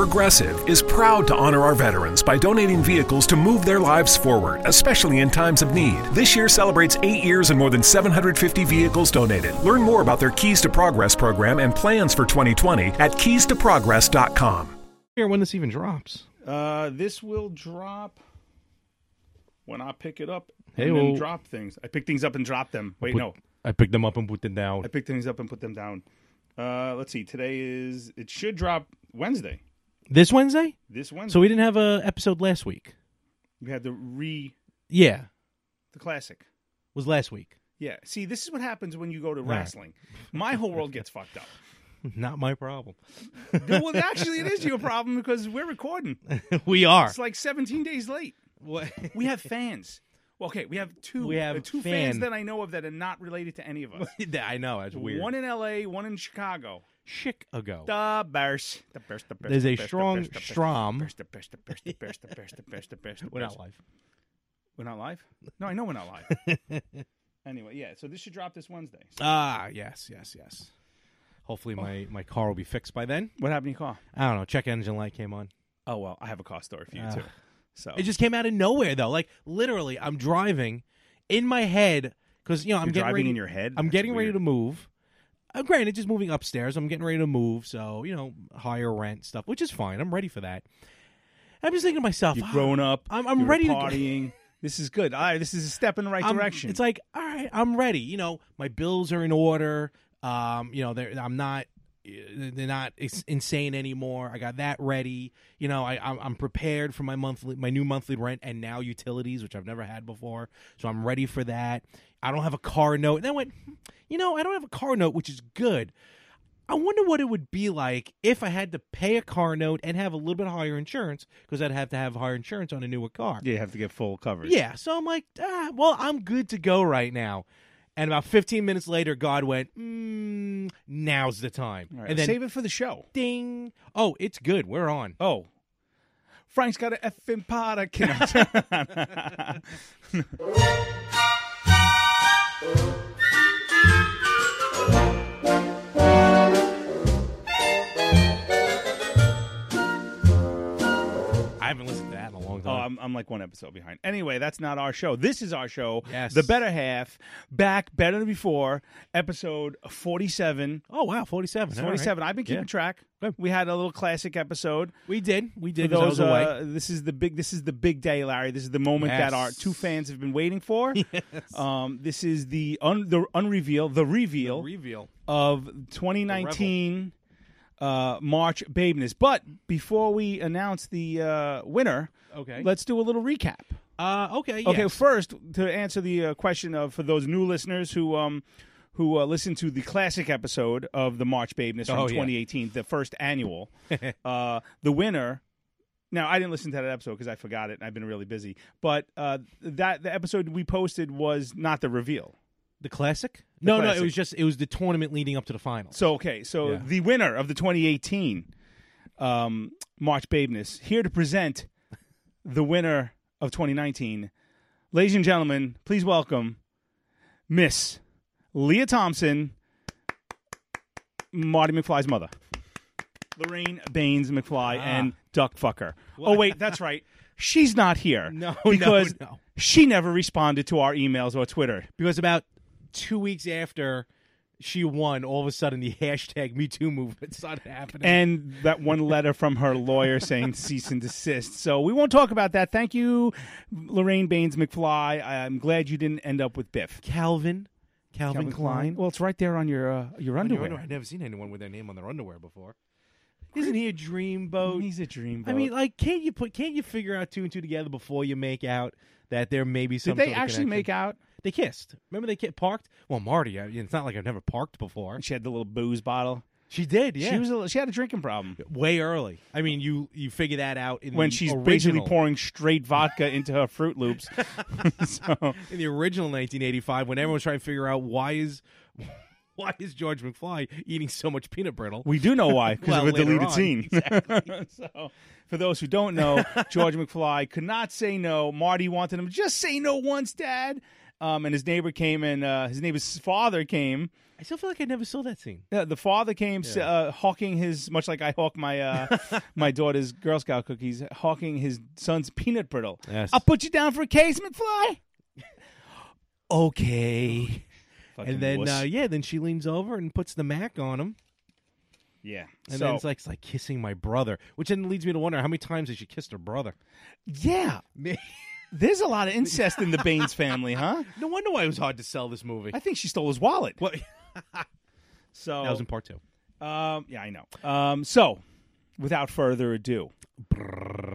Progressive is proud to honor our veterans by donating vehicles to move their lives forward, especially in times of need. This year celebrates eight years and more than 750 vehicles donated. Learn more about their Keys to Progress program and plans for 2020 at keystoprogress.com. Here, when this even drops. Uh, this will drop when I pick it up and Hey, then well- drop things. I pick things up and drop them. Wait, Put- no, I picked them up and put them down. I pick things up and put them down. Uh, let's see. Today is it should drop Wednesday. This Wednesday? This Wednesday. So we didn't have a episode last week. you had the re Yeah, the classic. was last week. Yeah. See, this is what happens when you go to right. wrestling. My whole world gets fucked up. Not my problem. well, actually, it is your problem because we're recording. we are. It's like 17 days late. We have fans. Well, okay, we have two. We have uh, two fan. fans that I know of that are not related to any of us. I know that's weird. One in L.A., one in Chicago. Chicago. The Bears. The Bears. The Bears. There's the a Bears, the strong Bears, the Bears, the Strom. Bears, The Bears. The Bears. The Bears. The Bears. The Bears. The Bears. the We're Bears. not live. We're not live. No, I know we're not live. anyway, yeah. So this should drop this Wednesday. So Ah, yes, yes, yes. Hopefully my my car will be fixed by then. what happened to your car? I don't know. Check engine light came on. Oh well, I have a car story for you Ah. too. So It just came out of nowhere though. Like literally, I'm driving in my head because you know I'm You're getting driving ready, in your head. I'm That's getting ready weird. to move. Uh, granted, just moving upstairs. I'm getting ready to move, so you know higher rent stuff, which is fine. I'm ready for that. I'm just thinking to myself, You've "Ah, grown up. I'm, I'm you're ready to. partying. this is good. All right, this is a step in the right I'm- direction. It's like, all right, I'm ready. You know, my bills are in order. Um, you know, they're, I'm not. They're not ins- insane anymore. I got that ready. You know, I, I'm, I'm prepared for my monthly, my new monthly rent, and now utilities, which I've never had before. So I'm ready for that. I don't have a car note, and I went, "Hmm, you know, I don't have a car note, which is good. I wonder what it would be like if I had to pay a car note and have a little bit higher insurance because I'd have to have higher insurance on a newer car. yeah, you have to get full coverage. Yeah. So I'm like, ah, well, I'm good to go right now. And about 15 minutes later, God went, mm, now's the time. All right, and then save it for the show. ding. Oh, it's good. We're on. Oh. Frank's got an effing pot account. I haven't listened to that in a long Oh, time. I'm, I'm like one episode behind. Anyway, that's not our show. This is our show. Yes. The Better Half, back better than before, episode 47. oh, wow. 47. All right. 47. I've been keeping Yeah. track. Good. We had a little classic episode. We did. We did. For 'cause I was those, away. uh, this is the big this is the big day, Larry. This is the moment that our Yes. two fans have been waiting for. Um, this is the un, the unreveal, the reveal Reveal. of 2019 uh, March babeness. But before we announce the uh, winner, Okay. let's do a little recap. Uh, okay. Okay, yes. first to answer the uh, question of for those new listeners who um who uh, listened to the classic episode of the March Babeness from Oh, yeah. 2018, the first annual, uh, the winner. Now I didn't listen to that episode because I forgot it and I've been really busy. But uh, that the episode we posted was not the reveal. The classic? no, no. classic. It was just, it was the tournament leading up to the final. So okay, so Yeah. the winner of the 2018 um, March Babeness here to present the winner of 2019, ladies and gentlemen, please welcome Miss Leah Thompson, Marty McFly's mother, Lorraine Baines McFly, Ah. and Duck Fucker. Oh wait, that's right. She's not here. No, no, because no. she never responded to our emails or Twitter. Because about two weeks after she won, all of a sudden the hashtag Me Too movement started happening. and that one letter from her lawyer saying cease and desist. So we won't talk about that. Thank you, Lorraine Baines McFly. I'm glad you didn't end up with Biff. Calvin, Calvin, Klein. Well, it's right there on your uh, your Underwear. underwear. I've never seen anyone with their name on their underwear before. Isn't he a dreamboat? Oh, He's a dream. I boat. mean, like, can't you put? Can't you figure out two and two together before you make out that there may be some? did they sort of actually connection? make out? They kissed. Remember they ki- parked. Well, Marty, I, it's not like I've never parked before. She had the little booze bottle. She did. Yeah, She was a, she had a drinking problem way early. I mean, you you figure that out in when the she's basically original, pouring straight vodka into her Fruit Loops. so in the original 1985 when everyone's trying to figure out why is why is George McFly eating so much peanut brittle. we do know why because Well, of later a deleted on, scene. so. For those who don't know, George McFly could not say no. Marty wanted him to just say no once, Dad. Um, and his neighbor came, and uh, his neighbor's father came I still feel like I never saw that scene. Yeah, the father came s Yeah. uh, hawking his much like I hawk my uh, my daughter's Girl Scout cookies, hawking his son's peanut brittle. Yes. I'll put you down for a case, McFly. okay. Fucking And then, wuss. uh, yeah, then she leans over and puts the Mac on him. yeah, And so then it's like, it's like kissing my brother, which then leads me to wonder how many times has she kissed her brother? yeah, there's a lot of incest in the Baines family, huh? No wonder why it was hard to sell this movie. I think she stole his wallet. What- So That was in part two. Um, yeah, I know. Um, so, without further ado.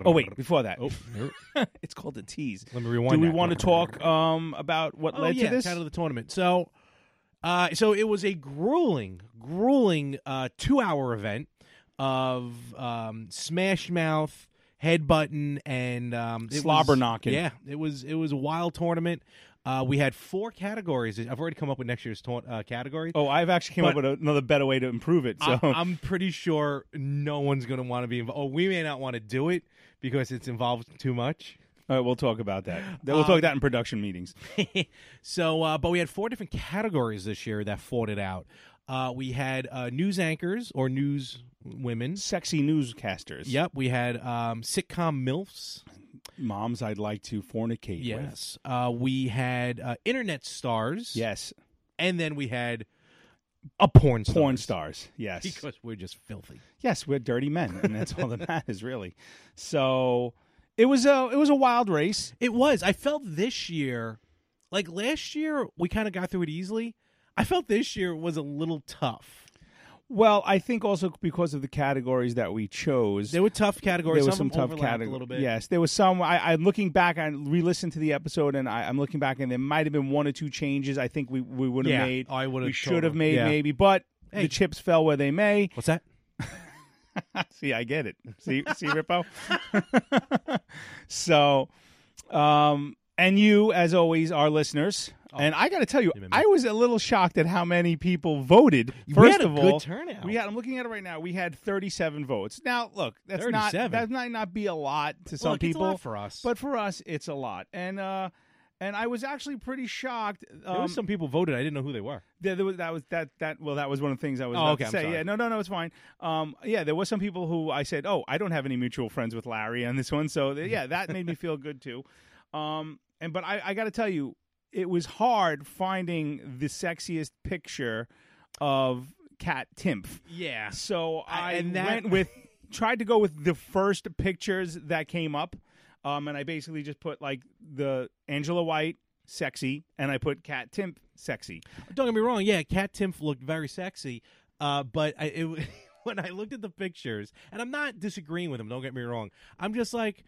Oh wait, before that, it's called a tease. Oh. Let me rewind Do we that. want to talk um, about what Oh led yeah, to this? title of the tournament. So, uh, so it was a grueling, grueling uh, two-hour event of um, smash mouth, head button, and um, it Slobber was- knocking. Yeah, it was it was a wild tournament. Uh, we had four categories. I've already come up with next year's tour- uh, category. oh, I've actually came up with another better way to improve it. So, I, am pretty sure no one's going to want to be involved. Oh, we may not want to do it because it's involved too much. All right, we'll talk about that. We'll Uh, talk that in production meetings. so, uh, but we had four different categories this year that fought it out. Uh, we had uh, news anchors or news women. Sexy newscasters. Yep, we had um, sitcom milfs. Moms I'd like to fornicate with. Yes, uh, we had uh, internet stars. Yes. and then we had a porn star Porn stars. Yes. because we're just filthy. Yes, we're dirty men, and that's all that matters really. So it was a it was a wild race. It was. I felt this year, like last year, we kind of got through it easily. I felt this year was a little tough. Well, I think also because of the categories that we chose. There were tough categories. there was some, some, tough overlapped categories. a little bit. Yes, there was some. I, I'm looking back. I re-listened to the episode, and I, I'm looking back, and there might have been one or two changes. I think we, we would have Yeah, made. I would've We told should have them. made Yeah. maybe, but Hey. the chips fell where they may. What's that? see, I get it. See, see, Rippo. so, um, and you, as always, our listeners. And I got to tell you, made Oh. me- I was a little shocked at how many people voted. First had a of good all, turnout. We had. I'm looking at it right now. We had 37 votes. Now, look, that's not 37? that might not be a lot to some Look, it's a people lot for us. but for us, it's a lot. And uh, and I was actually pretty shocked. there Um, was some people voted. I didn't know who they were. there, there was that was that that well that was one of the things I was Oh, about okay, to I'm say. sorry. Yeah, no, no, no, it's fine. Um, yeah, there was some people who I said, oh, I don't have any mutual friends with Larry on this one, so th- yeah, that made me feel good too. Um, and but I, I got to tell you, it was hard finding the sexiest picture of Cat Timpf. Yeah. So I- I, and that- went with tried to go with the first pictures that came up, um, and I basically just put like the Angela White sexy, and I put Cat Timp sexy. Don't get me wrong. Yeah, Cat Timpf looked very sexy, uh, but I, it, when I looked at the pictures, and I'm not disagreeing with him. Don't get me wrong. I'm just like,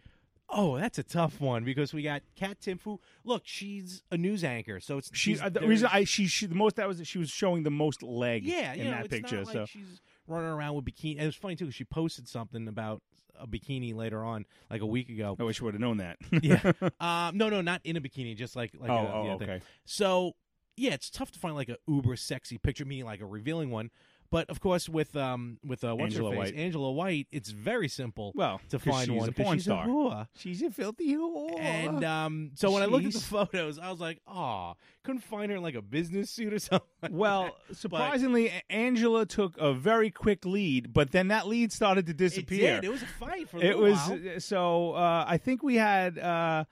oh, that's a tough one because we got Cat Timpf. Who look, she's a news anchor, so it's She she's- uh, the there's- reason I she, she the most that was she was showing the most leg yeah, in you know, that it's picture. Not like so she's running around with bikini. And it was funny too. 'cause She posted something about a bikini later on, like a week ago. I wish I would have known that. yeah. Um, no, no, not in a bikini, just like like oh, a, oh, yeah, thing. okay. So yeah, it's tough to find like a uber sexy picture, meaning like a revealing one. But of course, with um with uh, what's Angela her face, White. Angela White, it's very simple Well, to 'cause find she's one a 'cause porn she's star. A whore. She's a filthy whore. And um, so when I looked at the She's- photos, I was like, "Aw, couldn't find her in like a business suit or something." like well, surprisingly, A- Angela took a very quick lead, but then that lead started to that. it disappear. did. It was a fight for a it little was while. so uh, i think we had uh,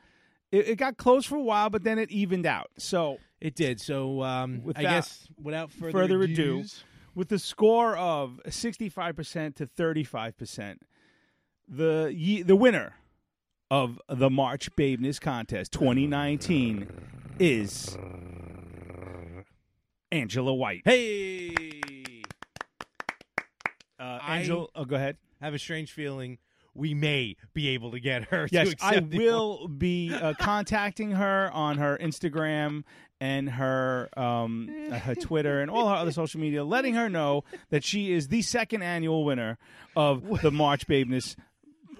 it, it got close for a while but then it evened out so It did. So um, I Without- guess without further, further ado adues- with the score of 65% to 35% the ye- the winner of the march babeness contest 2019 is angela white hey, uh, I- angela oh, go ahead I have a strange feeling we may be able to get her. to Yes, I accept the- will be uh, contacting her on her Instagram and her um, uh, her Twitter and all her other social media, letting her know that she is the second annual winner of the March Babeness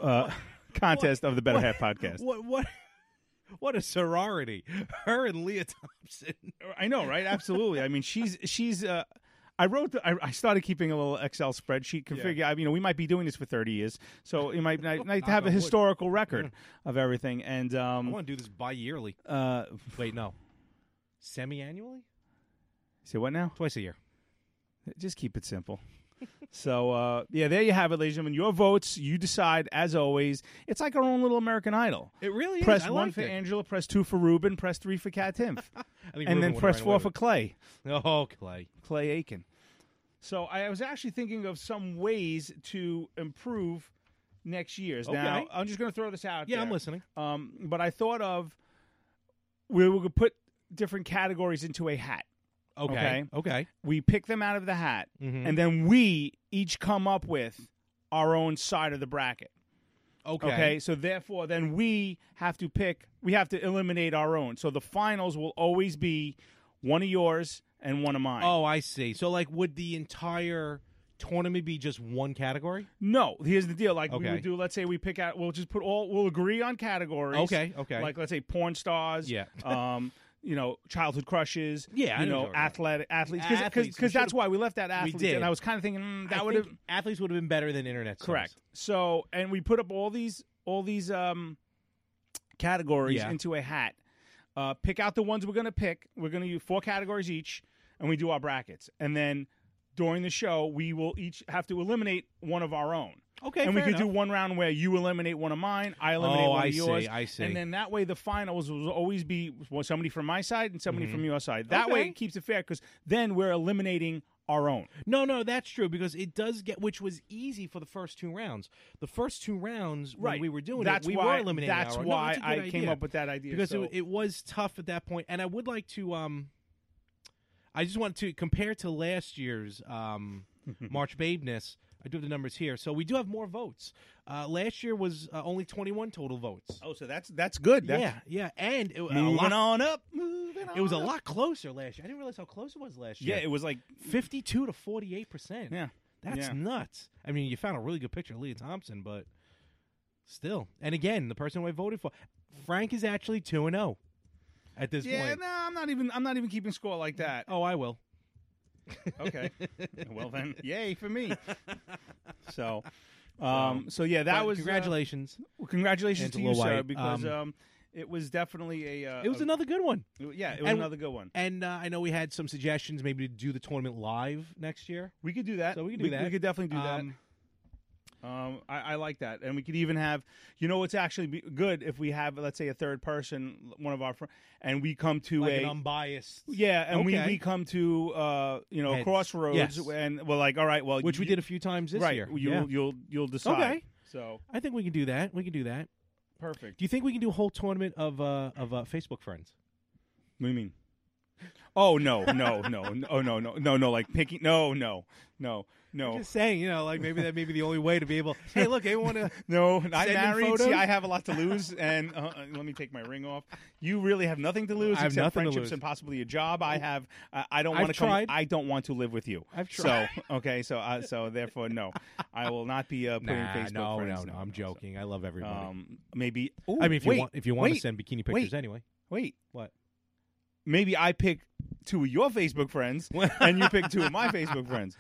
uh, contest of the Better Half podcast. What what what a sorority. Her and Leah Thompson. I know, right? Absolutely. I mean, she's she's. Uh, I wrote. The, I, I started keeping a little Excel spreadsheet. Configure. I mean, you know, we might be doing this for thirty years, so it might nice to have a on wood. historical record of everything. And I um, want to do this bi yearly. uh, Wait, no. Semi annually? say what now? Twice a year. Just keep it simple. so uh, yeah, there you have it, ladies and gentlemen. Your votes, you decide. As always, it's like our own little American Idol. It really press is. I one liked for it. Angela, press two for Ruben, press three for Cat Timpf, I think Ruben and then would've press ran four away for with Clay. it. Oh, Clay. Clay Aiken. So I was actually thinking of some ways to improve next year's. Now Okay. I'm just going to throw this out. Yeah, I'm there. listening. Um, but I thought of we were going to put different categories into a hat. Okay. Okay. We pick them out of the hat, Mhm. and then we each come up with our own side of the bracket. Okay. Okay. so therefore, then we have to pick. We have to eliminate our own. So the finals will always be one of yours and one of mine. Oh, I see. So, like, would the entire tournament be just one category? No, here's the deal. Like we Okay. would do, let's say we pick out. We'll just put all. We'll agree on categories. Okay, okay. Like let's say porn stars. Yeah. um. You know, childhood crushes. Yeah, I You know know, what you're talking athletic athletes. Because Athletes, we because that's should've- why we left that athletes. did. And I was kind of thinking mm, that I would have think athletes would have been better than internet. stars. correct. So and we put up all these all these um categories Yeah. into a hat. Uh, pick out the ones we're gonna pick. We're gonna use four categories each, and we do our brackets. And then during the show, we will each have to eliminate one of our own Okay. and we fair could do enough. one round where you eliminate one of mine, I eliminate Oh, one I of see, yours, I see. and then that way the finals will always be well, somebody from my side and somebody from your side. That way Mm-hmm. Okay. it keeps it fair because then we're eliminating our own. No, no, that's true because it does get, which was easy for the first two rounds. The first two rounds, Right. when we were doing That's it, we why- were eliminating. that's our- no, why it's a good I idea. came up with that idea, because so- it, it was tough at that point. And I would like to, um, I just want to compare to last year's um, March Babeness. I do have the numbers here, so we do have more votes. Uh, last year was uh, only twenty-one total votes. Oh, so that's that's good. yeah, yeah, and it, a moving lot- on up. Moving on. it was a up. lot closer last year. I didn't realize how close it was last year. Yeah, it was like fifty-two to forty-eight percent. yeah. That's Yeah. nuts. I mean, you found a really good picture of Leah Thompson, but still. And again, the person who I voted for, Frank is actually 2 and 0 at this Yeah, point. no, I'm not even. I'm not even keeping score like that. Oh, I will. Okay, well then, yay for me. So, um, so yeah, that But was uh, congratulations. Well, congratulations to Angela you, sir, White. because um, Um, it was definitely a. Uh, it was a- another good one. Yeah, it was and- another good one. And uh, I know we had some suggestions maybe to do the tournament live next year. We could do that. So we could do We that. could definitely do Um, that. Um, I, I like that, and we could even have. You know, it's actually be good if we have, let's say, a third person, one of our, fr- and we come to Like a. an unbiased. yeah, and Okay. we, we come to uh, you know a Heads. crossroads, Yes. and we're like, all right, well, Which we you- did a few times this right, year. You'll Yeah. you'll you'll decide. Okay. So I think we can do that. We can do that. perfect. Do you think we can do a whole tournament of uh, of uh, Facebook friends? What do you mean? Oh no, no, no, no, oh, no, no, no, no! Like picking, no, no, no, no, Just saying, you know, like maybe that may be the only way to be able. Hey, look, anyone want to no. I Sending married. photos? See, I have a lot to lose, and uh, uh, let me take my ring off. You really have nothing to lose I have except nothing to friendships lose. Oh. and possibly a job. I have. Uh, I don't I've want to come. tried. I don't want to live with you. I've tried. So okay, so uh, so therefore, no, I will not be uh, putting Facebook no, friends. no, no, I'm joking. I love So, everybody. um, maybe. Ooh, I mean, if wait, you want, if you want wait, to send bikini wait. pictures anyway, wait, what? maybe I pick two of your Facebook friends and you pick two of my Facebook friends.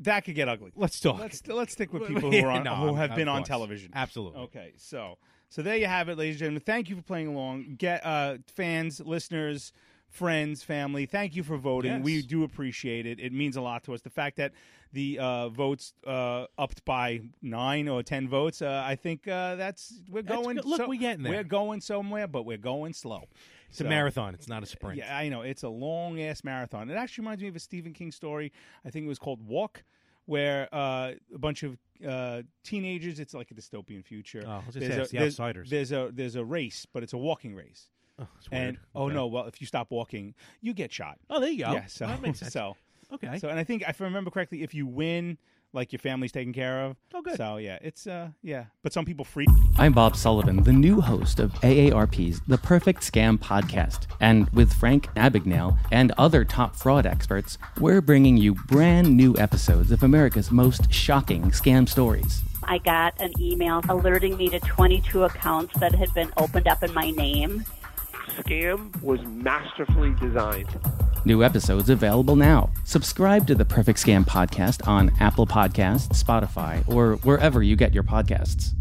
That could get ugly. Let's talk. Let's let's stick with people who are on, No, who have of been on course. television. Absolutely. Okay, so so there you have it, ladies and gentlemen. Thank you for playing along. Get uh, fans, listeners, friends, family. Thank you for voting. Yes. We do appreciate it. It means a lot to us. The fact that the uh, votes uh, upped by nine or ten votes, uh, I think uh, that's we're That's going. good. Look, so- we're getting there. We're going somewhere, but we're going slow. It's a So- marathon. It's not a sprint. yeah, I know. It's a long ass marathon. It actually reminds me of a Stephen King story. I think it was called Walk, where uh, a bunch of uh, teenagers. It's like a dystopian future. Oh, I was gonna say, it's The Outsiders. There's a there's a race, but it's a walking race. Oh, it's weird. And oh Okay. no, well if you stop walking, you get shot. Oh, there you go. yeah, so that makes sense. so Okay. so, and I think if I remember correctly, if you win, like your family's taken care of. Oh, good. So yeah, it's uh yeah, but some people freak. I'm Bob Sullivan, the new host of AARP's The Perfect Scam podcast. And with Frank Abagnale and other top fraud experts, we're bringing you brand new episodes of America's most shocking scam stories. I got an email alerting me to 22 accounts that had been opened up in my name. scam was masterfully designed. New episodes available now. Subscribe to The Perfect Scam podcast on Apple Podcasts, Spotify, or wherever you get your podcasts.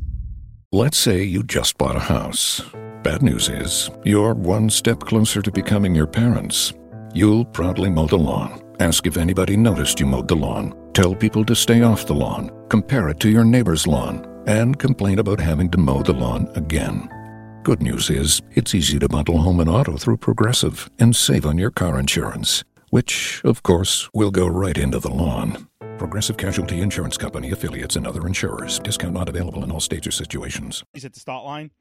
Let's say you just bought a house. Bad news is, you're one step closer to becoming your parents. You'll proudly mow the lawn, Ask if anybody noticed you mowed the lawn. Tell people to stay off the lawn. Compare it to your neighbor's lawn. And complain about having to mow the lawn again. Good news is, it's easy to bundle home and auto through Progressive and save on your car insurance, which, of course, will go right into the lawn. Progressive Casualty Insurance Company affiliates and other insurers. Discount not available in all states or situations. He's at the start line.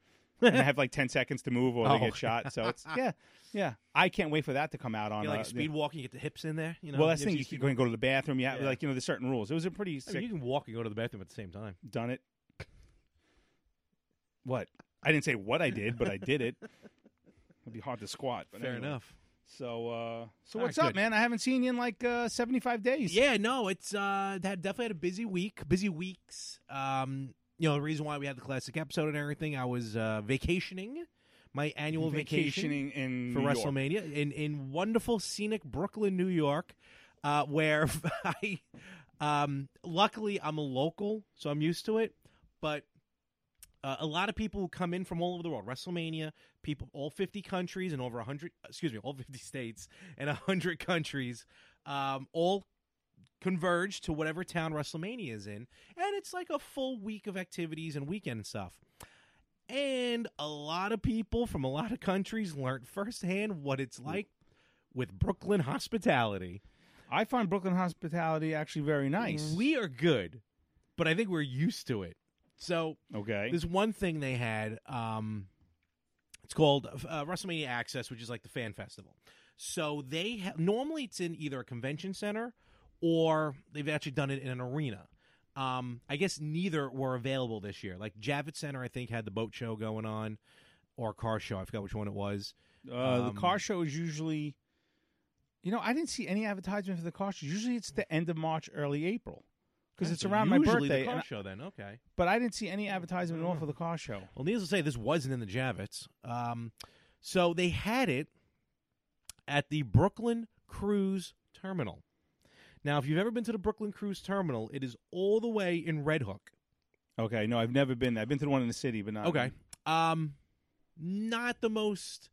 and I have like ten seconds to move, or Oh. they get shot. So it's yeah, yeah. I can't wait for that to come out on You're uh, like speed walking, you get the hips in there. You know, well, that's the gives thing. You speed can go and go to the bathroom. Yeah, Yeah. like you know, there's certain rules. It was a pretty I sick. mean, you can walk and go to the bathroom at the same time. done it. What? I didn't say what I did, but I did it. It'd be hard to squat. But Fair anyway. enough. So, uh, so All right, what's up, good. man? I haven't seen you in like uh, 75 days. Yeah, no, it's uh had definitely had a busy week, busy weeks. Um, you know, the reason why we had the classic episode and everything, I was uh vacationing, my annual vacation vacationing in for New York. WrestleMania in in wonderful scenic Brooklyn, New York, uh, where I, um, luckily I'm a local, so I'm used to it. But uh, a lot of people who come in from all over the world, WrestleMania people, all 50 countries and over 100, excuse me, all 50 states and 100 countries, um, all converge to whatever town WrestleMania is in, and it's like a full week of activities and weekend stuff. And a lot of people from a lot of countries learned firsthand what it's like with Brooklyn hospitality. I find Brooklyn hospitality actually very nice. We are good, but I think we're used to it. So okay. there's one thing they had. Um, it's called uh, WrestleMania Access, which is like the fan festival. So they ha- normally it's in either a convention center or they've actually done it in an arena. Um, I guess neither were available this year. Like Javits Center, I think had the boat show going on or car show. I forgot which one it was. uh, um, the car show is usually, you know, I didn't see any advertisement for the car show. Usually, it's the end of March, early April, because it's So around my usually birthday. The and car I- show then, okay. but I didn't see any advertisement at all for the car show. Well, needless to say, this wasn't in the Javits. Um, so they had it at the Brooklyn Cruise Terminal. Now, if you've ever been to the Brooklyn Cruise Terminal, it is all the way in Red Hook. Okay, no, I've never been there. I've been to the one in the city, but not Okay. Um, not the most,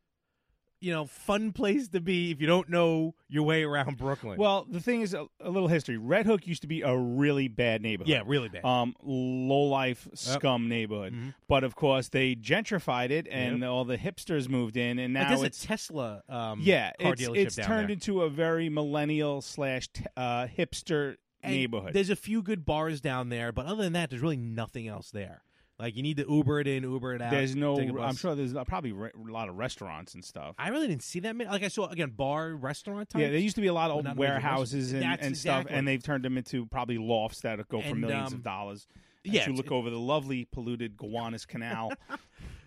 you know, fun place to be if you don't know your way around Brooklyn. Well, the thing is, a, a little history. Red Hook used to be a really bad Mm-hmm. neighborhood. yeah, really bad. Um, low life scum neighborhood, but of course they gentrified it, and all the hipsters moved in, and I now guess it's a Tesla. Um, yeah, car it's dealership it's down turned there. into a very millennial slash t- uh, hipster And neighborhood. There's a few good bars down there, but other than that, there's really nothing else there. Like you need to Uber it in, Uber it out. There's no, take a bus. I'm sure there's probably re- a lot of restaurants and stuff. I really didn't see that many. Like I saw again, bar, restaurant types. yeah, there used to be a lot but of not old a major restaurant. warehouses and, That's and stuff, exactly. and they've turned them into probably lofts that go for And, millions um, of dollars. As yeah, you it's- look over the lovely polluted Gowanus Canal.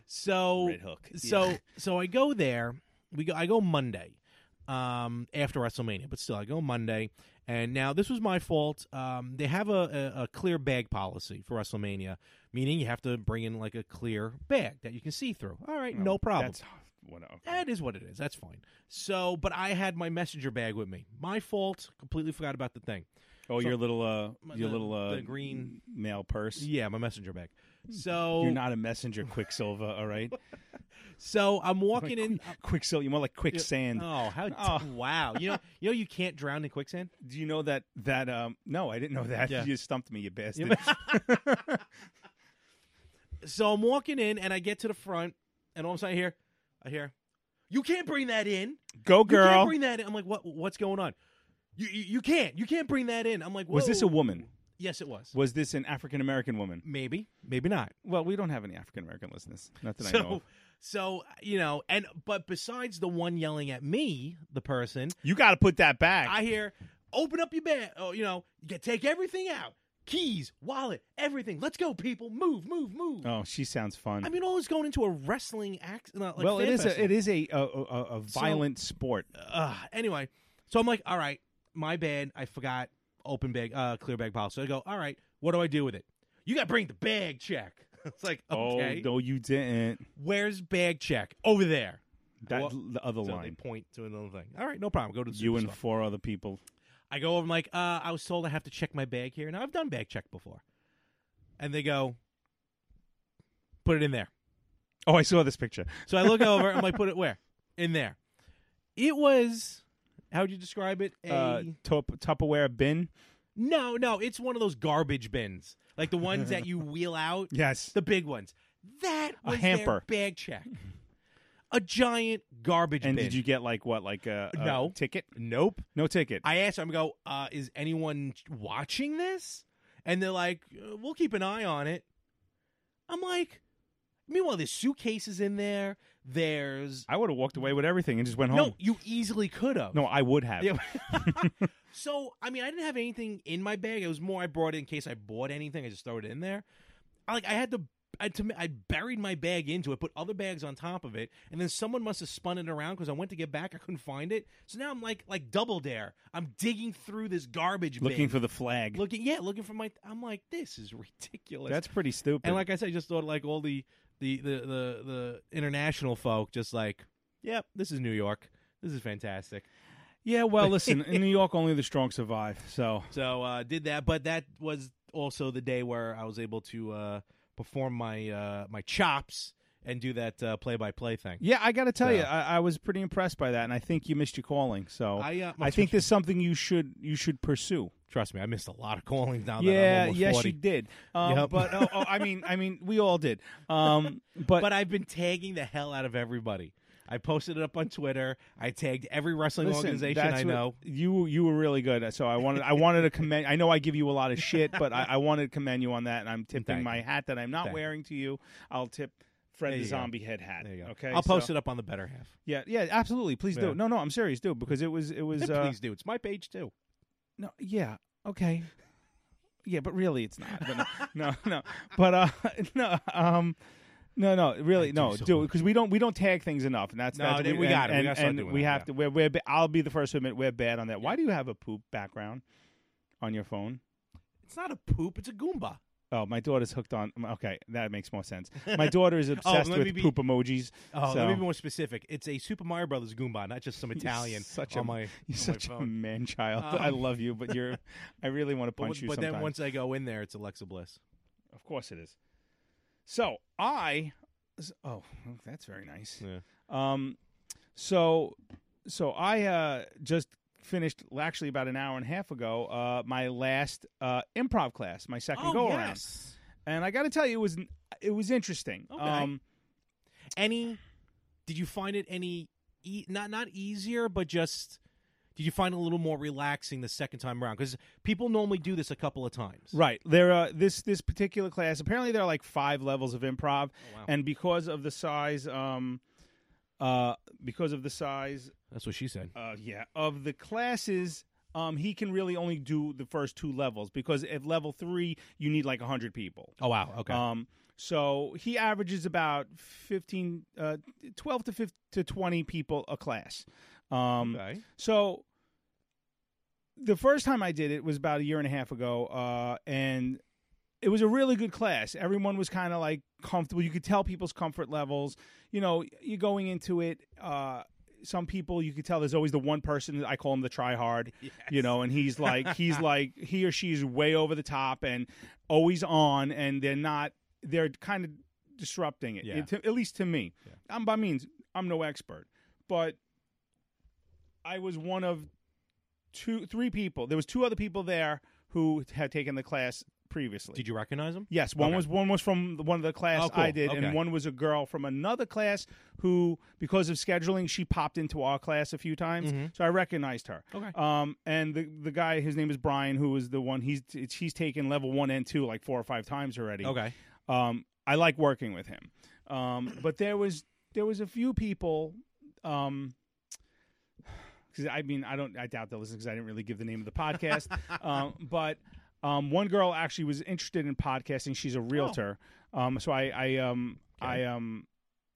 So Red Hook, yeah. So so I go there. We go. I go Monday, um, after WrestleMania, but still I go Monday. And now this was my fault. Um, they have a, a, a clear bag policy for WrestleMania, meaning you have to bring in like a clear bag that you can see through. All right, no problem. That's what. That is what it is. That's fine. So, but I had my messenger bag with me. My fault. Completely forgot about the thing. Oh, your little, uh, My- your the- little uh, the green- mail purse. Yeah, my messenger bag. So, Hmm. You're not a messenger, Quicksilver. All right, so I'm walking in. Quicksilver. You're more like quicksand. Oh, how Oh. wow! You know, you know, you can't drown in quicksand. Do you know that? That um, no, I didn't know that. Yeah. You stumped me, you bastard. So I'm walking in, and I get to the front, and all of a sudden I hear, I hear, you can't bring that in, Go, You can't girl. bring that in. I'm like, what? What's going on? You, you, you can't. You can't bring that in. I'm like, Was this a whoa. woman? Yes, it was. Was this an African American woman? Maybe, maybe not. Well, we don't have any African American listeners. Not that I know. so of. so you know and but besides the one yelling at me the person You got to put that back. i hear open up your bag oh you know you can take everything out keys wallet everything let's go people move move move oh, she sounds fun. i mean all is going into a wrestling act not like well, it fan is a, festival. it is a a, a, a violent sport. Ugh. anyway, so I'm like, all right, my bad. I forgot open bag, uh, clear bag policy. I go, all right, what do I do with it? You got to bring the bag check. it's like, okay, Oh no, you didn't. where's bag check? Over there. That Well, the other So they line. point to another thing. All right, no problem. Go to the You and superstore. four other people. I go over. I'm like, uh, I was told I have to check my bag here. Now I've done bag check before, and they go, put it in there. Oh, I saw this picture. So I look over. I'm like, put it where? In there. It was How would you describe it? A uh, tup Tupperware bin. no, no. It's one of those garbage bins, like the ones that you wheel out. Yes. the big ones. That A was hamper. Their bag check. A giant garbage and bin. did you get like what, like a, a No. ticket? Nope. No ticket. I asked them, I go, uh, is anyone watching this? And they're like, "Uh, we'll keep an eye on it. I'm like, meanwhile, there's suitcases in there. There's. I would have walked away with everything and just went home. No, you easily could have. No, I would have. Yeah. so, I mean, I didn't have anything in my bag. It was more I brought it in case I bought anything. I just throw it in there. I, like I had to. I, to, I buried my bag into it, put other bags on top of it, and then someone must have spun it around because I went to get back, I couldn't find it. So now I'm like, like double dare. I'm digging through this garbage, bin. Looking for the flag. looking, yeah, looking for my. I'm like, this is ridiculous. That's pretty stupid. and like I said, I just thought like all the the the the, the international folk, just like, yep, this is New York. This is fantastic. yeah, well, listen, in New York, only the strong survive. So So uh did that, but that was also the day where I was able to uh perform my uh my chops and do that uh play by play thing. Yeah, I got to tell So- you, I, I was pretty impressed by that, and I think you missed your calling. So I, uh, I think there's something you should you should pursue. trust me, I missed a lot of callings now that I'm yeah, almost yes, 40. you did. Um, Yep. But oh, oh, I mean, I mean, we all did. Um, but But I've been tagging the hell out of everybody. I posted it up on Twitter. I tagged every wrestling listen, organization that's I what- know. you you were really good. So I wanted I wanted to commend. I know I give you a lot of shit, but I, I wanted to commend you on that, and I'm tipping Thank my you. hat that I'm not Thank you. wearing to you. I'll tip. Fred There the you go. zombie head hat. There you go. Okay, I'll post so- it up on the better half. Yeah, yeah, absolutely. Please Yeah. do. No, no, I'm serious. Do because it was it was. And Uh, please do. It's my page too. No, yeah, okay. Yeah, but really, it's not. But no, no, no. But uh, no, um, no, no. Really, I do no. so Do much. because we don't we don't tag things enough, and that's No, that's then we and- got it. We And, gotta start and doing we that, have yeah. to. We're, we're. ba- I'll be the first to admit we're bad on that. Why do you have a poop background on your phone? It's not a poop, it's a Goomba. Oh, my daughter's hooked on. Okay, that makes more sense. My daughter is obsessed Oh, let me with be- poop emojis. Oh, so. let me be more specific. It's a Super Mario Brothers Goomba, not just some Italian such on a my you're on my such a phone. man child. Um, I love you, but you're. I really want to But, punch you. but then sometime. once I go in there, it's Alexa Bliss. Of course it is. So I, oh, that's very nice. Yeah. Um, so, so I uh, just finished actually about an hour and a half ago uh, my last uh, improv class, my Oh, second go around, and I got to tell you, it was it was interesting. Okay. Um, Any? Did you find it any? E- not not easier, but just did you find it a little more relaxing the second time around? Because people normally do this a couple of times. Right. There are this this particular class. Apparently, there are like five levels of improv, Oh, wow. and because of the size, um, uh, because of the size, That's what she said. uh, yeah, of the classes. Um, he can really only do the first two levels because at level three you need like hundred people. Oh wow. Okay. Um, so he averages about 15, uh, 12 to 15 to 20 people a class. Um, okay. so the first time I did it was about a year and a half ago, uh, and it was a really good class. Everyone was kind of like comfortable. You could tell people's comfort levels. You know, you're going into it. Uh, some people you could tell there's always the one person I call him the try hard, you know, and he's like he's like he or she is way over the top and always on, and they're not they're kind of disrupting it. Yeah. It- to- at least to me, I'm by means I'm no expert, but I was one of two, three people. There was two other people there who had taken the class previously. Did you recognize him? Yes, one Okay. was one was from one of the class Oh, cool. I did, Okay. and one was a girl from another class who, because of scheduling, she popped into our class a few times, so I recognized her. Mm-hmm. Okay. Um, and the the guy, his name is Brian, who was the one he's he's taken level one and two like four or five times already. Okay. Um, I like working with him. Um, but there was there was a few people. Um, 'cause I mean, I don't, I doubt they'll listen because I didn't really give the name of the podcast. um, but um, one girl actually was interested in podcasting. She's a realtor. Um, so I, I, um, I, um,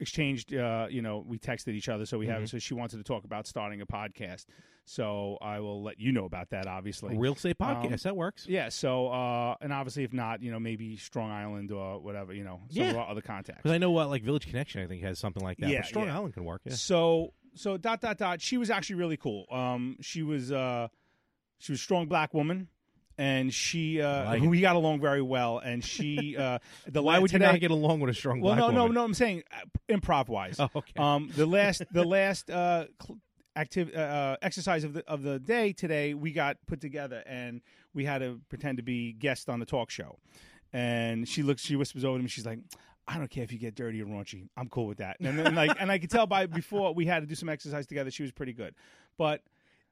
exchanged uh you know we texted each other so we have so she wanted to talk about starting a podcast so i will let you know about that obviously Real estate podcast. Um, that works. yeah. So, uh, and obviously, if not, you know, maybe Strong Island or whatever, you know, some Yeah. of our other contacts. Because I know what like Village Connection, I think has something like that. Yeah, but Strong yeah. Island can work. Yeah. So, so dot dot dot. She was actually really cool. Um, she was uh, she was a strong black woman. And she, uh, like it. we got along very well. And she, uh, the Why last would you today- not get along with a strong well, black no, uh, woman? no, no. I'm saying improv wise. Oh, okay. Um, the last, the last uh, cl- activ- uh, uh, exercise of the of the day today, we got put together and we had to pretend to be guests on the talk show. And she looks, she whispers over to me, she's like, "I don't care if you get dirty or raunchy, I'm cool with that." And then like, and I could tell by before we had to do some exercise together, she was pretty good. But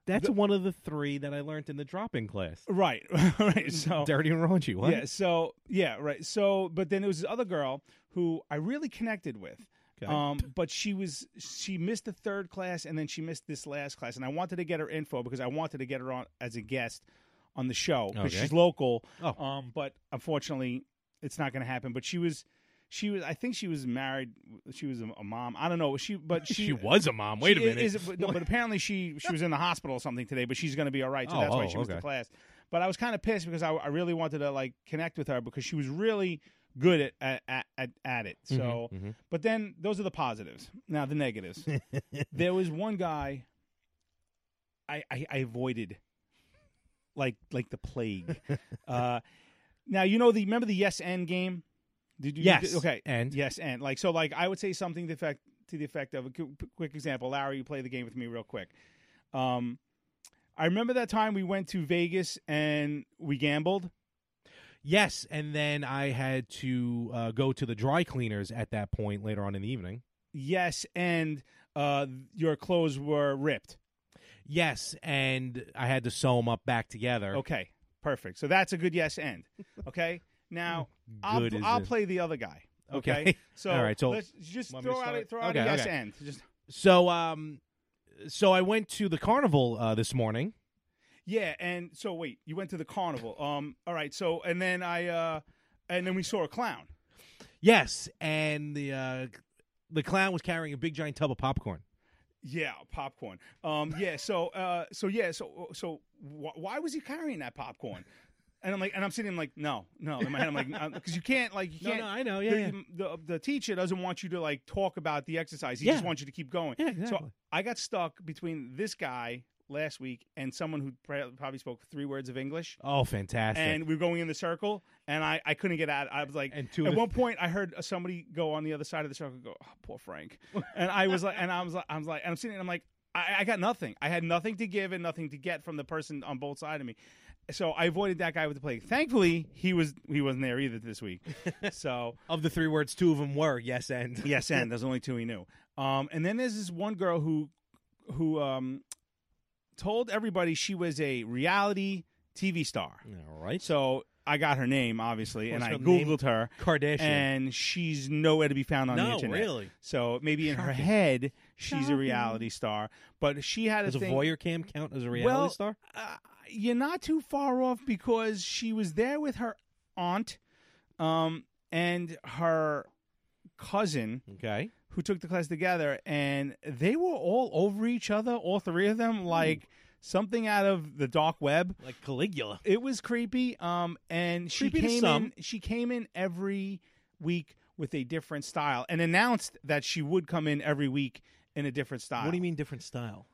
That's one of the three that I learned in the drop-in class. right, right, so Dirty and raunchy. What? yeah, so yeah, right. So, but then there was this other girl who I really connected with. Okay. Um, but she was she missed the third class and then she missed this last class, and I wanted to get her info because I wanted to get her on as a guest on the show because Okay. she's local. Oh. Um, but unfortunately, it's not going to happen. But she was. She was. I think she was married. She was a, a mom. I don't know. She, but she, She was a mom. Wait a she minute. is- but, no, but apparently she she was in the hospital or something today, but she's going to be all right. So Oh, that's why oh, she missed the okay. class. But I was kind of pissed because I, I really wanted to like connect with her because she was really good at at at- at, at it. So, Mm-hmm, but then those are the positives. Now the negatives. there was one guy I I, I avoided like like the plague. uh, now you know the remember the yes and game. Did you Yes, okay and. yes and like so like I would say something to the effect to the effect of a qu- quick example. Larry, you play the game with me real quick. Um, I remember that time we went to Vegas and we gambled. Yes, and then I had to uh, go to the dry cleaners at that point later on in the evening. Yes, and uh, your clothes were ripped. Yes, and I had to sew them up back together. Okay, perfect. So that's a good yes and. Okay, now I'll, Good is I'll in. play the other guy. Okay, Okay. so All right, so- let's just Want me to throw out start? a, throw out a Okay, yes okay. and. Just So um so I went to the carnival uh, this morning. Yeah, and so wait, you went to the carnival. Um, all right, so and then I uh and then we saw a clown. Yes, and the uh, the clown was carrying a big giant tub of popcorn. Yeah, popcorn. Um, yeah, so uh, so yeah, so so wh- why was he carrying that popcorn? And I'm like, and I'm sitting I'm like, no, no. In my head, I'm like, because you can't, like, you No, can't. no, I know, the- yeah, yeah. The, the teacher doesn't want you to like talk about the exercise. He Yeah. just wants you to keep going. Yeah, So exactly. I got stuck between this guy last week and someone who pra- probably spoke three words of English. Oh, fantastic. and we were going in the circle, and I, I couldn't get out. I was like, And two of at the- one point, I heard somebody go on the other side of the circle, and go, oh, "Poor Frank," and I was like, and I was like, I was like, and I'm sitting, and I'm like, I, I got nothing. I had nothing to give and nothing to get from the person on both sides of me. So I avoided that guy with the plague. Thankfully, he was he wasn't there either this week. So of the three words, two of them were yes and. yes, and there's only two he knew. Um, and then there's this one girl who who um, told everybody she was a reality TV star. All right. So So I got her name, obviously, and What's I her name? Googled her, Kardashian. and she's nowhere to be found on the No, internet. really? So maybe in her Shocking. head, she's a reality star, but she had a Does a thing. voyeur cam count as a reality well, star? Uh, you're not too far off because she was there with her aunt, um, and her cousin Okay. who took the class together, and they were all over each other, all three of Hmm. them, like something out of the dark web. Like Caligula. It was creepy. Um, and she Creepy to came some. in. She came in every week with a different style, and announced that she would come in every week in a different style. What do you mean different style?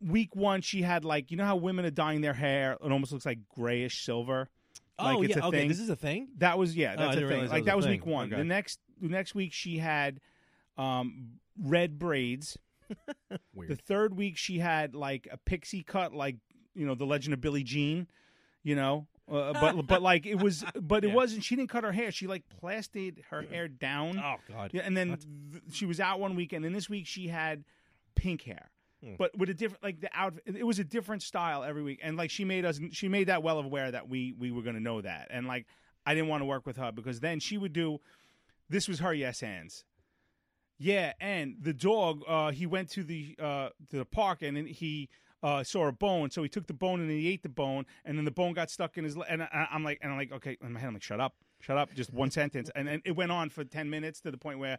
Week one, she had like you know how women are dyeing their hair. It almost looks like grayish silver. like oh, it's yeah. a okay, thing. this is a thing. That was Oh, yeah, I that's didn't a thing. realize that like was that a was thing. week one. Okay. The next the next week she had um red braids. The Weird. third week she had like a pixie cut, like you know the Legend of Billie Jean, you know. Uh, but but like it was, but it Yeah. wasn't. She didn't cut her hair. She like plastered her hair down. oh God. Yeah, and then th- she was out one week, and then this week she had pink hair, but with a different like the outfit. It was a different style every week, and like she made us, she made that well aware that we we were going to know that, and like I didn't want to work with her because then she would do. This was her yes hands. Yeah, and the dog, uh, he went to the uh, to the park and then he uh, saw a bone, so he took the bone and then he ate the bone, and then the bone got stuck in his. Le- and I, I'm like, and I'm like, okay, in my head, I'm like, shut up, shut up, just one sentence, and, and it went on for ten minutes to the point where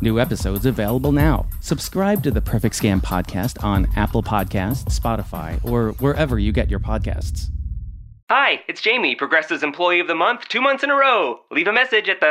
New episodes available now. Subscribe to The Perfect Scam Podcast on Apple Podcasts, Spotify, or wherever you get your podcasts. Hi, it's Jamie, Progressive's Employee of the Month, two months in a row. Leave a message at the.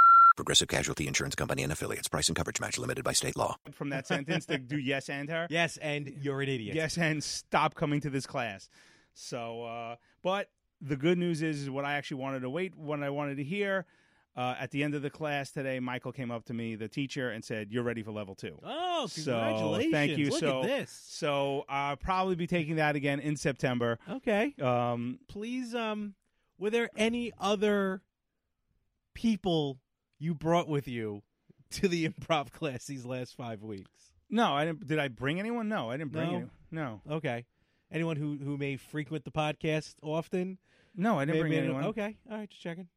Progressive Casualty Insurance Company and affiliates. Price and coverage match limited by state law. From that sentence, to do yes and her. Yes, and you're an idiot. Yes, and stop coming to this class. So, uh, but the good news is, is what I actually wanted to wait, what I wanted to hear. Uh, at the end of the class today, Michael came up to me, the teacher, and said, "You're ready for level two. Oh, So congratulations! thank you. Look so at this. so I'll probably be taking that again in September. Okay. Um, Please, um, were there any other people you brought with you to the improv class these last five weeks? no, I didn't. Did I bring anyone? No, I didn't bring No. anyone. No, Okay. Anyone who who may frequent the podcast often? no, I didn't May- bring may- anyone. Okay. All right. Just checking.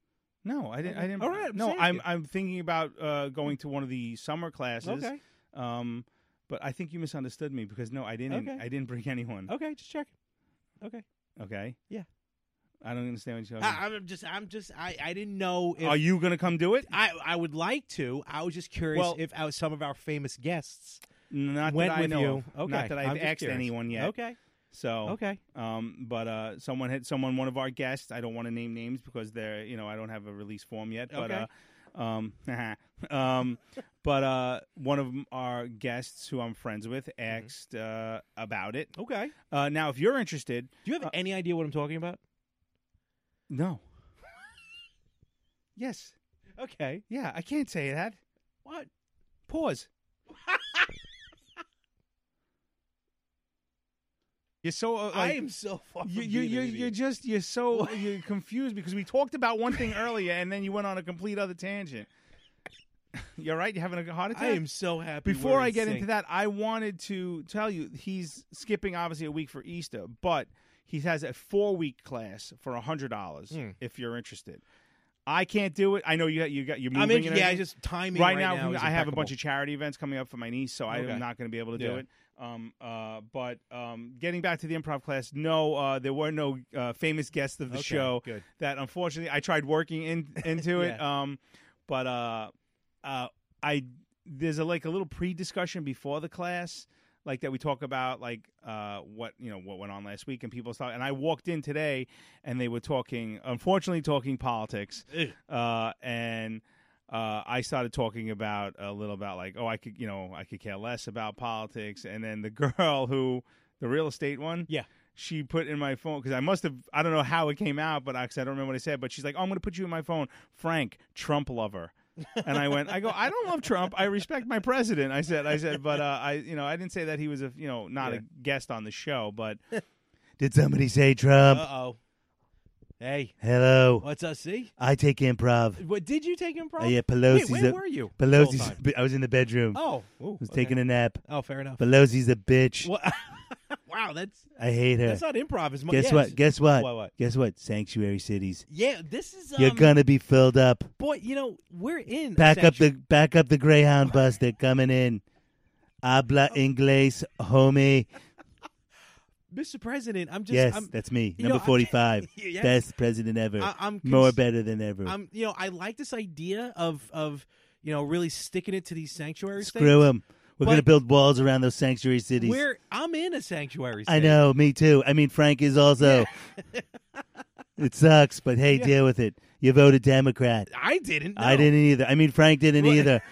No, I didn't. I Okay. didn't. All right, I'm no, saying I'm. it. I'm thinking about uh, going to one of the summer classes. Okay. Um, but I think you misunderstood me because no, I didn't. Okay. I didn't bring anyone. Okay. Just checking. Okay. Okay. Yeah. I don't understand what you're talking. I, I'm just. I'm just. I. I didn't know if about. Are you gonna come do it? I. I would like to. I was just curious Well- if our, some of our famous guests Not went that I with know. you. of. Okay. Not that I've I'm just asked curious. anyone yet. Oh. Okay. So Okay. Um, but uh, someone had someone one of our guests. I don't want to name names because they're you know I don't have a release form yet. But Okay. uh, um, um, but uh, one of our guests who I'm friends with Mm-hmm. asked uh, about it. Okay. Uh, now, if you're interested, Do you have Uh, any idea what I'm talking about? no. yes. Okay. Yeah, I can't say that. What? Pause. you're so. Uh, I like- am so fucking. You, you, you, you're just you're so you're confused because we talked about one thing earlier and then you went on a complete other tangent. You're right. You're having a heart attack. I am so happy. Before I get into that, I wanted to tell you he's skipping obviously a week for Easter, but he has a four week class for hundred dollars Hmm. if you're interested. I can't do it. I know you got you got you're I'm moving. in, and yeah, everything. just timing right, right, now, is I have a bunch impeccable. of charity events coming up for my niece, so Okay. I'm not going to be able to do Yeah. it. Um, uh, but um, getting back to the improv class, no, uh, there were no uh, famous guests of the Okay, show. good. That unfortunately, I tried working in into it. Um, but uh, uh, I there's a like a little pre-discussion before the class like that we talk about like uh what you know what went on last week and people start and I walked in today and they were talking unfortunately talking politics uh and uh I started talking about a little about like oh I could you know I could care less about politics and then the girl who the real estate one Yeah. she put in my phone because I must have I don't know how it came out, but I, 'cause I don't remember what I said. But she's like, "Oh, I'm going to put you in my phone, Frank Trump lover." and I went, I go, I don't love Trump. I respect my president. I said, I said, but uh, I, you know, I didn't say that he was a, you know, not Yeah. a guest on the show. But did somebody say Trump? Uh oh. Hey, Hello, what's up, see? I take improv. What did you take improv? Uh, yeah, Wait, Pelosi's where a- were you? the whole time? Pelosi's. I was in the bedroom. Oh, ooh, was okay. taking a nap. Oh, fair enough. Pelosi's a bitch. What- wow, that's I hate her. that's not improv as much. Guess yes. what? Guess what? What, what? Guess what? Sanctuary cities. Yeah, this is um, You're gonna be filled up. boy. You know we're in Back up sanctuary- the back up the Greyhound bus. They're coming in. Habla inglés, homie. Mr. President. I'm just Yes, I'm, that's me. you know, Number I'm- forty-five. Yeah. Best president ever. I- I'm More cons- better than ever. I'm you know I like this idea of of you know really sticking it to these sanctuary Screw things. him. We're But- gonna build walls around those sanctuary cities. We're I'm in a sanctuary. I state. know. Me too. I mean, Frank is also. it sucks, but hey, deal with it. You voted Democrat. I didn't. I no. didn't either. I mean, Frank didn't Well- either.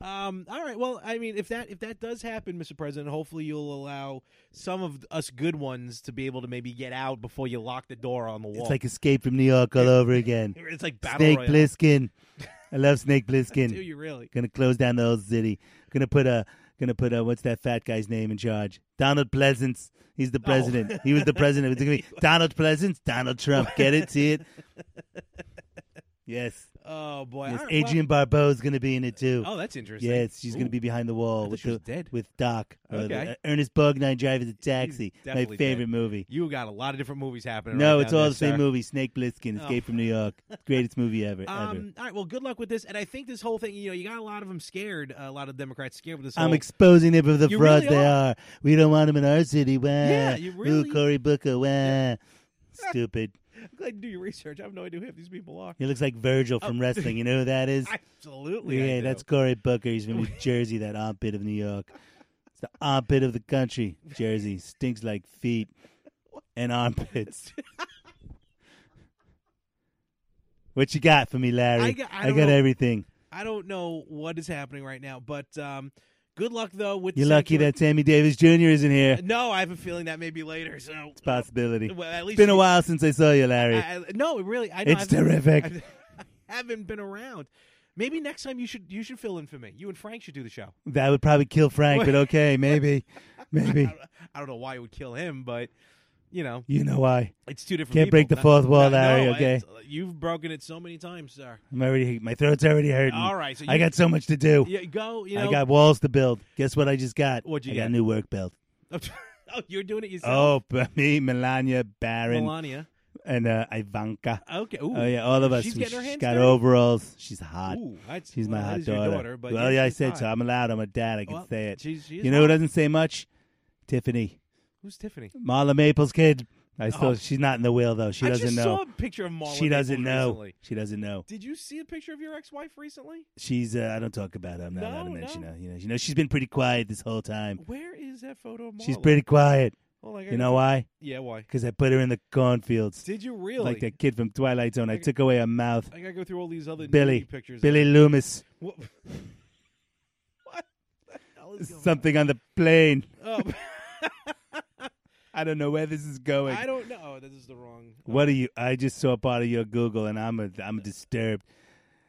Um, all right. Well, I mean, if that if that does happen, Mr. President, hopefully you'll allow some of us good ones to be able to maybe get out before you lock the door on the wall. It's like Escape from New York all over again. it's like battle Snake royale. Bliskin. I love Snake Do Bliskin. you really? Gonna close down the whole city. Gonna put a gonna put a what's that fat guy's name in charge? Donald Pleasance. He's the president. He was the president. It's gonna be Donald Pleasance, Donald Trump. Get it? See it? Yes. Oh boy, Yes, All right, Adrian Barbeau's going to be in it too. well- oh, that's interesting. Yes, she's going Ooh. to be behind the wall thought with she was the- dead. Oh, with Doc. or the- Okay. uh, Ernest Borgnine driving the taxi. My definitely favorite dead. movie. You got a lot of different movies happening. No, right it's down all there, the same sir. movie. Snake Plissken, Escape from New York. Greatest movie ever. ever. Um, all right, well, good luck with this. And I think this whole thing, you know, you got a lot of them scared. A lot of Democrats scared with this. I'm whole, exposing them for the You frauds really they are. are. We don't want them in our city. Wah. Yeah, you really- Ooh, Cory Booker. Wah. Stupid. I'm glad you do your research. I have no idea who half these people are. He looks like Virgil from wrestling. You know who that is? Absolutely, I Yeah, do. that's Cory Booker. He's from New Jersey, that armpit of New York. It's the armpit of the country. Jersey stinks like feet and armpits. what you got for me, Larry? I got- I don't got know. everything. I don't know what is happening right now, but um, good luck though with. You're the lucky secular- that Sammy Davis Jr. isn't here. No, I have a feeling that may be later. So Possibility. Well, at it's least been a you- while since I saw you, Larry. I, I- no, it really. I, It's I've- terrific. I've- I haven't been around. Maybe next time you should you should fill in for me. You and Frank should do the show. that would probably kill Frank, but okay, maybe, maybe. I don't know why it would kill him, but you know You know why? it's two different. Can't people. break the No- fourth wall, no, Larry. no, okay, it's- you've broken it so many times, sir. I'm already. My throat's already hurting. All right, so I you- got so much to do. Yeah, go. You know, I got walls to build. Guess what I just got? What'd you I get? got a new work belt. oh, you're doing it yourself, Oh, but me, Melania Barron, Melania. and uh, Ivanka. Okay. Ooh. oh yeah, all of us. She's We- getting her she's hands got dirty? overalls. She's hot. Ooh, that's, she's my well, that hot is your daughter. but well, yeah, I she's said hot. so. I'm allowed. I'm a dad. I can Well, say it. she's- she is you know who hot. doesn't say much? Tiffany, Who's Tiffany? Marla Maples' kid. I still. Oh. She's not in the wheel though. She I doesn't just know. saw a picture of Marla. she doesn't Maples know. recently. She doesn't know. Did you see a picture of your ex-wife recently? She's. Uh, I don't talk about her. I'm not No, allowed to mention no. her. You know. You know. She's been pretty quiet this whole time. Where is that photo? Of Marla? She's pretty quiet. Oh, like, I You gotta- know why? Yeah. Why? Because I put her in the cornfields. Did you really? Like that kid from Twilight Zone. I Okay. took away her mouth. I gotta go through all these other Billy. nudie pictures. Billy Loomis. What? what the hell is going Something on the plane. on? I don't know where this is Oh, going. I don't know. Oh, this is the wrong. What are you? I just saw part of your Google and I'm a, I'm disturbed.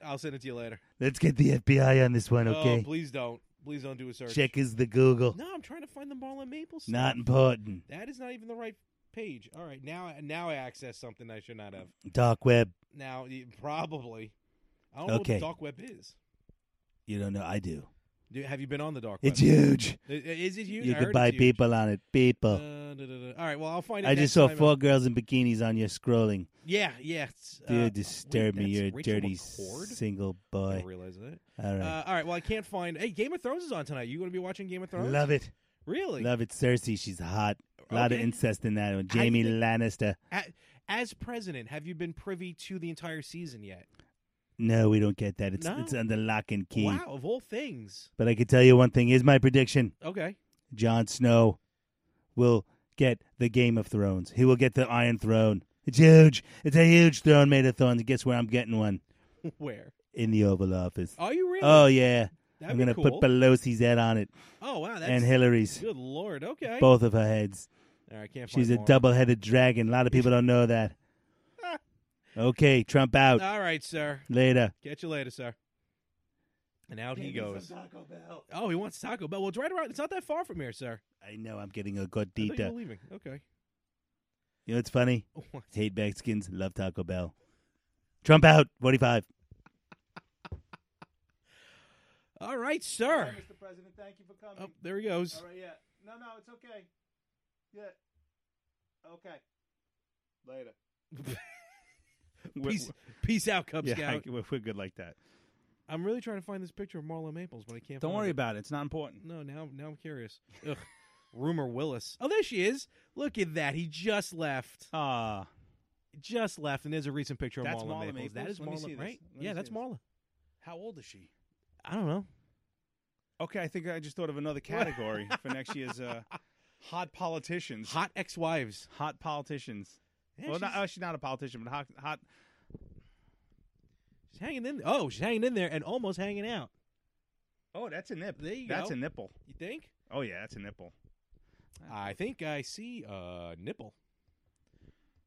I'll send it to you later. Let's get the FBI on this one, Oh, okay? please don't. Please don't do a search. Check is the Google. No, I'm trying to find the Marla Maples. stuff. Not important. That is not even the right page. All right, now now I access something I should not have. Dark web. Now y- probably. I don't know Okay. what the dark web is. You don't know. I do. Do, have you been on the dark It's web? huge. I- Is it huge? You I can heard buy it's huge. people on it. People. Uh, da, da, da. All right, well I'll find it. I next just saw time. four girls in bikinis on your scrolling. Yeah, yeah. it's, uh, Dude, disturb wait, me. You're a that's Rachel dirty McCord? single I boy. didn't realize that. All right. Uh, all right. Well, I can't find. Hey, Game of Thrones is on tonight. You going to be watching Game of Thrones? Love it. Really? Love it. Cersei, she's hot. A lot of Okay. incest in that one. Jamie think- Lannister. A- As president, have you been privy to the entire season yet? No, we don't get that. It's No. it's under lock and key. Wow, of all things. But I can tell you one thing is my prediction. Okay. Jon Snow will get the Game of Thrones. He will get the Iron Throne. It's huge. It's a huge throne made of thorns. And guess where I'm getting one? Where? In the Oval Office. Are you really? Oh yeah. That'd I'm be gonna cool. put Pelosi's head on it. Oh wow, that's and Hillary's. Good lord. Okay. Both of her heads. All right, can't She's a find more. Ah. double headed dragon. A lot of people don't know that. Okay, Trump out. All right, sir. Later. Catch you later, sir. And out he goes. Oh, he wants Taco Bell. Well, it's right around. It's not that far from here, sir. I know I'm getting a I thought you were gordita. leaving. Okay. You know what's funny? What? Hate Mexicans, love Taco Bell. Trump out, 45. All right, sir. Mr. President, thank you for coming. Oh, there he goes. All right, yeah. No, no, it's okay. Yeah. Okay. Later. Peace, peace out, Cub yeah, Scout. I- we're, we're good like that. I'm really trying to find this picture of Marla Maples, but I can't. Don't find worry it. about it. It's not important. No, now now I'm curious. Ugh. Rumor Willis. Oh, there she is. Look at that. He just left. Ah, Just left, and there's a recent picture of That's Marla, Marla Maples. Maples? That is Let me see Marla, this. Let me right? yeah, see that's this. Marla. how old is she? I don't know. Okay, I think I just thought of another category for next year's uh, hot politicians. Hot ex-wives. Hot politicians. Yeah, well, she's, not, oh, she's not a politician, but hot. hot she's hanging in. Oh, she's hanging in there and almost hanging out. oh, that's a nipple. There you that's go. a nipple. You think? Oh yeah, that's a nipple. I think I see a nipple.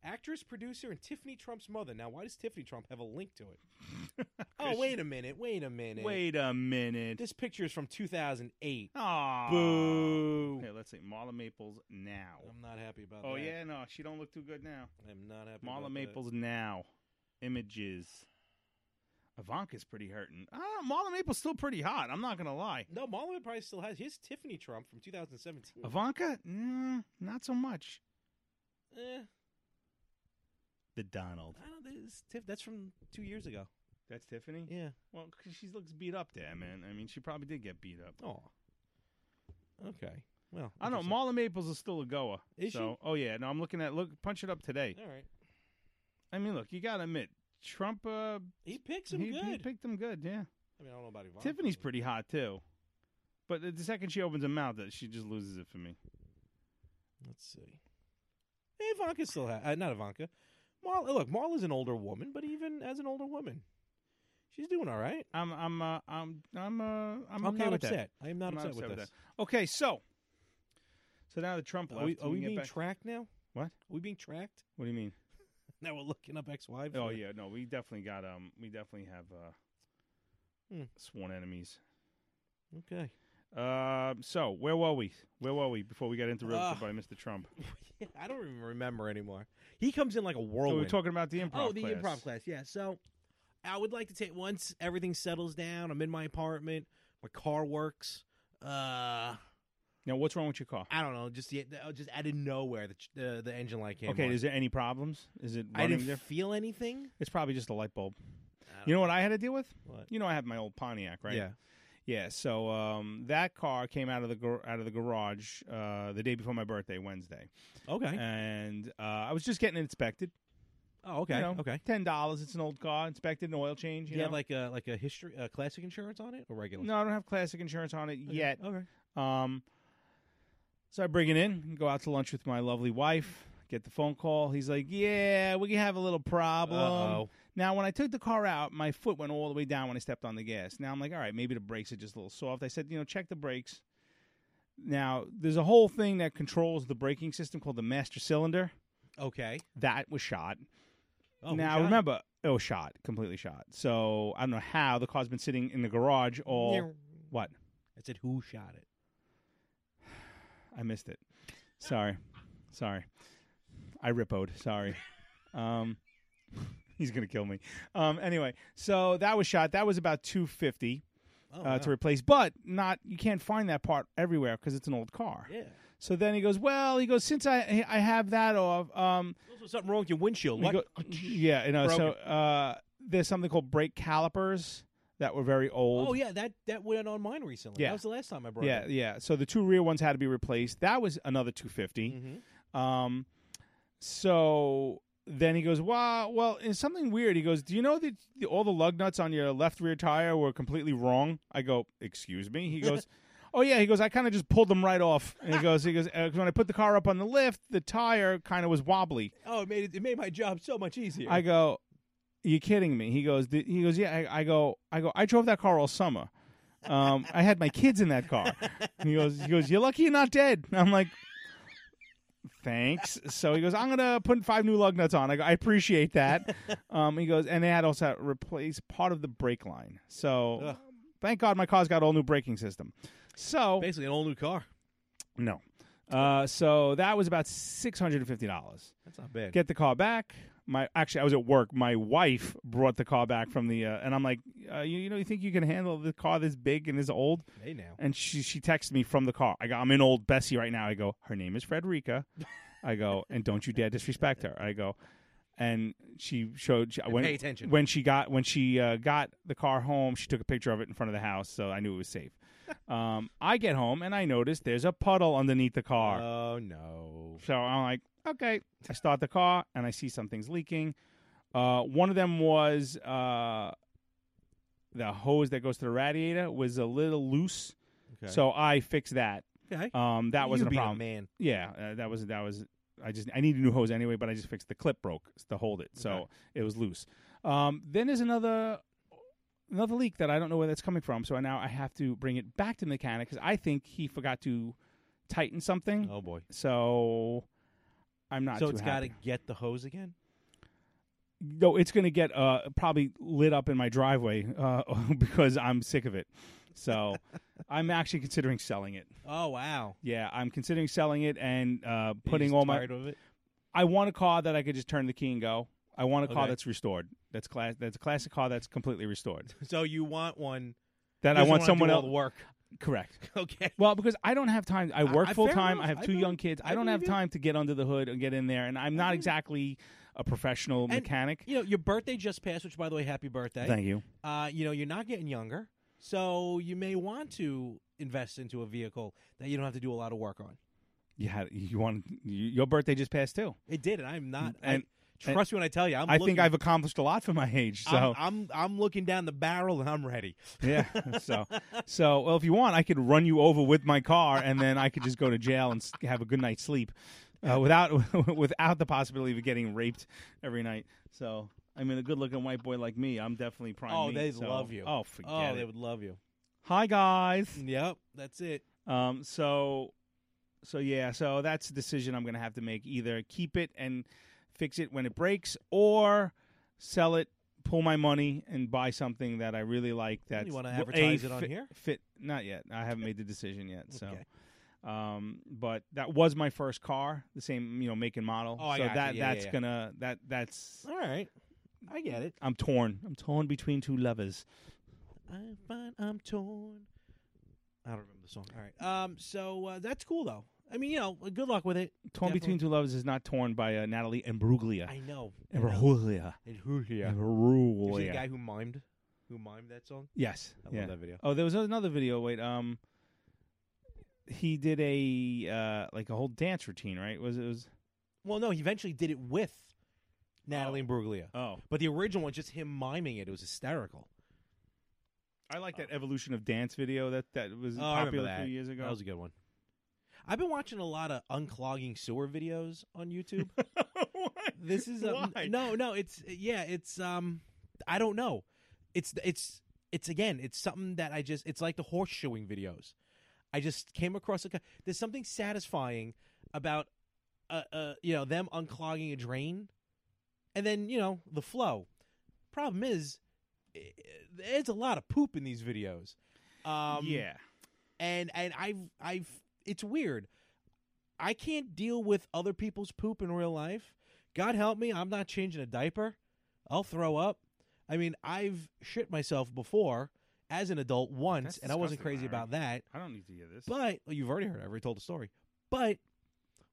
Actress, producer, and Tiffany Trump's mother. Now, why does Tiffany Trump have a link to it? oh, wait a minute. Wait a minute. Wait a minute. This picture is from 2008. Aw. Boo. Okay, let's see. Marla Maples now. I'm not happy about Oh that. yeah, no, she don't look too good now. I'm not happy. about Marla that. Maples now. Images. Ivanka's pretty hurting. Ah, Marla Maple's still pretty hot. I'm not gonna lie. No, Marla probably still has. Here's Tiffany Trump from 2017. Ivanka, mm, not so much. Eh, The Donald. I don't think it's Tiff. That's from two years ago. That's Tiffany. Yeah. Well, 'cause she looks beat up there, man. I mean, she probably did get beat up. Oh. Okay. Well, I don't know. Marla Maples is still a goer. Is so, she? Oh yeah. No, I'm looking at look. Punch it up today. All right. I mean, look, you gotta admit, Trump. Uh, He picks him he, good. he picked him good. Yeah. I mean, I don't know about Ivanka. Tiffany's pretty hot too. But the the second she opens her mouth, that she just loses it for me. Let's see. Hey, Ivanka still has. Uh, not Ivanka. Marla. Look, Marla's an older woman, but even as an older woman, she's doing all right. I'm I'm uh, I'm I'm uh, I'm, I'm okay not with that. upset. I am not I'm upset with this. that. Okay, so so now the Trump left. Are we, and are we get being back- tracked now? Are What? we being tracked? What do you mean? Now we're looking up ex-wives. Oh yeah, no, we definitely got um, we definitely have uh, Hmm. sworn enemies. Okay. Um, so where were we? Where were we before we got interrupted Ah. by Mr. Trump? I don't even remember anymore. He comes in like a So we whirlwind. were talking about the improv. oh, the improv class. Yeah. So I would like to take once everything settles down. I'm in my apartment. My car works. Uh, Now, what's wrong with your car? I don't know. Just the, the- just out of nowhere, the the, the engine light came. Okay, on. is there any problems? Is it I running didn't there? feel anything. It's probably just a light bulb. You know what I had to deal with? What? You know I have my old Pontiac, right? Yeah. Yeah, so um, that car came out of the gar- out of the garage uh, the day before my birthday, Wednesday, Okay. and uh, I was just getting it inspected. oh, okay. you know, okay. ten dollars. It's an old car, inspected, an oil change. Do you You know? have like a like a history, uh, classic insurance on it, or regular? no, I don't have classic insurance on it yet. Okay. Um, so I bring it in, go out to lunch with my lovely wife, get the phone call. He's like, "Yeah, we have a little problem." Uh-oh. Now, when I took the car out, my foot went all the way down when I stepped on the gas. Now I'm like, "All right, maybe the brakes are just a little soft." I said, "You know, check the brakes." Now, there's a whole thing that controls the braking system called the master cylinder. Okay. That was shot. Oh, who now shot it? remember, it was shot, completely shot. So I don't know how the car's been sitting in the garage all Yeah. what? I said, who shot it? I missed it. Sorry. Sorry. I ripoed. Sorry. Um, he's gonna kill me. Um, anyway, so that was shot. That was about two fifty Oh, uh, wow. to replace, but not. You can't find that part everywhere because it's an old car. yeah. So then he goes, well, he goes, since I I have that off, um, Also, something wrong with your windshield. we What? go- yeah, you know, so Broken. uh, there's something called brake calipers that were very old. Oh yeah, that that went on mine recently. Yeah. That was the last time I brought Yeah, it. yeah. So the two rear ones had to be replaced. That was another Mm-hmm. 250. Um, so then he goes, "Wow, well, it's something weird." He goes, "Do you know that the, all the lug nuts on your left rear tire were completely wrong?" I go, "Excuse me." He goes. Oh yeah, he goes. I kind of just pulled them right off, and he goes. He goes. "Uh, 'cause when I put the car up on the lift, the tire kind of was wobbly. Oh, it made it, it made my job so much easier. I go, "You kidding me?" He goes, "Th- "He goes, yeah." I, I go, "I go, I drove that car all summer. Um, I had my kids in that car." he goes, "He goes, you're lucky you're not dead." And I'm like, "Thanks." So he goes, "I'm gonna put five new lug nuts on." I go, "I appreciate that." um, he goes, and they had also replaced part of the brake line. So. Ugh. Thank God my car's got all new braking system. So Basically, an all new car. no, uh, so that was about six hundred and fifty dollars That's not bad. get the car back. My actually, I was at work. My wife brought the car back from the, uh, and I'm like, uh, you, you know, you think you can handle the car this big and this old? hey now. And she she texted me from the car. I go, I'm in old Bessie right now. I go, her name is Frederica. I go, and don't you dare disrespect her. I go, and she showed she, when pay attention. when she got when she uh, got the car home. She took a picture of it in front of the house, so I knew it was safe. um, I get home and I notice there's a puddle underneath the car. Oh no. So I'm like, okay. I start the car and I see something's leaking. Uh, one of them was uh, the hose that goes to the radiator was a little loose, Okay. so I fixed that. okay. Um, that You wasn't being a problem. man. yeah, uh, that was that was. I just I needed a new hose anyway, but I just fixed the clip broke to hold it, so Okay. it was loose. Um, then there's another another leak that I don't know where that's coming from, so now I have to bring it back to the mechanic because I think he forgot to tighten something. Oh boy. So I'm not. so too it's got to happy. get the hose again. No, it's going to get uh, probably lit up in my driveway uh, because I'm sick of it. So I'm actually considering selling it. Oh wow. Yeah, I'm considering selling it and uh, You're putting just all my. tired of it. I want a car that I could just turn the key and go. I want a car Okay. that's restored. That's class. That's a classic car that's completely restored. So you want one That who I doesn't want wanna someone do all else- the work. Correct. Okay. Well, because I don't have time. I I- work I- full fair time. enough. I have I two believe young kids. I don't have time to get under the hood and get in there. And I'm not exactly a professional And, mechanic. You know, your birthday just passed, which by the way, happy birthday. Thank you. Uh, you know, you're not getting younger, so you may want to invest into a vehicle that you don't have to do a lot of work on. You had you want you, your birthday just passed too. It did, and I'm not. And- I, trust me when I tell you, I'm. I looking- think I've accomplished a lot for my age. So I'm, I'm I'm looking down the barrel and I'm ready. Yeah. So, so well, if you want, I could run you over with my car, and then I could just go to jail and s- have a good night's sleep, uh, without without the possibility of getting raped every night. So, I mean, a good-looking white boy like me, I'm definitely prime. oh, meat, they so- love you. Oh, forget Oh, it. they would love you. Hi guys. Yep, that's it. Um. So, so yeah. So that's a decision I'm going to have to make. Either keep it and fix it when it breaks, or sell it, pull my money, and buy something that I really like. That wanna advertise it on here? Fit? Not yet. I haven't made the decision yet. So. Um, but that was my first car, the same you know make and model. Oh, I so gotcha. that Yeah, yeah, that's yeah. gonna that that's All right, I get it. I'm torn. I'm torn between two lovers. I'm fine. I'm torn. I don't remember the song. All right. Um. So uh, that's cool though. I mean, you know, good luck with it. Torn between two lovers is not torn by uh, Natalie Imbruglia. I know. I know. Imbruglia. And who- yeah. You see Imbruglia. the guy who mimed, who mimed that song. Yes. I yeah. love that video. Oh, there was another video. Wait, um, he did a uh like a whole dance routine, right? Was it was? Well, no, he eventually did it with Natalie and Bruglia. Oh, But the original one, just him miming it, it was hysterical. I like that evolution of dance video that that was Oh, I remember popular a that. few years ago. That was a good one. I've been watching a lot of unclogging sewer videos on YouTube. this is a, Why? no, no. It's yeah. It's um. I don't know. It's it's it's again. It's something that I just. It's like the horseshoeing videos. I just came across a. co- There's something satisfying about uh, uh you know them unclogging a drain, and then you know the flow. Problem is, i- i- there's a lot of poop in these videos. Um, yeah. and and I've I've it's weird. I can't deal with other people's poop in real life. God help me, I'm not changing a diaper. I'll throw up. I mean, I've shit myself before as an adult once, That's and I wasn't disgusting, crazy Larry. about that. I don't need to hear this. But well, you've already heard. it. I've already told the story. But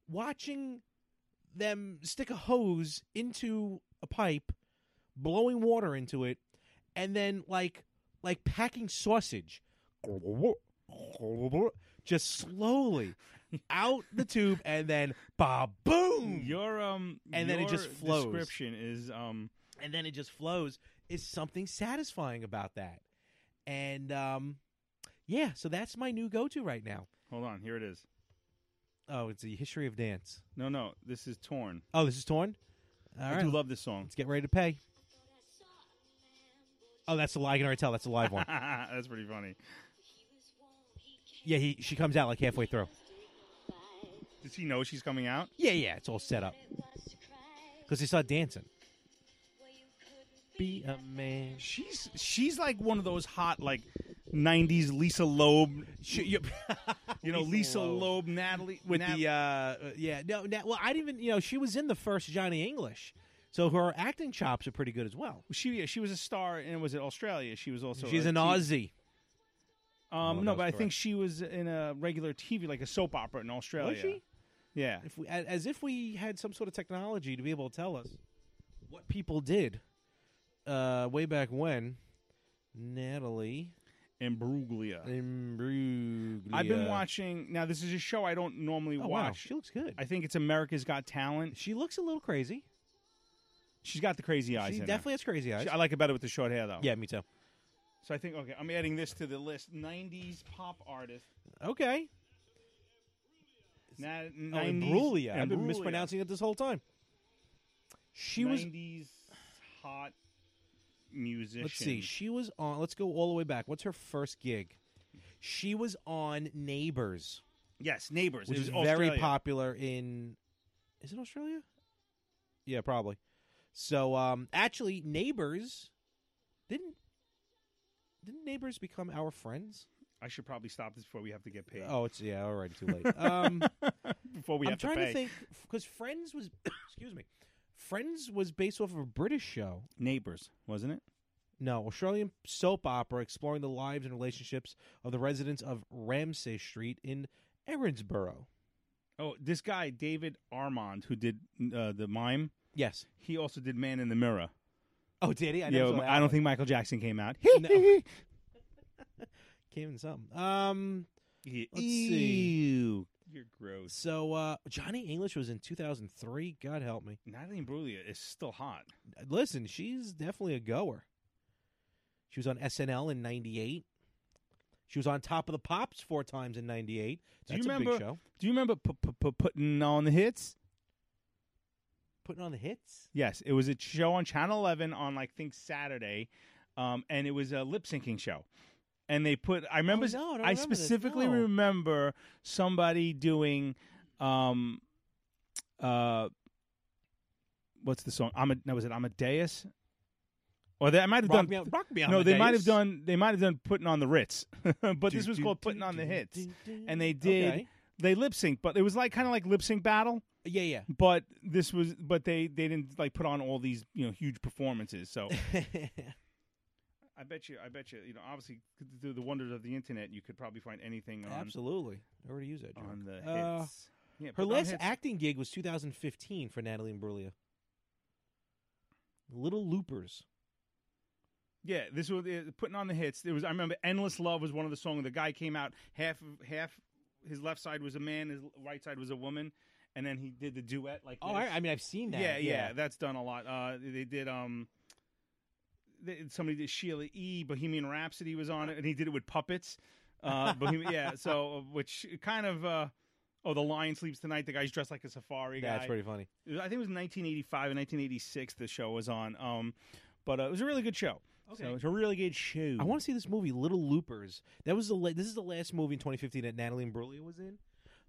watching them stick a hose into a pipe, blowing water into it, and then like like packing sausage, just slowly out the tube, and then ba boom, your um And then it your just flows. Description is um and then it just flows. Is something satisfying about that? And um, yeah, so that's my new go-to right now. hold on here it is. Oh, it's the history of dance. No, no, this is torn. Oh, this is torn. All I right, do love this song. let's get ready to pay. Oh, that's the lie. I can already tell. That's the live one. That's pretty funny. yeah, he she comes out like halfway through. Does he know she's coming out? Yeah, yeah, it's all set up because they saw dancing. Be a man. She's she's like one of those hot like '90s Lisa Loeb you, You know, Lisa, Loeb. Natalie with Nat- the uh, uh, yeah no na- well I didn't even you know she was in the first Johnny English, so her acting chops are pretty good as well. she she was a star and was it Australia? She was also She's a an T- Aussie. Um, Oh, no, that but I was think she was in a regular TV like a soap opera in Australia. Was she? Yeah. If we, a- as if we had some sort of technology to be able to tell us what people did uh, way back when. Natalie And Bruglia. Imbruglia. I've been watching. Now this is a show I don't normally Oh, wow. watch. She looks good. I think it's America's Got Talent. she looks a little crazy. She's got the crazy eyes. She in her. definitely has crazy eyes. She- I like it better with the short hair though. yeah, me too. So I think okay, I'm adding this to the list. '90s pop artist. Okay. Na- Oh, 90s Imbruglia. I've been Imbruglia. mispronouncing it this whole time. She was. 90s hot musician. Let's see. She was on. Let's go all the way back. What's her first gig? She was on Neighbors. Yes, Neighbors, which It is was very Australia. popular in is it Australia? Yeah, probably. So um actually neighbors didn't didn't neighbors become our friends? I should probably stop this before we have to get paid. Oh, it's yeah, already too late. Um before we I'm have trying to to, pay. think cuz friends was excuse me. Friends was based off of a British show. Neighbors, wasn't it? No, Australian soap opera exploring the lives and relationships of the residents of Ramsay Street in Erinsborough. Oh, this guy David Armand, who did uh, the mime. Yes. He also did Man in the Mirror. Oh, did he? I I, never saw that I one. don't think Michael Jackson came out. No. Came in some. Um, let's see. Ew. You're gross. So uh, Johnny English was in 2003. God help me. Natalie Imbruglia is still hot. Listen, she's definitely a goer. She was on SNL in '98. She was on Top of the Pops four times in '98. Do you That's a remember? big show. Do you remember pu- pu- pu- putting on the hits? Putting on the hits. Yes, it was a show on Channel 11 on like think Saturday, um, and it was a lip syncing show. And they put I remember Oh, no, I don't I remember this. specifically No. remember somebody doing um uh what's the song? I'm a no, was it Amadeus? Or they I might have Rock done me, out- rock me out, No, they might have Amadeus. done they might have done putting on the Ritz. but this Do, was do, called do, putting on the do, hits. do, do. And they did Okay. they lip sync, but it was like kind of like lip sync battle Yeah, yeah. but this was but they they didn't like put on all these you know huge performances so i bet you i bet you you know obviously through the wonders of the internet you could probably find anything on Absolutely. I already used that. joke. on the hits Uh, yeah, put her on last hits. acting gig was 2015 for Natalie Imbruglia. Little Loopers. yeah this was uh, putting on the hits there was i remember endless love was one of the songs the guy came out half of- half his left side was a man his right side was a woman and then he did the duet like Oh, this. I, I mean, I've seen that. Yeah, yeah, that's done a lot. Uh, they did um, they, somebody did Sheila E. Bohemian Rhapsody was on it, and he did it with puppets. Uh, Bohemian, yeah. So uh, which kind of uh, oh, the lion sleeps tonight. The guy's dressed like a safari guy. That's pretty funny. It was- I think it was 1985 and 1986. The show was on. Um, but uh, it was a really good show. Okay, so it was a really good show. I want to see this movie, Little Loopers. That was the la- this is the last movie in 2015 that Natalie Imbruglia was in.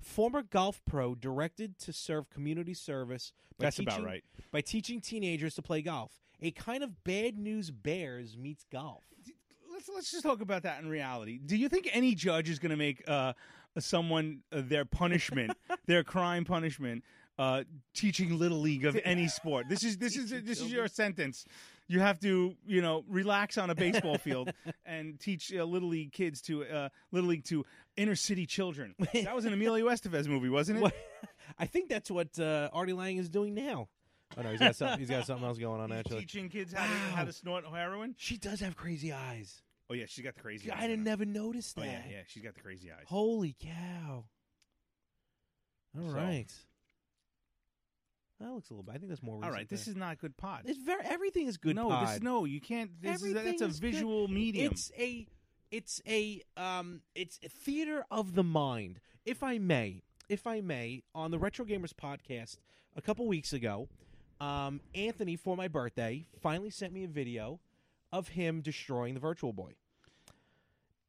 Former golf pro directed to serve community service. By That's about teaching- right. By teaching teenagers to play golf, a kind of bad news bears meets golf. let's let's just talk about that in reality. Do you think any judge is going to make uh, someone uh, their punishment, their crime punishment, uh, teaching little league of any sport? This is this is this is your sentence. You have to you know relax on a baseball field and teach uh, little league kids to uh, little league to inner city children. That was an Emilio Estevez movie, wasn't it? What- I think that's what uh, Artie Lang is doing now. Oh no, he's got something. He's got something else going on actually. Teaching kids how to, how to snort heroin. She does have crazy eyes. Oh yeah, she's got the crazy. eyes I didn't on her. never notice that. Oh yeah, yeah, she's got the crazy eyes. Holy cow! All right, So- that looks a little. bad. I think that's more. All right, this there. is not good pod. It's very everything is good. no, pod. this no, you can't. This is that's a Everything's good. visual medium. It's a, it's a, um, it's a theater of the mind, if I may, if I may. On the Retro Gamers podcast a couple weeks ago, um, Anthony for my birthday finally sent me a video of him destroying the Virtual Boy.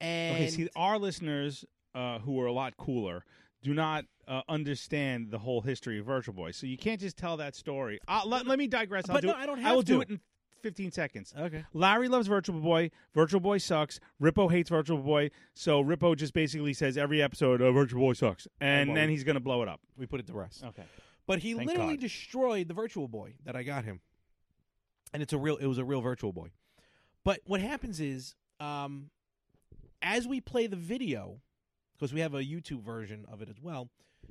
And okay, see, our listeners uh, who are a lot cooler do not uh, understand the whole history of Virtual Boy, so you can't just tell that story. i let, let me digress. I'll but do no, it. I don't I will have do to. it in fifteen seconds. Okay. Larry loves Virtual Boy. Virtual Boy sucks. Rippo hates Virtual Boy, so Rippo just basically says every episode, uh, "Virtual Boy sucks," and then he's gonna blow it up. we put it to rest. Okay. But he Thank literally God. destroyed the virtual boy that I got him. And it's a real it was a real virtual boy. But what happens is um as we play the video because we have a YouTube version of it as well,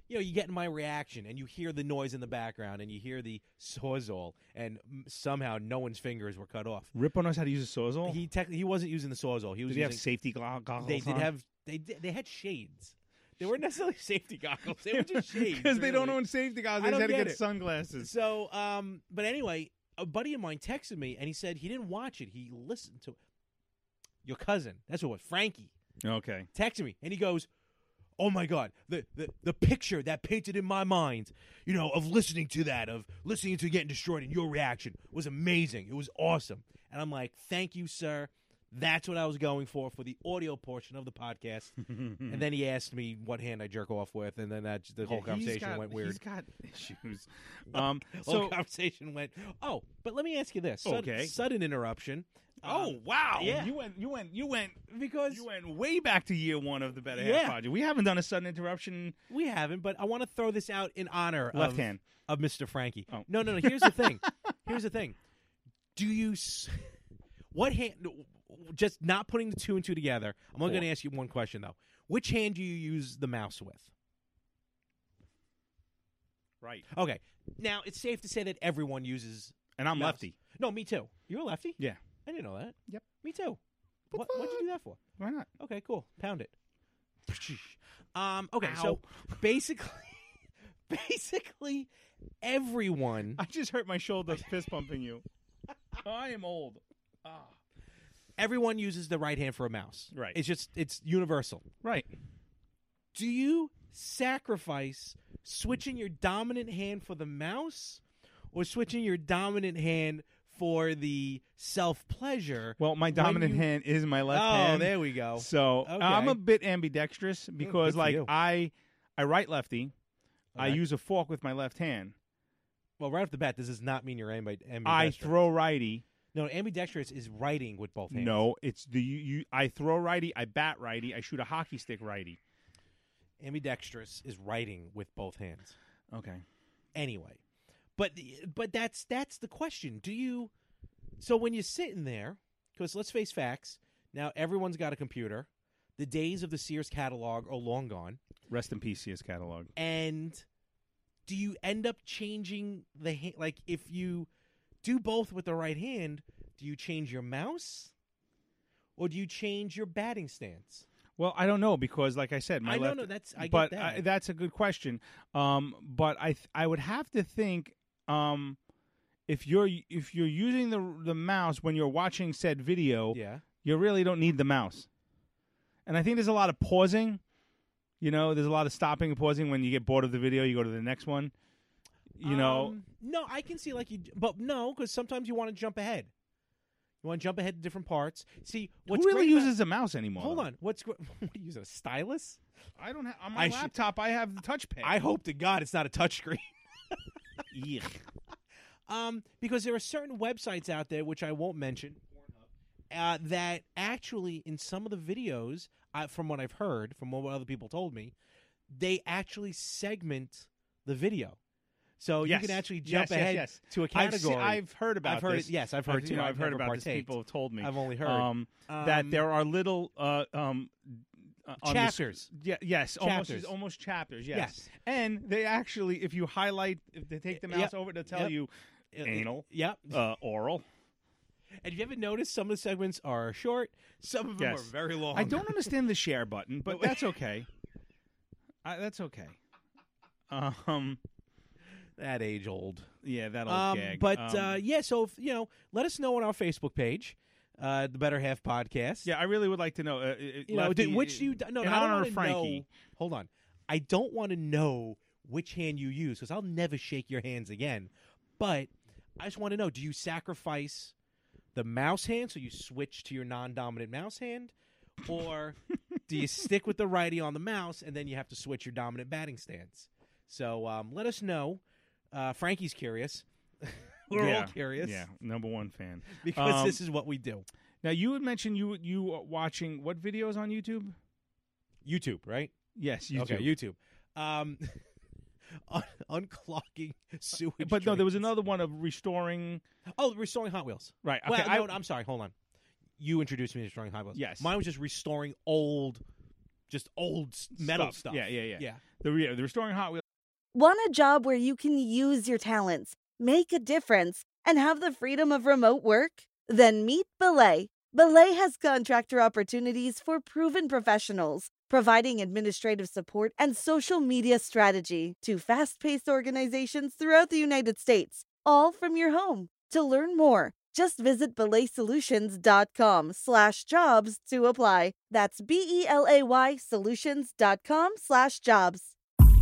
you know, you get my reaction and you hear the noise in the background and you hear the sawzall and mm, somehow no one's fingers were cut off. Rippo knows how to use a sawzall. He tech he wasn't using the sawzall. He was Oh. Did he have using- safety glo- goggles? they did on? have they did, they had shades. They weren't necessarily safety goggles. They were just shades because they don't really. own safety goggles. I They just had don't to get get it. sunglasses. So, um, but anyway, a buddy of mine texted me and he said he didn't watch it. He listened to it. Your cousin, that's what it was, Frankie, Okay. texted me and he goes, Oh my God, the, the, the picture that painted in my mind, you know, of listening to that, of listening to getting destroyed and your reaction was amazing. It was awesome. And I'm like, Thank you, sir. That's what I was going for for the audio portion of the podcast. and then he asked me what hand I jerk off with, and then that the whole Yeah, he's conversation got- went weird. He's got issues. Um, whole so conversation went. Oh, but let me ask you this. Sud- Okay. Sudden interruption. Oh wow! yeah. you went, you went, you went because you went way back to year one of the Better Half Yeah. Project. We haven't done a sudden interruption. We haven't, but I want to throw this out in honor Left of, hand. of Mr. Frankie. Oh. No, no, no. Here's the thing. Here's the thing. Do you s- what hand? Just not putting the two and two together. I'm only Four. going to ask you one question though. Which hand do you use the mouse with? Right, Okay. Now it's safe to say that everyone uses. and I'm mouse. lefty. No, me too. You're a lefty. Yeah, I didn't know that. Yep. Me too. What, what'd you do that for? why not? Okay, cool. Pound it. Um, okay, so basically, basically, everyone, I just hurt my shoulder fist pumping you. I am old. everyone uses the right hand for a mouse. Right. It's just it's universal. Right. Do you sacrifice switching your dominant hand for the mouse, or switching your dominant hand for the self pleasure? Well, my dominant hand is my left oh, hand. there we go. So Okay. I'm a bit ambidextrous good because, for like, you. I I write lefty. I Okay. use a fork with my left hand. well, right off the bat, this does not mean you're ambi- ambidextrous. I throw righty. no ambidextrous is writing with both hands. No, it's the you, you. I throw righty. I bat righty. I shoot a hockey stick righty. ambidextrous is writing with both hands. Okay. anyway. But but that's that's the question. Do you so when you're sitting there? Because let's face facts. Now everyone's got a computer. The days of the Sears catalog are long gone. Rest in peace, CS catalog. And do you end up changing the hand? Like if you do both with the right hand, do you change your mouse, or do you change your batting stance? Well, I don't know because, like I said, I my left. don't know. That's I get but that. I, that's a good question. Um, but I th- I would have to think um, if you're if you're using the the mouse when you're watching said video, yeah. you really don't need the mouse. And I think there's a lot of pausing. You know, there's a lot of stopping and pausing when you get bored of the video. You go to the next one. You know, Um, no, I can see like you, but no, because sometimes you want to jump ahead. You want to jump ahead to different parts. See, what's who really great about- uses a mouse anymore? hold though? on. What's gr- what do you use a stylus? I don't have on my I should- laptop. I have the touchpad. I hope to God it's not a touchscreen. Eek. Um, because there are certain websites out there which I won't mention, uh, that actually in some of the videos, uh, from what I've heard, from what other people told me, they actually segment the video. So oh, Yes. you can actually Yes, jump yes, ahead yes. to a I've seen- category. I've heard about I've heard this. It, yes, I've heard. you know, too. I've heard never about this. partaked. People have told me. I've only heard. um, Um, that there are little uh, um, uh, on the s- Chapters. yeah, yes, Chapters. almost almost chapters. Yes. and they actually, if you highlight, if they take the mouse Yep. over, they'll tell Yep. you It- anal, Yep. uh, oral. and you ever noticed some of the segments are short, some of them Yes. are very long. I don't understand the share button, but that's okay. I, that's okay. Um, that age old. yeah, that'll Um, gag. but Um, uh, yeah, so if, you know, let us know on our Facebook page, uh, the Better Half Podcast. yeah, I really would like to know. Uh, uh, you know, Lefty, did- which you no, no, in I don't honor wanna of Frankie. know- hold on, I don't want to know which hand you use because I'll never shake your hands again. But I just want to know: Do you sacrifice the mouse hand so you switch to your non-dominant mouse hand, or do you stick with the righty on the mouse and then you have to switch your dominant batting stance? So um, let us know. Uh, Frankie's curious. We're all Yeah, curious Yeah, number one fan. because Um, this is what we do. Now you had mentioned you you are watching what videos on YouTube? YouTube, right? Yes, YouTube. Okay, YouTube. Um, un- unclogging sewage. but no, there was drains. another one of restoring. Oh, restoring Hot Wheels. Right. Okay. Well, I, no, I'm sorry. Hold on. You introduced me to restoring Hot Wheels. Yes. Mine was just restoring old, just old s- metal stuff. Yeah, yeah, yeah. Yeah. The, re- the restoring Hot Wheels. Want a job where you can use your talents, make a difference, and have the freedom of remote work? Then meet Belay. Belay has contractor opportunities for proven professionals, providing administrative support and social media strategy to fast paced organizations throughout the United States, all from your home. To learn more, just visit belaysolutions.com slash jobs to apply. That's B E L A Y solutions.com slash jobs.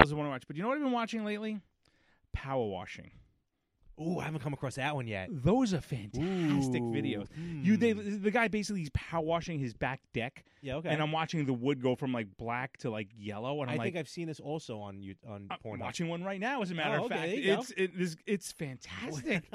was the one I watched. But you know what I've been watching lately? Power washing. Ooh, I haven't come across that one yet. Those are fantastic Ooh. Hmm. videos. You, they, the guy basically is power washing his back deck. Yeah, okay. And I'm watching the wood go from like black to like yellow, and I I'm like, Uh, think I've seen this also on you on I'm porn. watching one right now. As a matter Oh, of okay, fact, there you go. it's it is it's fantastic.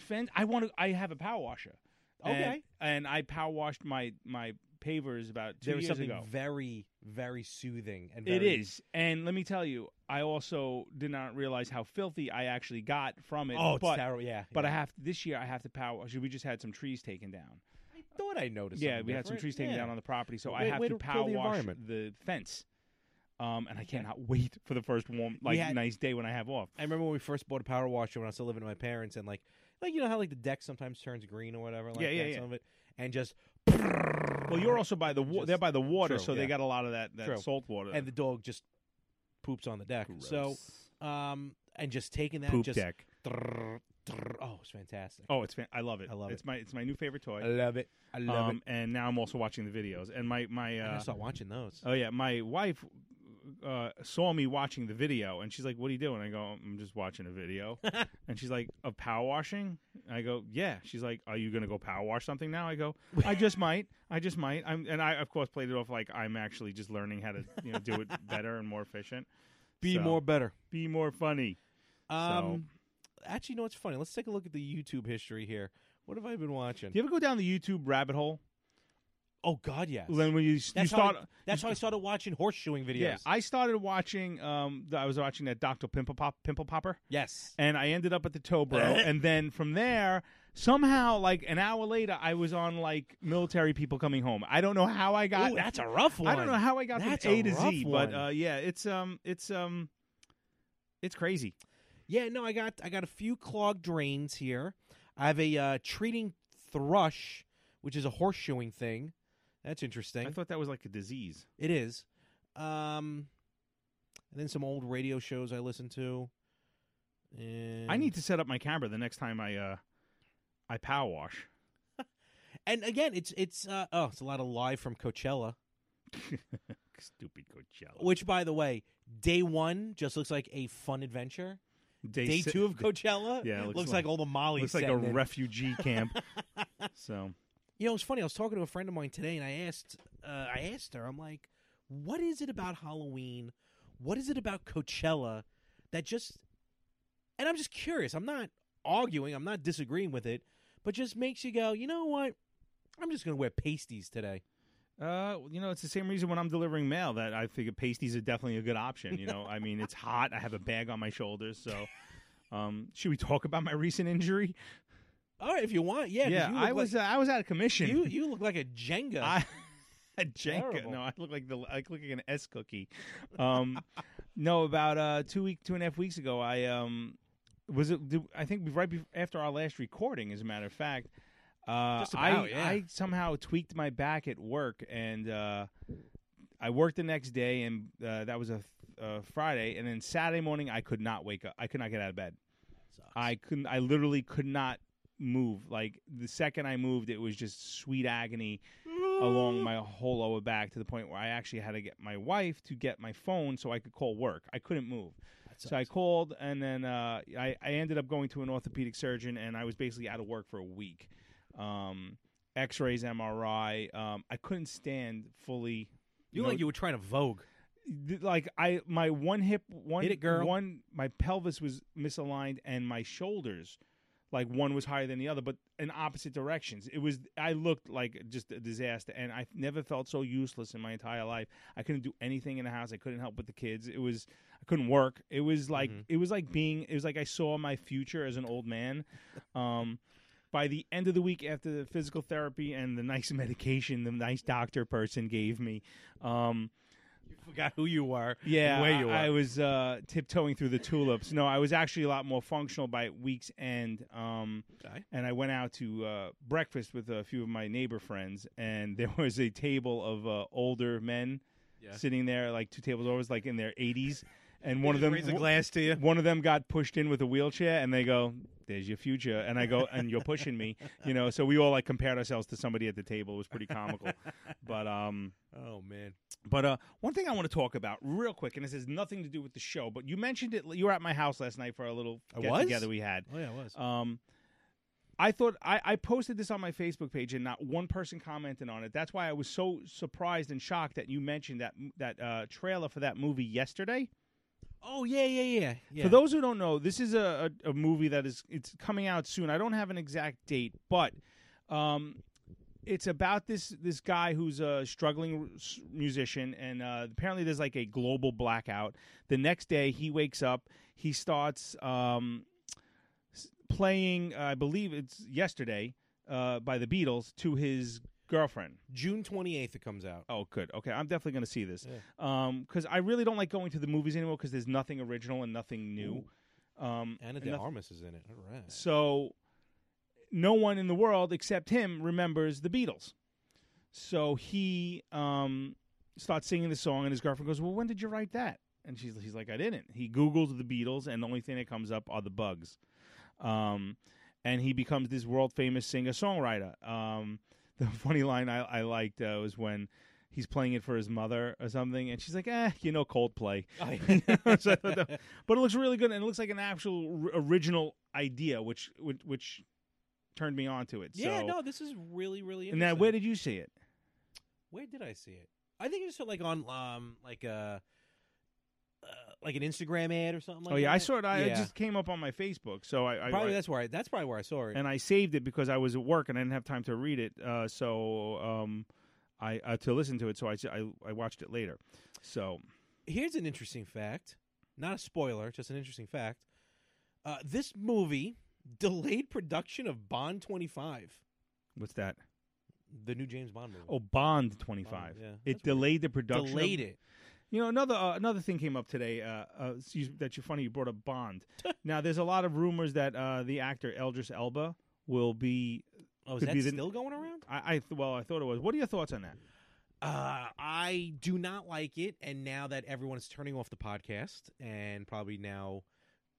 Fan- I want to. I have a power washer. And- Okay. and, I power washed my my pavers about two There was years something ago. very, very soothing and It very, is, and let me tell you, I also did not realize how filthy I actually got from it. Oh, it's but, terrible, yeah, but yeah. I have this year. I have to power. Actually, we just had some trees taken down. I thought I noticed. yeah, something we had some different. trees taken Yeah. down on the property, so I Way- have way to kill power the wash environment. the fence. Um, and I cannot wait for the first warm, We like had- nice day when I have off. I remember when we first bought a power washer when I was still living with my parents, and like, like you know how like the deck sometimes turns green or whatever, like Yeah, yeah, that, yeah. some of it, and just Well, you're also by the wa- they're by the water, True, so they yeah. got a lot of that, that True. salt water. and the dog just poops on the deck. So, um, and just taking that Poop just, deck. Drrr, drrr. oh, it's fantastic. oh, it's fan- I love it. I love It's it. my it's my new favorite toy. I love it. I love Um, And now I'm also watching the videos. And my my I uh, gotta start watching those. oh yeah, my wife uh, saw me watching the video, and she's like, "What are you doing?" I go, "I'm just watching a video." and she's like, "Of power washing?" I go, "Yeah." She's like, "Are you gonna go power wash something now?" I go, "I just might. I just might." I'm, and I of course played it off like I'm actually just learning how to you know do it better and more efficient. Be So, more better. Be more funny. Um, actually, no, it's funny. Let's take a look at the YouTube history here. What have I been watching? Do you ever go down the YouTube rabbit hole? Oh God, yes. Then when you, you that's how start, I, that's how I started watching horseshoeing videos. yeah, I started watching. Um, the, I was watching that Doctor Pimple Pop, Pimple Popper, yes. and I ended up at the Tobro, Eh? and then from there, somehow, like an hour later, I was on like military people coming home. I don't know how I got. Ooh, that's a rough one. I don't know how I got that's from A a to rough Z, one. but uh, yeah, it's um, it's um, it's crazy. yeah, no, I got I got a few clogged drains here. I have a uh, treating thrush, which is a horseshoeing thing. That's interesting. I thought that was like a disease. It is. Um, and then some old radio shows I listen to. And I need to set up my camera the next time I uh, I power wash. And again, it's it's uh, oh, it's a lot of live from Coachella. Stupid Coachella. Which, by the way, day one just looks like a fun adventure. Day, si- two of Coachella, Yeah, it looks looks like- like, all the Molly. looks like a refugee camp. so You know, it's funny. I was talking to a friend of mine today, and I asked, uh, I asked her, I'm like, "What is it about Halloween? What is it about Coachella that just?" And I'm just curious. I'm not arguing. I'm not disagreeing with it, but just makes you go, you know what? I'm just gonna wear pasties today. Uh, you know, it's the same reason when I'm delivering mail that I figure pasties are definitely a good option. You know, I mean, it's hot. I have a bag on my shoulders, so. Um, should we talk about my recent injury? All right, if you want, yeah. 'cause you look I was like- uh, I was out of commission. you you look like a Jenga. I, a Jenga. Terrible. No, I look like the I look like an S cookie. Um, no, about uh two week two and a half weeks ago, I um was it? Did, I think right before, after our last recording, as a matter of fact, uh, Just about, I yeah. I somehow tweaked my back at work, and uh, I worked the next day, and uh, that was a th- uh, Friday, and then Saturday morning, I could not wake up. I could not get out of bed. I couldn't. I literally could not move. Like the second I moved, it was just sweet agony along my whole lower back to the point where I actually had to get my wife to get my phone so I could call work. I couldn't move. So I called, and then uh, I, I ended up going to an orthopedic surgeon, and I was basically out of work for a week. Um, X-rays, MRI. Um, I couldn't stand fully. you know, look like you were trying to Vogue. th- like I my one hip one Hit it, girl. one my pelvis was misaligned and my shoulders like one was higher than the other but in opposite directions it was I looked like just a disaster and I never felt so useless in my entire life I couldn't do anything in the house I couldn't help with the kids it was I couldn't work it was Mm-hmm. like it was like being it was like I saw my future as an old man um by the end of the week after the physical therapy and the nice medication the nice doctor person gave me um Forgot who you are. yeah, where I- you are. I, was uh, tiptoeing through the tulips. No, I was actually a lot more functional by week's end. Um, Okay. And I went out to uh, breakfast with a few of my neighbor friends, and there was a table of uh, older men sitting there, like two tables over, like in their 80s. and one of them Raise a glass to you. One of them got pushed in with a wheelchair, and they go, "There's your future." And I go, "And you're pushing me," you know. So we all like compared ourselves to somebody at the table. It was pretty comical, but um, Oh man. but uh, one thing I want to talk about real quick, and this has nothing to do with the show, but you mentioned it. You were at my house last night for a little I get was? together we had. Oh, yeah, I was. Um, I thought I, I posted this on my Facebook page, and not one person commented on it. That's why I was so surprised and shocked that you mentioned that that uh, trailer for that movie yesterday. Oh yeah, yeah, yeah. yeah. For those who don't know, this is a, a, a movie that is it's coming out soon. I don't have an exact date, but um, it's about this this guy who's a struggling s- musician, and uh, apparently there's like a global blackout. The next day, he wakes up, he starts um, s- playing. uh, I believe it's yesterday uh, by the Beatles to his girlfriend. June twenty eighth it comes out. Oh, good. Okay, I'm definitely going to see this because I really don't like going to the movies anymore because there's nothing original and nothing new. Um, Anna and de noth- Armas is in it. All right. So no one in the world except him remembers the Beatles. So he um, starts singing the song, and his girlfriend goes, "Well, when did you write that?" And she's he's like, "I didn't." He googles the Beatles, and the only thing that comes up are the Bugs. Um, and he becomes this world famous singer songwriter. Um, the funny line I, I liked uh, was when. He's playing it for his mother or something, and she's like, "Eh, you know, Coldplay." Oh, So I thought that- but it looks really good, and it looks like an actual r- original idea, which which, which turned me on to it. Yeah, so, no, this is really, really And interesting. now, where did you see it? Where did I see it? I think it was like on um like a uh, like an Instagram ad or something. like oh yeah, I that. saw it. I, It Yeah. just came up on my Facebook, so I, I probably I- that's where I, that's probably where I saw it. and I saved it because I was at work and I didn't have time to read it. Uh, so um, I uh, to listen to it. So I, I I watched it later. So Here's an interesting fact, not a spoiler, just an interesting fact. Uh, this movie delayed production of Bond 25, what's that? the new James Bond movie. Oh, Bond twenty five. Bond, yeah. it delayed the production. of- delayed it. You know, another uh, another thing came up today. Uh, uh, excuse that you're funny. You brought up Bond. now, there's a lot of rumors that uh, the actor Eldris Elba will be. Oh, is could that be the- still going around? I, I th- well, I thought it was. What are your thoughts on that? Uh, I do not like it, and now that everyone's turning off the podcast and probably now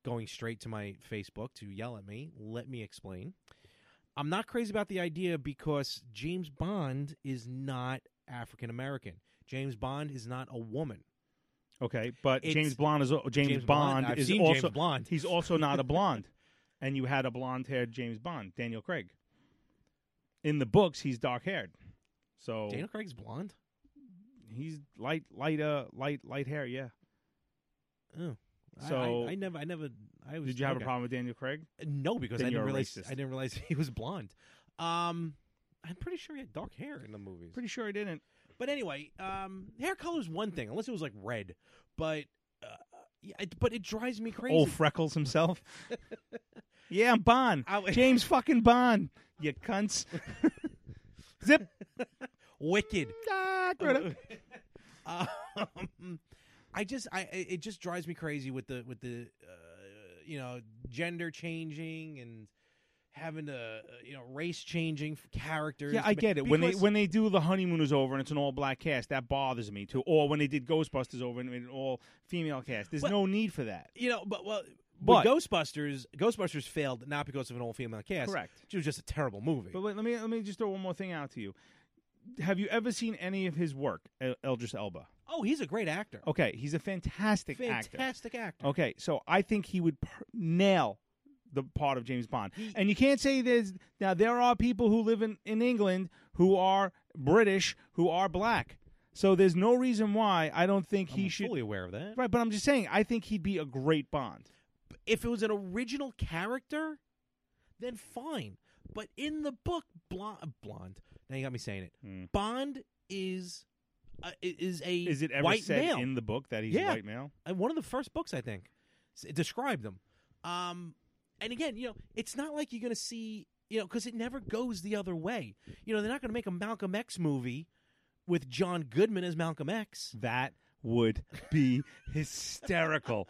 going straight to my Facebook to yell at me, let me explain. I'm not crazy about the idea because James Bond is not African American. James Bond is not a woman. Okay, but It's- James Blonde is uh, James, James Blonde. Bond I've is seen also James Blonde. He's also not a blonde, and you had a blonde-haired James Bond, Daniel Craig. In the books, he's dark-haired, so Daniel Craig's blonde. he's light, light, uh, light, light hair. Yeah. Oh, I- So- I, I never, I never, I was. Did you have okay. a problem with Daniel Craig? No, because Then I you're didn't a realize racist. I didn't realize he was blonde. Um, I'm pretty sure he had dark hair in the movies. Pretty sure I didn't. But anyway, um, hair color is one thing, unless it was like red. But uh, yeah, it, but it drives me crazy. Old Freckles himself. yeah, I'm Bond. I- James fucking Bond. You cunts. Zip. Wicked. Ah, throw it up. Um, I just I I- it just drives me crazy with the with the uh, you know gender changing and having to uh, you know race changing for characters. yeah, I get it. when they Because- when they do the honeymoon is over and it's an all black cast, that bothers me too. Or when they did Ghostbusters over and made an all female cast, there's But- no need for that. you know, but well, But- but Ghostbusters, Ghostbusters failed not because of an old female cast. Correct. it was just a terrible movie. But wait, let me let me just throw one more thing out to you. Have you ever seen any of his work, El- Eldris Elba? oh, he's a great actor, Okay, he's a fantastic, actor. fantastic actor. Okay, so I think he would per- nail the part of James Bond. And you can't say there's now there are people who live in, in England who are British who are black. So there's no reason why I don't think he I'm should fully aware of that. Right, but I'm just saying I think he'd be a great Bond. If it was an original character, then fine. But in the book, blonde, blonde. Now you got me saying it. Bond is uh, is a Hmm. Is it ever white said male. in the book that he's Yeah. white male? And one of the first books I think s- it described them. Um, and again, you know, it's not like you're going to see, you know, because it never goes the other way. You know, they're not going to make a Malcolm X movie with John Goodman as Malcolm X. That would be hysterical.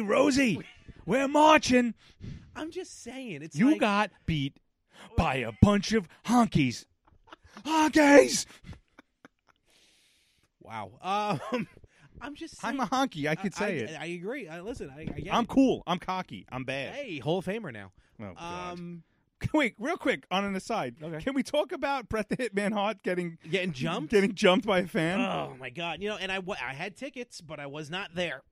Rosie, we're marching. I'm just saying, it's You like- got beat by a bunch of honkies. Honkies. wow. Um, I'm just. I'm saying. a honky. I could I- say I, it. I agree. I listen. I, I get I'm it. cool. I'm cocky. I'm bad. Hey, Hall of Famer now. Oh, God. Um, Wait, real quick, on an aside. Can we talk about Brett the Hitman Hart getting getting jumped? Getting jumped by a fan? Oh my god! You know, and I wa- I had tickets, but I was not there.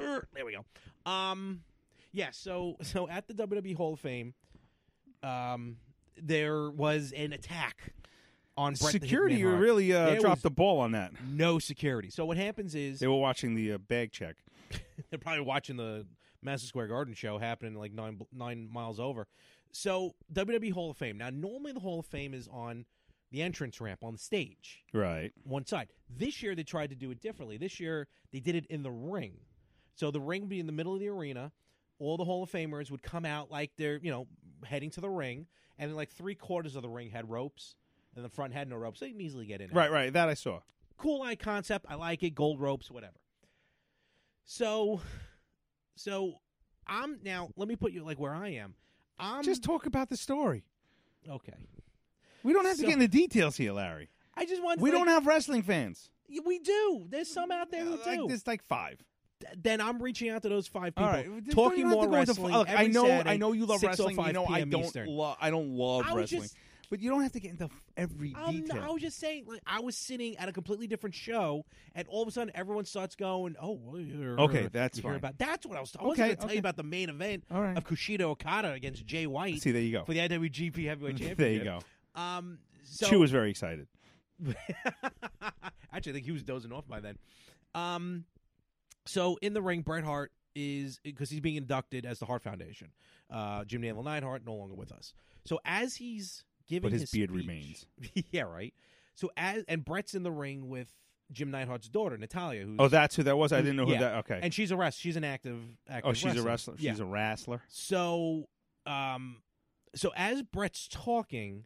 Urgh, There we go. Um, yeah. So so at the WWE Hall of Fame, um, there was an attack on Bret the Security Hitman Hart. really uh, There dropped was the ball on that. No security. So what happens is They were watching the uh, bag check. they're probably watching the Madison Square Garden show happening like nine bl- nine miles over. So WWE Hall of Fame. Now normally the Hall of Fame is on the entrance ramp on the stage. Right. one side. This year they tried to do it differently. This year they did it in the ring. So the ring would be in the middle of the arena. All the Hall of Famers would come out like they're, you know, heading to the ring, and then like three quarters of the ring had ropes, and the front had no ropes. So you can easily get in. and Right, out. right. That I saw. Cool eye concept. I like it. Gold ropes, whatever. So, so I'm now. Let me put you like where I am. I'm Just talk about the story. okay. We don't have So- to get into details here, Larry. I just want. We like, don't have wrestling fans. We do. There's some out there who do. Like, there's like five. th- then I'm reaching out to those five people, All right, don't talking even have more to go into- wrestling. Look, I every know, Saturday, I know you love wrestling. You 6:05 know, I PM don't, Eastern. lo- I don't love I was wrestling, Um, just- but you don't have to get into f- every I'm n- detail. I was just saying, like I was sitting at a completely different show, and all of a sudden everyone starts going, "Oh, well, you're, Okay, that's you hear fine. about." That's what I was. I wasn't Okay, going to tell okay. you about the main event All right. of Kushida Okada against Jay White. See, there you go. for the IWGP Heavyweight Championship. there you go. Um, so she was very excited. Actually, I think he was dozing off by then. Um, so in the ring, Bret Hart is because he's being inducted as the Hart Foundation. Uh, Jim Neville Neidhart no longer with us. So as he's giving, But his beard speech- remains. yeah, right. So as and Bret's in the ring with Jim Neidhart's daughter Natalia. Who's, Oh, that's who that was. I who's- didn't know who yeah. that. Okay. and she's a wrestler. She's an active. active oh, she's a wrestler. Yeah. She's a wrestler. So, um, so as Brett's talking,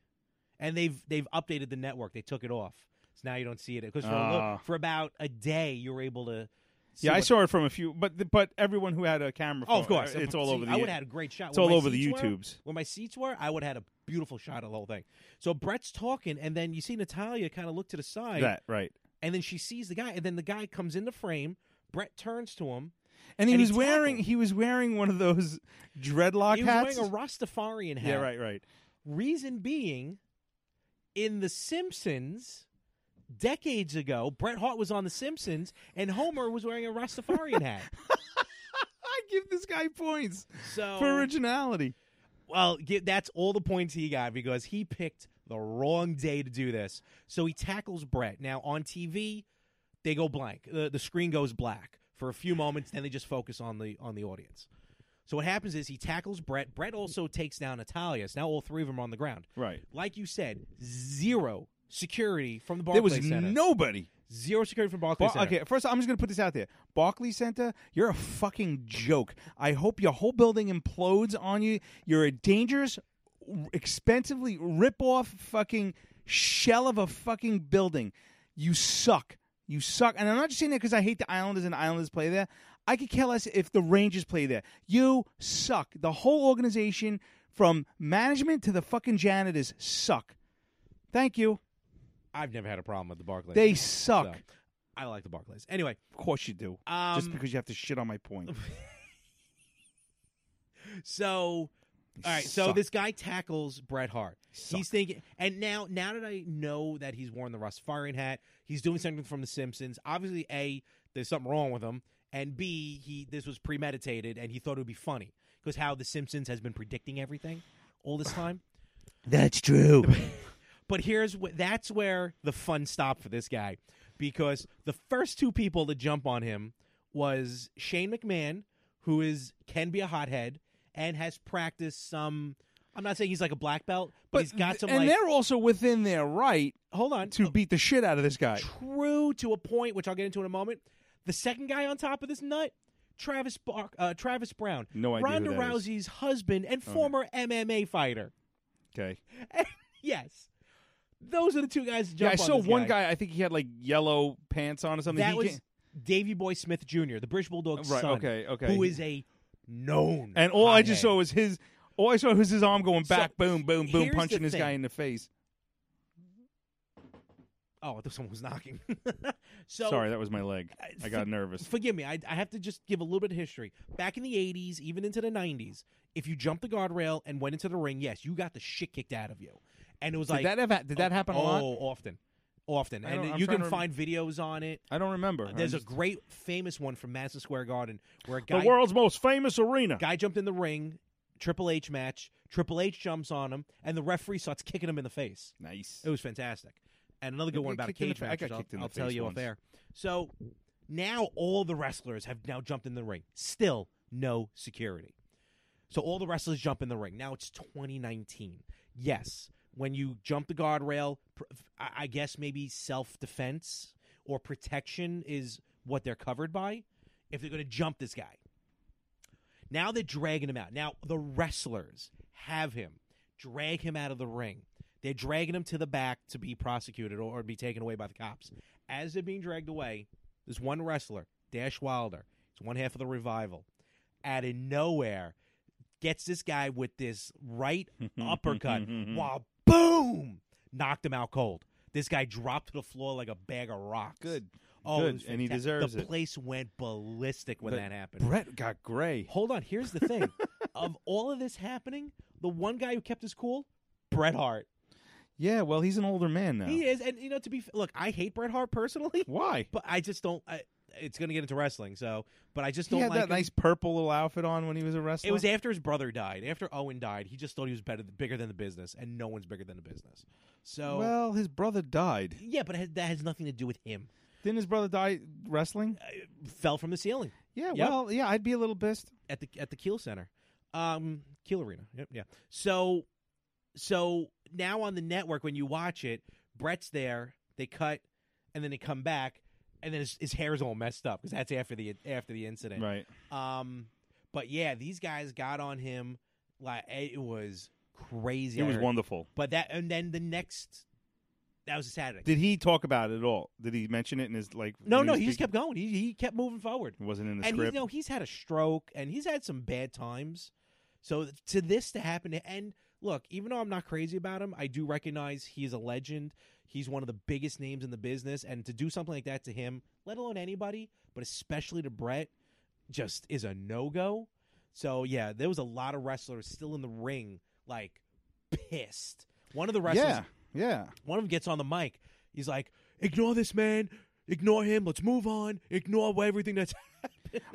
and they've they've updated the network. They took it off, so now you don't see it because for, a Ah. little for about a day you were able to. see yeah, I what- saw her from a few, but the- but everyone who had a camera. Oh, of phone, course, it's all See, over the. I would have had a great shot. It's Where all my over the seats were- YouTubes. where my seats were, I would have had a beautiful shot of the whole thing. So Brett's talking, and then you see Natalia kind of look to the side, That right, and then she sees the guy, and then the guy comes into frame. Brett turns to him. and he And he was wearing tackled. he was wearing one of those dreadlock He hats. was wearing a Rastafarian hat. yeah, right, right. Reason being, in The Simpsons, decades ago, Bret Hart was on The Simpsons, and Homer was wearing a Rastafarian hat. I give this guy points So, for originality. well, gi- that's all the points he got because he picked the wrong day to do this. So he tackles Bret. Now on TV, they go blank. The, the screen goes black for a few moments, then they just focus on the on the audience. So what happens is he tackles Brett. Brett also takes down Natalia. So now all three of them are on the ground. Right. Like you said, zero security from the There Barclays was Center. nobody. Zero security from Barclays Bar- Center. okay, first I'm just gonna put this out there. Barclays Center, you're a fucking joke. I hope your whole building implodes on you. You're a dangerous, expensively rip-off fucking shell of a fucking building. You suck. You suck. And I'm not just saying that because I hate the Islanders and the Islanders play there. I could care less if the Rangers play there. You suck. The whole organization, from management to the fucking janitors, suck. Thank you. I've never had a problem with the Barclays. They Center, suck. so I like the Barclays. Anyway, Of course you do. just Um, because you have to shit on my point. So, all right. So suck. this guy tackles Bret Hart. suck. He's thinking, and now, now that I know that he's worn the Rastafarian hat, he's doing something from The Simpsons. Obviously, a there's something wrong with him, and b he this was premeditated, and he thought it would be funny because how The Simpsons has been predicting everything all this time. That's true. But here's wh- that's where the fun stopped for this guy because the first two people to jump on him was Shane McMahon, who is can be a hothead and has practiced some. I'm not saying he's like a black belt, but, he's got some. and like, um, they're also within their right hold on, to beat the shit out of this guy. true to a point, which I'll get into in a moment. The second guy on top of this nut, Travis Bark, uh, Travis Brown, No idea who Ronda that is. Rousey's husband and former MMA fighter. Okay. Yes, those are the two guys. To Yeah, jump I on saw this one guy. guy. I think he had like yellow pants on or something. That He was can't- Davy Boy Smith Jr., the British Bulldog's Right, son. okay, okay. Who is a known. and all I hothead. just saw was his. All I saw was his arm going back, boom, boom, boom, here's the punching this guy thing. in the face. Oh, I thought someone was knocking. so uh, Sorry, that was my leg. I got nervous. Forgive me. I, I have to just give a little bit of history. Back in the 80s, even into the 90s, if you jumped the guardrail and went into the ring, yes, you got the shit kicked out of you. And it was Did like that ever- did that happen a oh, lot? Oh, often. Often. I don't- And I'm you trying to can rem- find videos on it. I don't remember. There's I'm just- a great famous one from Madison Square Garden where a guy world's most famous arena. Guy jumped in the ring, Triple H match. Triple H jumps on him, and the referee starts kicking him in the face. Nice. It was fantastic. And another Yeah, good one I got about a kicked in the cage fa- I match. got which I'll, kicked in the I'll tell face you off once. air. So now all the wrestlers have now jumped in the ring. Still no security. So all the wrestlers jump in the ring. Now it's 2019. Yes, when you jump the guardrail, pr- I I guess maybe self defense or protection is what they're covered by. If they're going to jump this guy, now they're dragging him out. Now the wrestlers have him drag him out of the ring. They're dragging him to the back to be prosecuted or, or be taken away by the cops. As they're being dragged away, there's one wrestler, Dash Wilder. It's one half of the revival. Out of nowhere, gets this guy with this right uppercut. wow, boom! Knocked him out cold. This guy dropped to the floor like a bag of rocks. Good. Oh, it Good, was and he fantastic. deserves the it. place went ballistic when The- that happened. Brett got gray. Hold on. Here's the thing. of all of this happening, the one guy who kept his cool, Bret Hart. Yeah, well, he's an older man now. He is, and you know, to be f- look, I hate Bret Hart personally. Why? But I just don't. I, it's going to get into wrestling, so. But I just He don't had like that him. nice purple little outfit on when he was a wrestler. It was after his brother died. After Owen died, he just thought he was better, bigger than the business, and no one's bigger than the business. So well, his brother died. yeah, but it has, that has nothing to do with him. Didn't his brother die wrestling? Fell from the ceiling. Yeah, Uh, Yep. well, yeah, I'd be a little pissed at the at the Kiel Center, um, Kiel Arena. Yep, yeah. So, so now on the network, when you watch it, Brett's there. They cut, and then they come back, and then his, his hair's all messed up because that's after the after the incident, Right. Um, but yeah, these guys got on him like it was crazy. It was I heard. wonderful. But that and then the next, that was a Saturday. Did he talk about it at all? Did he mention it in his like? No, when no, was he just speaking? kept going. He he kept moving forward. It wasn't in the and script. he, no, he's had a stroke and he's had some bad times. So to this to happen, and look, even though I'm not crazy about him, I do recognize he's a legend. He's one of the biggest names in the business, and to do something like that to him, let alone anybody, but especially to Brett, just is a no go. So yeah, there was a lot of wrestlers still in the ring, like pissed. One of the wrestlers, Yeah, yeah. one of them gets on the mic. He's like, "Ignore this man, ignore him. Let's move on. Ignore everything that's."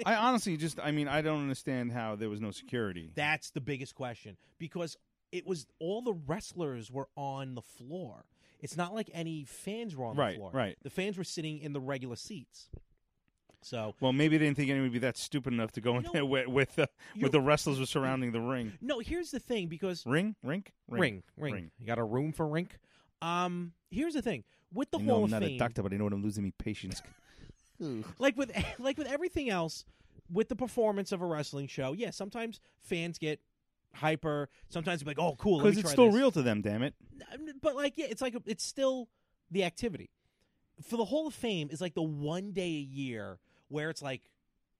I honestly just, I mean, I don't understand how there was no security. That's the biggest question because it was all the wrestlers were on the floor. It's not like any fans were on Right, the floor. right. The fans were sitting in the regular seats. So Well, maybe they didn't think anyone would be that stupid enough to go in there with with, uh, with the wrestlers were surrounding the ring. No, here's the thing because Ring, rink, ring, ring, You got a room for rink. Um, here's the thing with the I know Hall I'm of not Fame. a doctor, but I know what I'm losing me patience. like with like with everything else with the performance of a wrestling show yeah sometimes fans get hyper sometimes like oh cool let me because it's try still this. real to them. Damn it! but like yeah it's like it's still the activity for the hall of fame is like the one day a year where it's like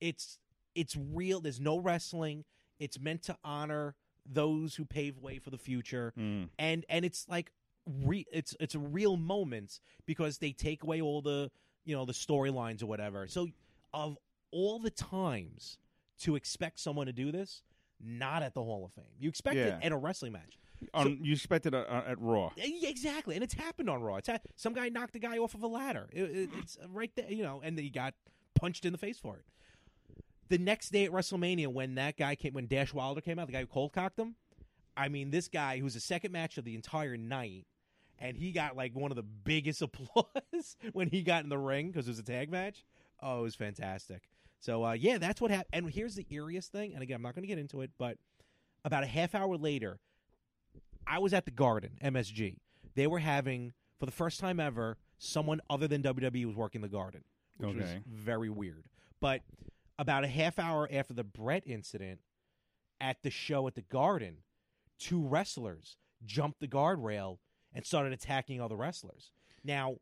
it's it's real there's no wrestling it's meant to honor those who pave way for the future Hmm. and and it's like re- it's it's a real moments because they take away all the you know the storylines or whatever so of all the times to expect someone to do this not at the hall of fame you expect Yeah. it at a wrestling match On, you expected uh, uh, at Raw. yeah, Exactly, and it's happened on Raw. It's ha- some guy knocked a guy off of a ladder. It- it- it's right there, you know, and then he got punched in the face for it. The next day at WrestleMania, when that guy came, when Dash Wilder came out, the guy who cold cocked him. I mean, this guy who's the second match of the entire night, and he got like one of the biggest applause when he got in the ring because it was a tag match. Oh, it was fantastic. So uh, yeah, that's what happened. And here's the eeriest thing. And again, I'm not going to get into it, but about a half hour later, I was at the Garden, MSG. They were having, for the first time ever, someone other than WWE was working the Garden, which was Okay. very weird. But about a half hour after the Brett incident, at the show at the Garden, two wrestlers jumped the guardrail and started attacking other wrestlers. Now,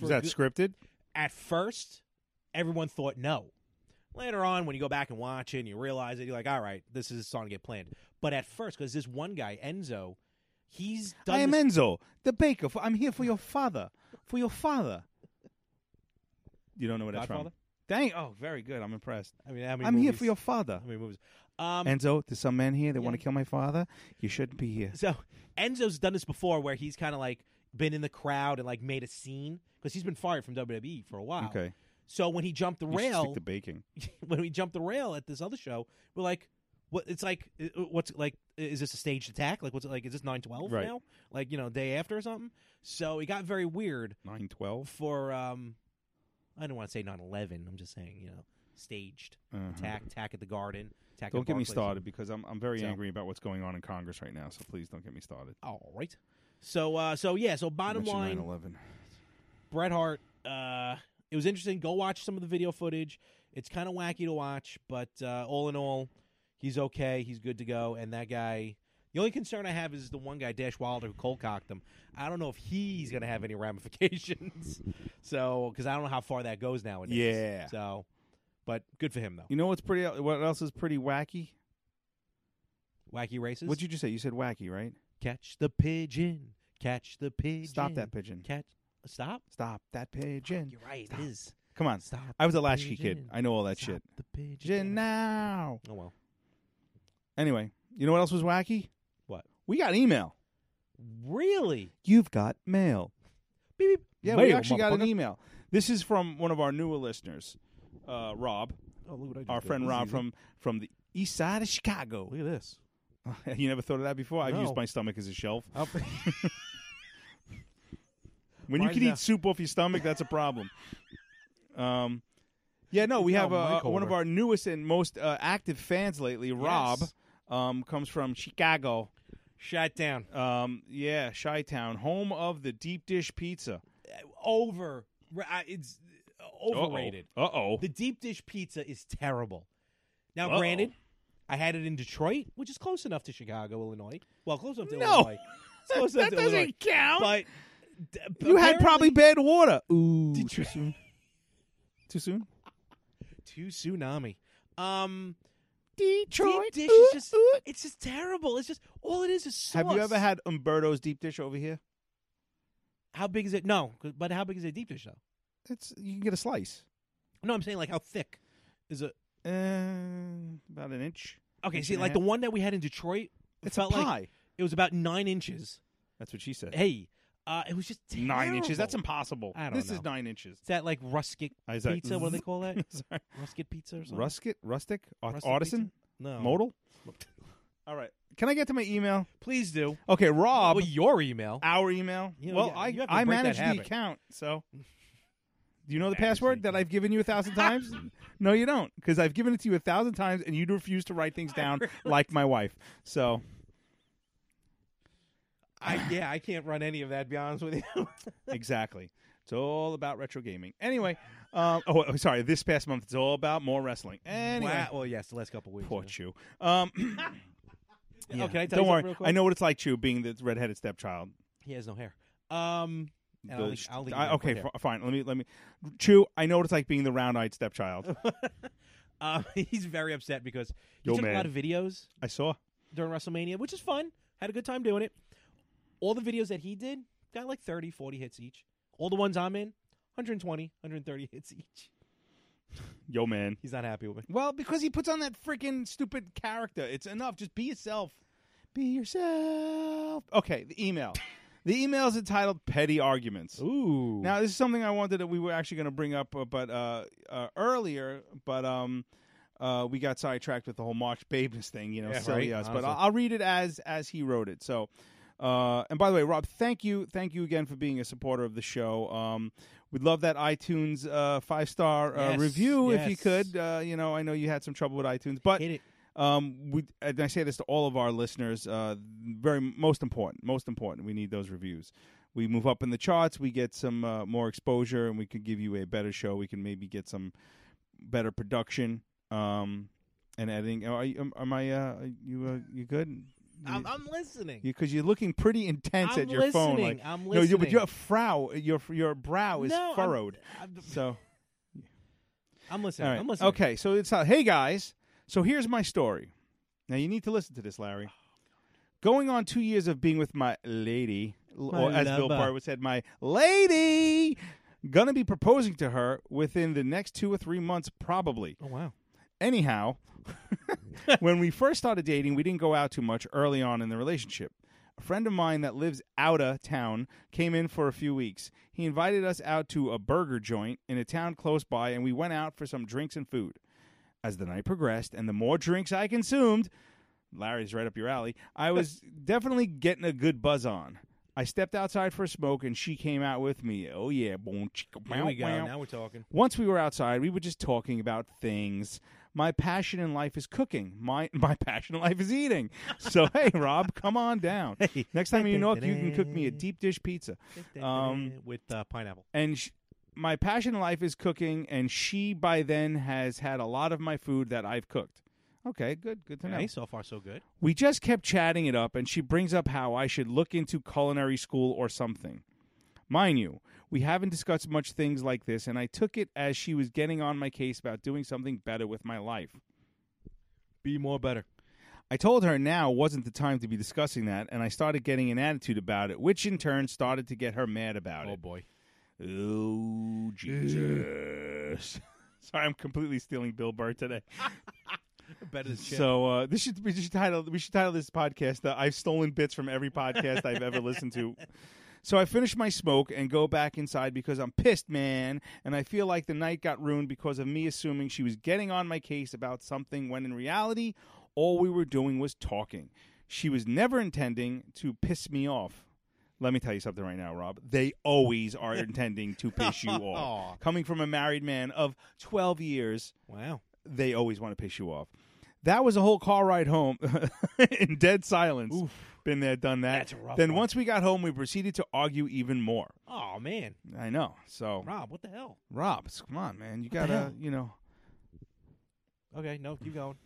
Was that good- scripted? At first, everyone thought no. Later on, when you go back and watch it and you realize it, you're like, all right, this is starting to get planned. But at first, because this one guy, Enzo, He's done I am this- Enzo, the baker. For, I'm here for your father. For your father. You don't know what that's Godfather? from. Dang. Oh, very good. I'm impressed. I mean, how many I'm here movies- for your father. How many movies? Um, Enzo, there's some men here that want to kill my father. You shouldn't be here. So Enzo's done this before, where he's kind of like been in the crowd and like made a scene because he's been fired from WWE for a while. Okay. So when he jumped the You should rail, stick to baking. when we jumped the rail at this other show, we're like, what? It's like, uh, what's like? Is this a staged attack? Like, what's it like? Is this nine twelve Right. now? Like, you know, day after or something? So it got very weird. Nine twelve for um, I don't want to say nine eleven. I'm just saying, you know, staged Uh-huh. attack, attack at the Garden, attack. at Don't get me Barclays. started because I'm I'm very So- angry about what's going on in Congress right now. So please don't get me started. All right. So uh, so yeah. So bottom Mention line, 9/11. Bret Hart. Uh, it was interesting. Go watch some of the video footage. It's kind of wacky to watch, but uh, all in all, he's okay. He's good to go. And that guy. The only concern I have is the one guy, Dash Wilder, who cold cocked him. I don't know if he's going to have any ramifications. so, because I don't know how far that goes nowadays. Yeah. So, but good for him though. You know what's pretty? What else is pretty wacky? Wacky races. What'd you just say? You said wacky, right? Catch the pigeon. Catch the pigeon. Stop that pigeon. Catch. Stop. Stop that pigeon. You're right. It is. Come on. Stop. I was a latchkey pigeon. kid. I know all that shit. The pigeon. Pigeon now. Oh well. Anyway, you know what else was wacky? What? We got email. Really? You've got mail. Beep, beep. Yeah, we Mail, actually got an motherfucker. email. This is from one of our newer listeners, uh, Rob. Oh, look what I just our did. friend This is Rob easy. from from the east side of Chicago. Look at this. you never thought of that before? I've No. used my stomach as a shelf. Up- when you Mine's can a- eat soup off your stomach, that's a problem. Um, yeah, no, we No, have uh, mic one of holder. our newest and most uh, active fans lately, Rob. Um, comes from Chicago. Shot down. Um, yeah, Chi Town, home of the deep dish pizza. Over. ra- I- It's overrated. Uh oh. The deep dish pizza is terrible. Now, Uh-oh. granted, I had it in Detroit, which is close enough to Chicago, Illinois. Well, close enough to No. Illinois. It's close enough That to Illinois. doesn't count. But d- You had probably apparently- bad water. Ooh, too soon. Too soon. Too tsunami. Um, Detroit. Deep dish is just, it's just terrible. It's just all it is is sauce. Have you ever had Umberto's deep dish over here? How big is it? No, 'cause- but how big is a deep dish though? It's you can get a slice. No, I'm saying like how thick is it? Uh, about an inch. Okay, inch see, and a like the half. one that we had in Detroit, it It's a felt pie. like it was about nine inches. That's what she said. Hey, uh, it was just terrible. nine inches. That's impossible. I don't this know. is nine inches. Ah, Is that like rustic I was pizza? like, what do they call that? Sorry. rustic pizza or something? Rusket, rustic, Ar- Rustic artisan, pizza? No. modal. Um, All right. Can I get to my email? Please do. Okay, Rob. Well, your email. our email. You know, well, yeah, I you have to I break that manage the habit. account, so. Do you know the password that I've given you a thousand times? no, you don't, because I've given it to you a thousand times, and you refuse to write things down like my wife. So I, yeah, I can't run any of that. To be honest with you. exactly, it's all about retro gaming. Anyway, um, oh, oh, sorry. This past month, it's all about more wrestling. Anyway, Wow. Well, yes, the last couple weeks. poor yeah. Chew. Um, yeah. Oh, can I tell you don't something worry. real quick? I know what it's like, Chew, being the redheaded stepchild. He has no hair. Um, and I'll The leave- sh- I'll leave I- you with okay, hair. fi- fine. Let me let me. Chew. I know what it's like being the round-eyed stepchild. Uh, he's very upset because he Yo, took man. a lot of videos I saw. during WrestleMania, which is fun. Had a good time doing it. All the videos that he did got like 30, 40 hits each. All the ones I'm in, 120, 130 hits each. Yo, man. He's not happy with me. Well, because he puts on that freaking stupid character. It's enough. Just be yourself. Be yourself. Okay, the email. the email is entitled Petty Arguments. Ooh. Now, this is something I wanted that we were actually going to bring up, uh, but uh, uh, earlier, but um, uh, we got sidetracked with the whole March Babies thing, you know, Yeah, silly right, us. But honestly. I'll, I'll read it as as he wrote it. So, uh, and by the way, Rob, thank you, thank you again for being a supporter of the show. Um, we'd love that iTunes uh, five star uh, Yes, review if you yes. could. Uh, you know, I know you had some trouble with iTunes, but Hit it. um, we and I say this to all of our listeners. Uh, very most important, most important. We need those reviews. We move up in the charts. We get some uh, more exposure, and we could give you a better show. We can maybe get some better production um, and editing. Are you, am, am I? Uh, are you uh, you good? I'm, I'm listening. Because you're looking pretty intense I'm at your phone. listening. Like, I'm No, you- but listening. your frow, your your brow is No, I'm- furrowed. I'm- so. I'm listening. All right. I'm listening. Okay, so it's uh, hey guys. So here's my story. Now you need to listen to this, Larry. Going on two years of being with my lady, l- My or as Bill lover. Burr would said, my lady. Gonna be proposing to her within the next two or three months, probably. Oh wow. Anyhow, when we first started dating, we didn't go out too much early on in the relationship. A friend of mine that lives out of town came in for a few weeks. He invited us out to a burger joint in a town close by, and we went out for some drinks and food. As the night progressed, and the more drinks I consumed, Larry's right up your alley, I was definitely getting a good buzz on. I stepped outside for a smoke, and she came out with me. Oh, yeah. Boom, chicka, Here we go. wow, wow. Now we're talking. Once we were outside, we were just talking about things. My passion in life is cooking. My my passion in life is eating. So hey, Rob, come on down. Next time you know it, you can cook me a deep dish pizza. Um, with uh, pineapple. and sh- my passion in life is cooking, and she by then has had a lot of my food that I've cooked. Okay, good, good to know. Hey, so far so good. We just kept chatting it up, and she brings up how I should look into culinary school or something. Mind you, we haven't discussed much things like this, and I took it as she was getting on my case about doing something better with my life. Be more better. I told her now wasn't the time to be discussing that, and I started getting an attitude about it, which in turn started to get her mad about it. Oh, boy. Oh, Jesus. Sorry, I'm completely stealing Bill Burr today. Better than shit. So uh, this should we should title we should title this podcast uh, "I've stolen bits from every podcast I've ever listened to." So I finish my smoke and go back inside because I'm pissed, man, and I feel like the night got ruined because of me assuming she was getting on my case about something when in reality, all we were doing was talking. She was never intending to piss me off. Let me tell you something right now, Rob. They always are intending to piss you off. Coming from a married man of 12 years, wow, they always want to piss you off. That was a whole car ride home in dead silence. Been there, done that. That's a rough then one. once we got home, we proceeded to argue even more. Oh man, I know. So Rob, what the hell? Rob, s- come on, man. You What the gotta, hell? you know, Okay, no, keep going.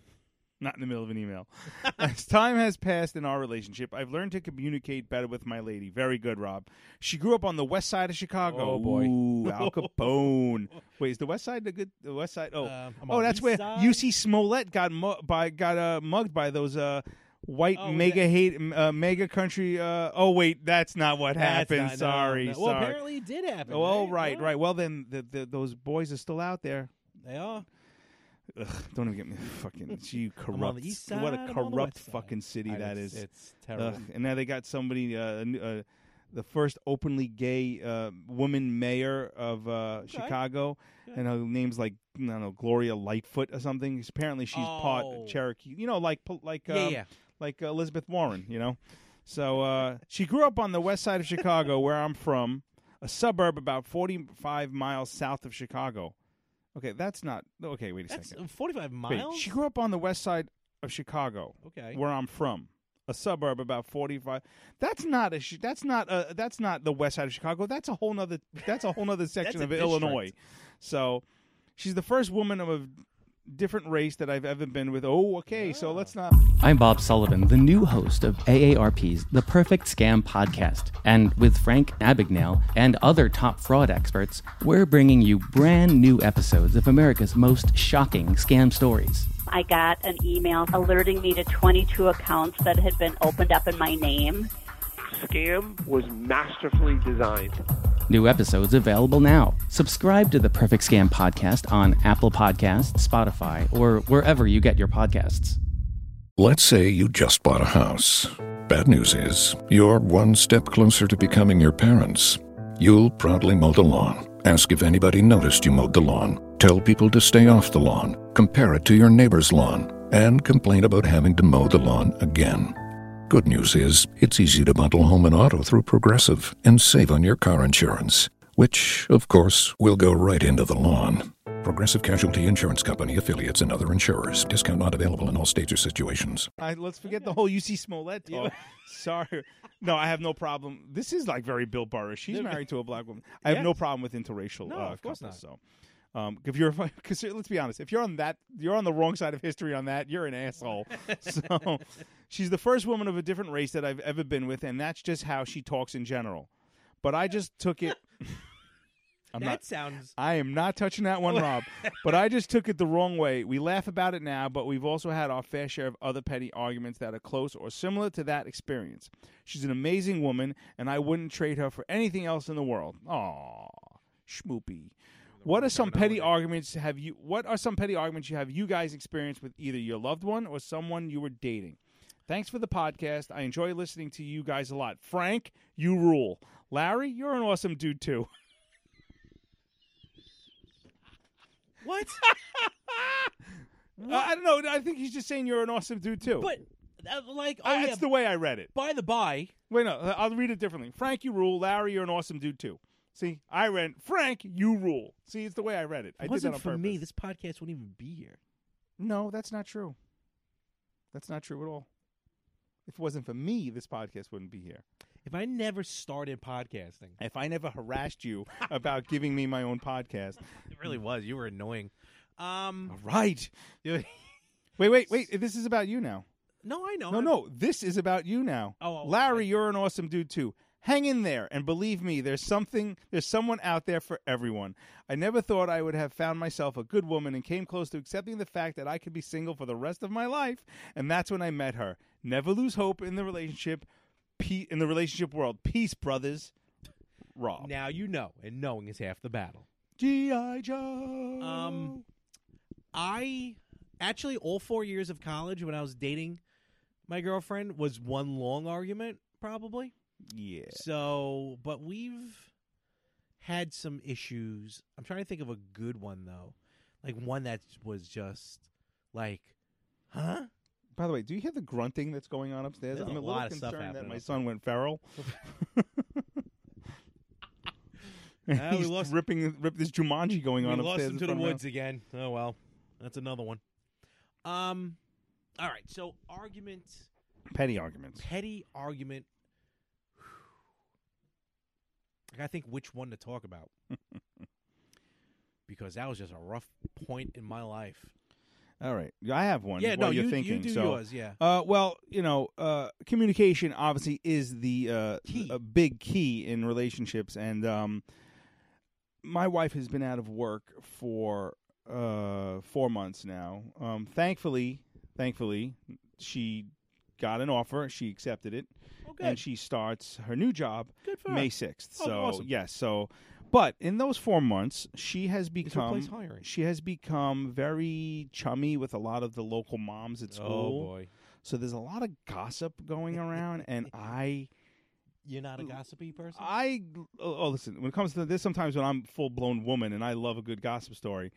not in the middle of an email. As time has passed in our relationship, I've learned to communicate better with my lady. Very good, Rob. She grew up on the west side of Chicago. Oh, boy. Ooh, Al Capone. Wait, is the west side the good? The west side? Oh, Um, I'm oh, on that's east where side. UC Smollett got mu- by got uh, mugged by those uh, white Oh, was mega that- hate uh, mega country. Uh, oh wait, that's not what That's happened. not- no, sorry, no. sorry. Well, apparently it did happen. Oh, right? right, Well, right. Well, then the, the, those boys are still out there. They are. Ugh, don't even get me fucking. You corrupt. on the east what side, a I'm on the corrupt west side. fucking city I- that it's- is. it's terrible. Ugh, and now they got somebody, uh, a new- uh, the first openly gay uh, woman mayor of uh, Chicago, and her name's like I don't know Gloria Lightfoot or something. Apparently she's part Oh. Cherokee. You know, like like Yeah, um, yeah. like Elizabeth Warren. You know, so uh, she grew up on the west side of Chicago, where I'm from, a suburb about 45 miles south of Chicago. Okay, that's not okay. Wait a That's second. 45 Wait, miles. she grew up on the west side of Chicago. Okay. where I'm from, a suburb about 45. That's not a. Chi- That's not a. That's not the west side of Chicago. That's a whole nother. That's a whole nother section a of district. Illinois. So, she's the first woman of a different race that I've ever been with. Oh, okay. Ah. So let's not. I'm Bob Sullivan, the new host of AARP's The Perfect Scam podcast. And with Frank Abagnale and other top fraud experts, we're bringing you brand new episodes of America's most shocking scam stories. I got an email alerting me to 22 accounts that had been opened up in my name. Scam was masterfully designed. New episodes available now. Subscribe to the Perfect Scam podcast on Apple Podcasts, Spotify, or wherever you get your podcasts. Let's say you just bought a house. Bad news is, you're one step closer to becoming your parents. You'll proudly mow the lawn, ask if anybody noticed you mowed the lawn, tell people to stay off the lawn, compare it to your neighbor's lawn, and complain about having to mow the lawn again. Good news is, it's easy to bundle home and auto through Progressive and save on your car insurance, which, of course, will go right into the lawn. Progressive Casualty Insurance Company affiliates and other insurers. Discount not available in all states or situations. I, let's forget the whole UC Smollett talk. Sorry. No, I have no problem. This is like very Bill Burr. She's No, married to a black woman. I have no problem with interracial. No, uh, of course couples, So, um, if you're, because let's be honest, if you're on that, you're on the wrong side of history on that. You're an asshole. so, she's the first woman of a different race that I've ever been with, and that's just how she talks in general. But I just took it. that not- sounds. I am not touching that one, Rob. But I just took it the wrong way. We laugh about it now, but we've also had our fair share of other petty arguments that are close or similar to that experience. She's an amazing woman, and I wouldn't trade her for anything else in the world. Aw, schmoopy. What are some petty arguments have you? What are some petty arguments you have you guys experienced with either your loved one or someone you were dating? Thanks for the podcast. I enjoy listening to you guys a lot. Frank, you rule. Larry, you're an awesome dude too. What? Uh, I don't know. I think he's just saying you're an awesome dude too. But uh, like, oh Uh, yeah, that's the way I read it. By the by, wait no, uh, I'll read it differently. Frank, you rule. Larry, you're an awesome dude too. See, I read Frank, you rule. See, it's the way I read it. I it did that wasn't on for purpose. me. This podcast wouldn't even be here. No, that's not true. That's not true at all. If it wasn't for me, this podcast wouldn't be here. If I never started podcasting, If I never harassed you about giving me my own podcast, it really was. You were annoying. Um, right? Dude. Wait, wait, wait. This is about you now. No, I know. No, I'm- no. This is about you now. Oh, oh, Larry, you're an awesome dude too. Hang in there, and believe me, there's something, there's someone out there for everyone. I never thought I would have found myself a good woman, and came close to accepting the fact that I could be single for the rest of my life. And that's when I met her. Never lose hope in the relationship, pe- in the relationship world. Peace, brothers. Rob. Now you know, and knowing is half the battle. G.I. Joe. Um, I actually all four years of college when I was dating my girlfriend was one long argument, probably. Yeah. So, but we've had some issues. I'm trying to think of a good one though, like one that was just like, huh? By the way, do you hear the grunting that's going on upstairs? There's I'm a a, little lot of stuff concerned that happening my up son went feral. Ah, we He's lost- ripping rip this Jumanji going on we lost upstairs. him in to the front of woods again. Oh well, that's another one. Um, all right. So argument, our Petty arguments. petty argument. I gotta think which one to talk about because that was just a rough point in my life. All right, I have one. Yeah, while no, you're you- you thinking. do so, yours, yeah. Uh, well, you know, uh, communication obviously is the uh, a big key in relationships, and um, my wife has been out of work for uh, four months now. Um, thankfully, thankfully, she got an offer. She accepted it, and she starts her new job for her. May sixth. Oh, so awesome. yes, so. But in those four months, she has become place hiring? she has become very chummy with a lot of the local moms at Oh, school. boy. So there's a lot of gossip going around, and I, You're not a gossipy person. I, oh, oh, listen. When it comes to this, sometimes when I'm full blown woman and I love a good gossip story,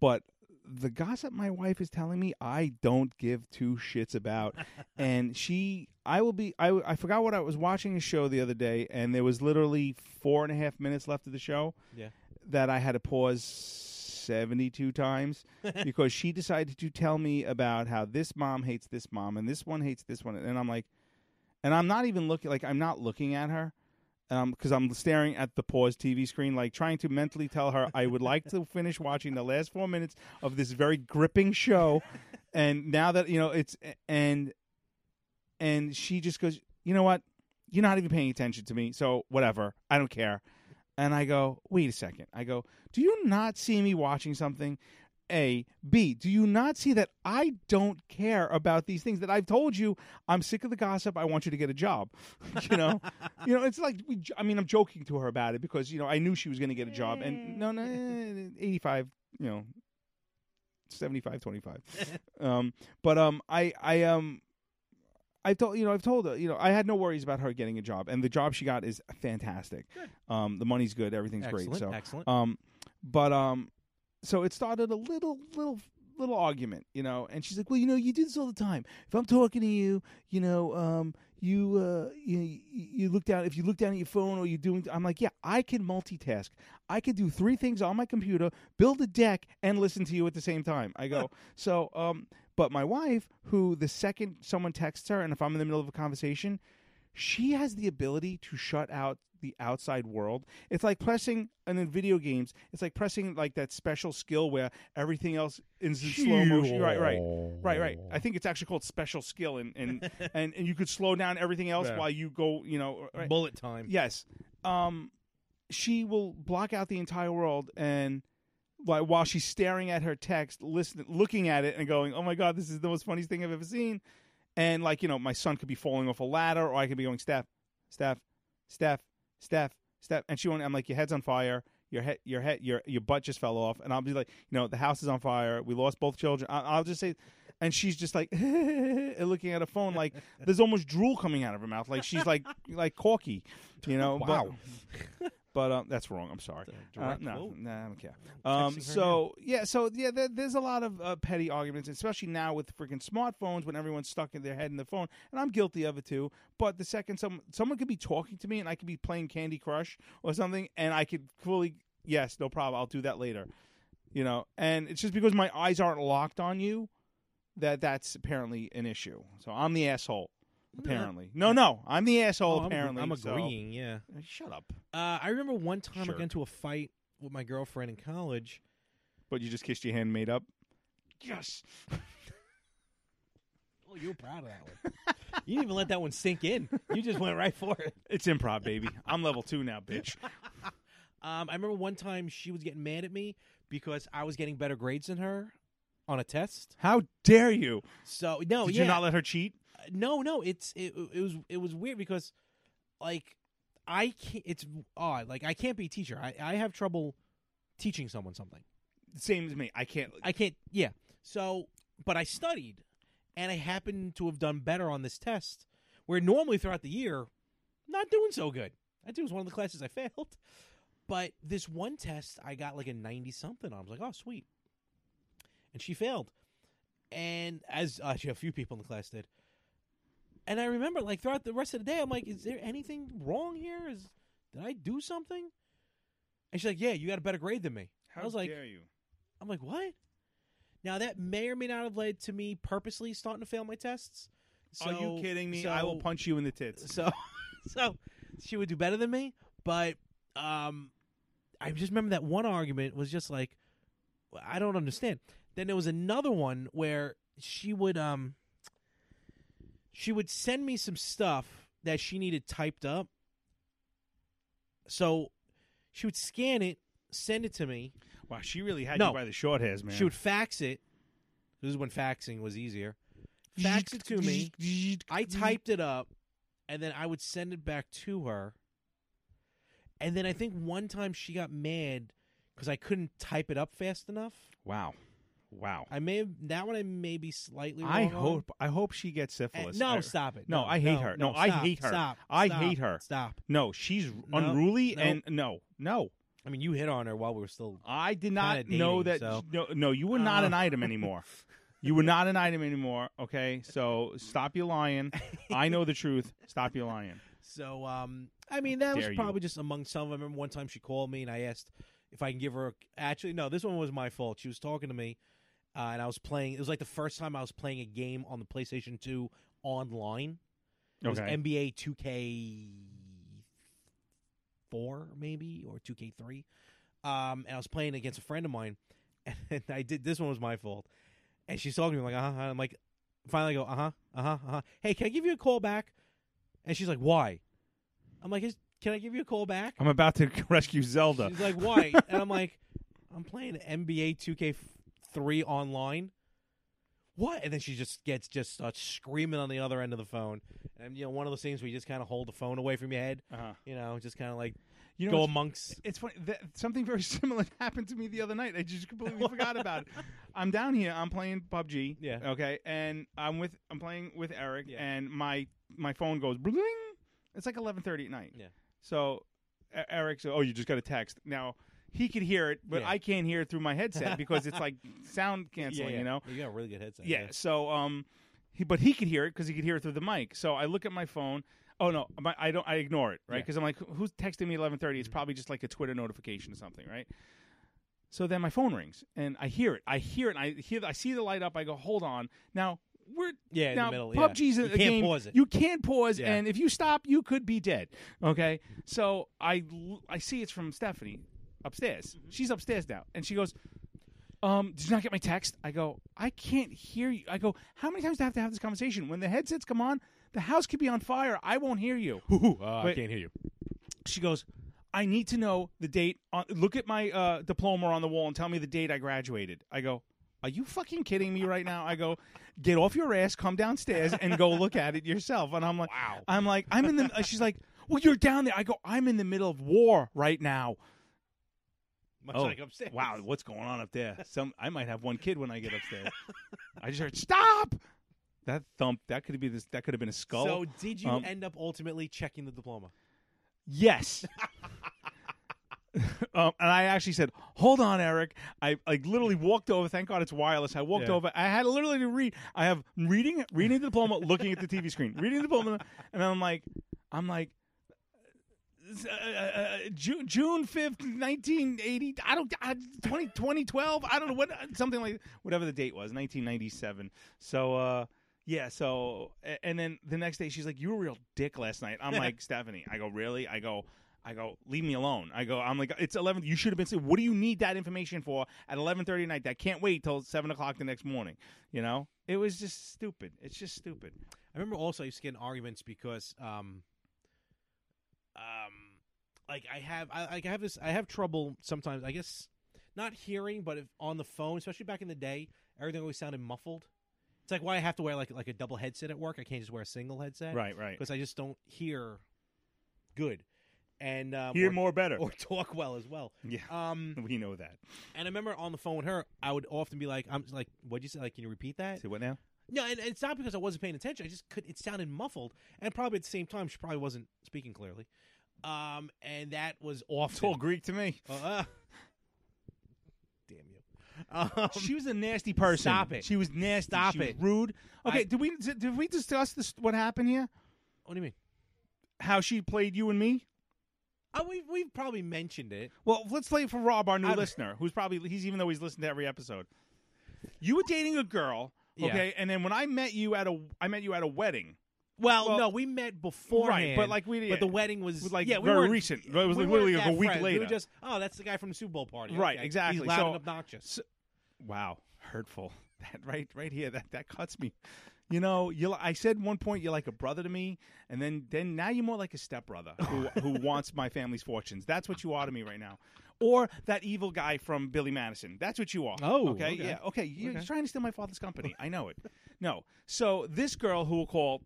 but the gossip my wife is telling me, I don't give two shits about. and she, I will be. I, I forgot what I was watching a show the other day, and there was literally four and a half minutes left of the show Yeah. that I had to pause 72 times because she decided to tell me about how this mom hates this mom and this one hates this one. And I'm like, and I'm not even looking, like, I'm not looking at her because um, I'm staring at the paused TV screen, like trying to mentally tell her I would like to finish watching the last four minutes of this very gripping show. And now that, you know, it's, and, and she just goes, "You know what? You're not even paying attention to me, so whatever. I don't care." And I go, "Wait a second. I go, "Do you not see me watching something?" A, B, do you not see that I don't care about these things that I've told you? I'm sick of the gossip. I want you to get a job. you know, you know, it's like we. j- I mean, I'm joking to her about it because you know I knew she was going to get a job, and no, no, eighty five. You know, 75 25 um but um i i um I told you know I've told her you know I had no worries about her getting a job and the job she got is fantastic. Um, the money's good, everything's great. Excellent, So excellent. Um, but um, so it started a little little little argument, you know, and she's like, well, you know, you do this all the time. If I'm talking to you, you know, um, you uh, you you- you look down if you look down at your phone or you're doing. I'm like, yeah, I can multitask. I can do three things on my computer, build a deck, and listen to you at the same time. I go so um. But my wife, who the second someone texts her, and if I'm in the middle of a conversation, she has the ability to shut out the outside world. It's like pressing, and in video games, it's like pressing like that special skill where everything else is in slow motion. Right, right, right, right. I think it's actually called special skill, and and and, and you could slow down everything else Yeah. while you go, you know, right. Bullet time. Yes. Um, she will block out the entire world and like while she's staring at her text, listen, looking at it and going, "Oh my god, this is the most funniest thing I've ever seen." And like you know, my son could be falling off a ladder, or I could be going, "Steph, Steph, Steph, Steph, Steph," and she won't. I'm like, "Your head's on fire." Your head, your head, your your butt just fell off, and I'll be like, you know, the house is on fire. We lost both children. I, I'll just say, and she's just like and looking at her phone, like there's almost drool coming out of her mouth, like she's like like corky, you know. but- Wow. but um, that's wrong. I'm sorry. direct Uh, Oh, no, quote. no, I don't care. I'm Um, texting her so yeah, so yeah, there, there's a lot of uh, petty arguments, especially now with freaking smartphones when everyone's stuck in their head in the phone, and I'm guilty of it too. But the second some someone could be talking to me and I could be playing Candy Crush or something, and I could fully yes, no problem, I'll do that later. You know, and it's just because my eyes aren't locked on you that that's apparently an issue. So I'm the asshole. Apparently, no, no, I'm the asshole. Oh, I'm- apparently, I'm, so- agreeing. Yeah, shut up. Uh, I remember one time Sure. I got into a fight with my girlfriend in college. But you just kissed your hand made up. Yes. well, Oh, you were proud of that one. you didn't even let that one sink in. You just went right for it. It's improv, baby. I'm level two now, bitch. Um, I remember one time she was getting mad at me because I was getting better grades than her on a test. How dare you? So no, Did Oh, yeah. you not let her cheat? Uh, no, no. It's it, it was it was weird because like I can't. It's odd. Like I can't be a teacher. I I have trouble teaching someone something. Same as me. I can't. I can't. Yeah. So, but I studied, and I happened to have done better on this test, where normally throughout the year, not doing so good. I think it was one of the classes I failed. But this one test, I got like a ninety something. on. I was like, oh sweet, and she failed, and as uh, actually a few people in the class did. And I remember, like throughout the rest of the day, I'm like, is there anything wrong here? Is did I do something? And she's like, yeah, you got a better grade than me. I was like, you? I'm like, what? Now that may or may not have led to me purposely starting to fail my tests. So, Are you kidding me? I will so- punch you in the tits. So, so she would do better than me, but um, I just remember that one argument was just like, I don't understand. Then there was another one where she would um, she would send me some stuff that she needed typed up. So she would scan it, send it to me. Wow, she really had No. you by the short hairs, man. She would fax it. This is when faxing was easier. Fax it to me. I typed it up, and then I would send it back to her. And then I think one time she got mad because I couldn't type it up fast enough. Wow, wow. I may have that one. I may be slightly. Wrong I on. hope. I hope she gets syphilis. Eh, no, I- stop it. No, No, I hate no, her. No, no, I stop, hate her. stop, I stop, hate her. stop. No, she's No, unruly no. and no, no. I mean, you hit on her while we were still. I did not know that. So. No, no, you were not an Uh. item anymore. You were not an item anymore. Okay, so stop your lying. I know the truth. Stop your lying. So, um, I mean, that was Dare you. probably just among some. of them. I remember one time she called me and I asked if I can give her. A, actually, no, this one was my fault. She was talking to me, uh, and I was playing. It was like the first time I was playing a game on the PlayStation Two online. It was Okay. NBA Two K four, maybe or Two K three. Um, and I was playing against a friend of mine, and I did. This one was my fault. And she's talking to me like, uh huh. I'm like, finally, I go, uh huh, uh huh, uh huh. Hey, can I give you a call back? And she's like, why? I'm like, "Is- can I give you a call back? I'm about to rescue Zelda. She's like, why? and I'm like, I'm playing NBA 2K3 online. What? And then she just gets just starts screaming on the other end of the phone. And you know, one of those things where you just kind of hold the phone away from your head. Uh-huh. You know, just kind of like You know go what's- amongst. It's funny. That, something very similar happened to me the other night. I just completely forgot about it. I'm down here. I'm playing PUBG. Yeah. Okay. And I'm with. I'm playing with Eric. And my my phone goes bling. It's like 11:30 at night. Yeah. So E- Eric said, "Oh, you just got a text." Now he could hear it, but Yeah. I can't hear it through my headset because it's like sound canceling. yeah. You know. You got a really good headset. Yeah. So um, he but he could hear it because he could hear it through the mic. So I look at my phone. Oh no, my, I don't. I ignore it right Yeah. because I'm like, who's texting me eleven thirty? It's probably just like a Twitter notification or something, right? So then my phone rings and I hear it. I hear it. I hear. I see the light up. I go, hold on. Now we're Yeah, in the now, middle, yeah. PUBG's a, You a can't game. pause it. You can't pause, Yeah. and if you stop, you could be dead. Okay, so I l- I see it's from Stephanie upstairs. She's upstairs now, and she goes, um, did you not get my text? I go, I can't hear you. I go, how many times do I have to have this conversation? When the headsets come on, the house could be on fire. I won't hear you. Oh, I Wait. can't hear you. She goes, I need to know the date. On, look at my uh, diploma on the wall and tell me the date I graduated. I go, are you fucking kidding me right now? I go, get off your ass, come downstairs and go look at it yourself. And I'm like, wow. I'm like, I'm in the. She's like, well, you're down there. I go, I'm in the middle of war right now. Much like upstairs. Oh, Wow, what's going on up there? Some I might have one kid when I get upstairs. I just heard stop. That thump. That could be this. That could have been a skull. So did you Um, end up ultimately checking the diploma? Yes. um, and I actually said, "Hold on, Eric." I like literally walked over. Thank God it's wireless. I walked Yeah. over. I had literally to read. I have reading, reading the diploma, looking at the TV screen, reading the diploma, and I'm like, I'm like, uh, uh, June June fifth, nineteen eighty. I don't uh, 20, 2012. I don't know what uh, something like whatever the date was, nineteen ninety seven. So uh, yeah. So a- and then the next day she's like, "You were a real dick last night." I'm like, Stephanie. I go, really? I go. I go, leave me alone. I go, I'm like, it's 11. You should have been saying, what do you need that information for at 11.30 at night? That can't wait till 7 o'clock the next morning. You know? It was just stupid. It's just stupid. I remember also I used to get in arguments because, um, um, like I have, I, like I have this, I have trouble sometimes. I guess not hearing, but if on the phone, especially back in the day, everything always sounded muffled. It's like why I have to wear like like a double headset at work. I can't just wear a single headset, Right, right. Because I just don't hear good and um, Hear or- more better. or talk well as well. Yeah. Um, we know that. and I remember on the phone with her, I would often be like, "I'm just like, what'd you say? Like, can you repeat that?" Say what now? No, and, and it's not because I wasn't paying attention. I just could. It sounded muffled, and probably at the same time, she probably wasn't speaking clearly. Um, and that was It's awful. all Greek to me. Uh, damn you. Um, she was a nasty person. Stop it. She was nasty. Stop She was it. rude. Okay, I- did we did we discuss this? What happened here? What do you mean? How she played you and me? Uh, we we've probably mentioned it. Well, let's play it for Rob, our new I'm- listener, who's probably he's even though he's listened to every episode. You were dating a girl, Yeah. okay, and then when I met you at a I met you at a wedding. Well, no, we met beforehand. right, but like we, but the wedding was like yeah, we very weren't- recent. It was we like weren't literally like a that week friends. later. We were just oh, that's the guy from the Super Bowl party. Right, Okay. He's exactly. loud So- and obnoxious. so- wow, hurtful. That right, right here. That that cuts me. You know, you. li- I said one point you're like a brother to me, and then then now you're more like a stepbrother who who wants my family's fortunes. That's what you are to me right now. Or that evil guy from Billy Madison. That's what you are. Oh, okay, okay. yeah, okay. You're Okay. trying to steal my father's company. I know it. No. So this girl who we'll call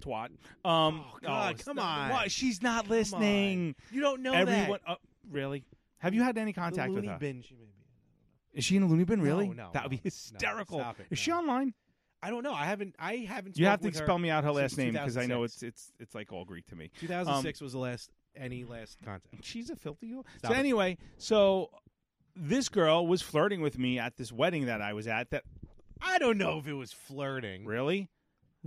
twat. Um, oh God, come on. why- She's not listening. You don't know Everyone. that. uh, really? Have you had any The contact with loony her? bin she made. Is she in a loony bin? Really? No, no, that would no, be hysterical. stop it, Is she online? I don't know. I haven't. I haven't. You have spoken to with spell me out her since last name because I know 2006. it's it's it's like all Greek to me. 2006 was the last any last contact. She's a filthy girl. Stop so it. anyway, so this girl was flirting with me at this wedding that I was at. That I don't know if it was flirting. really, I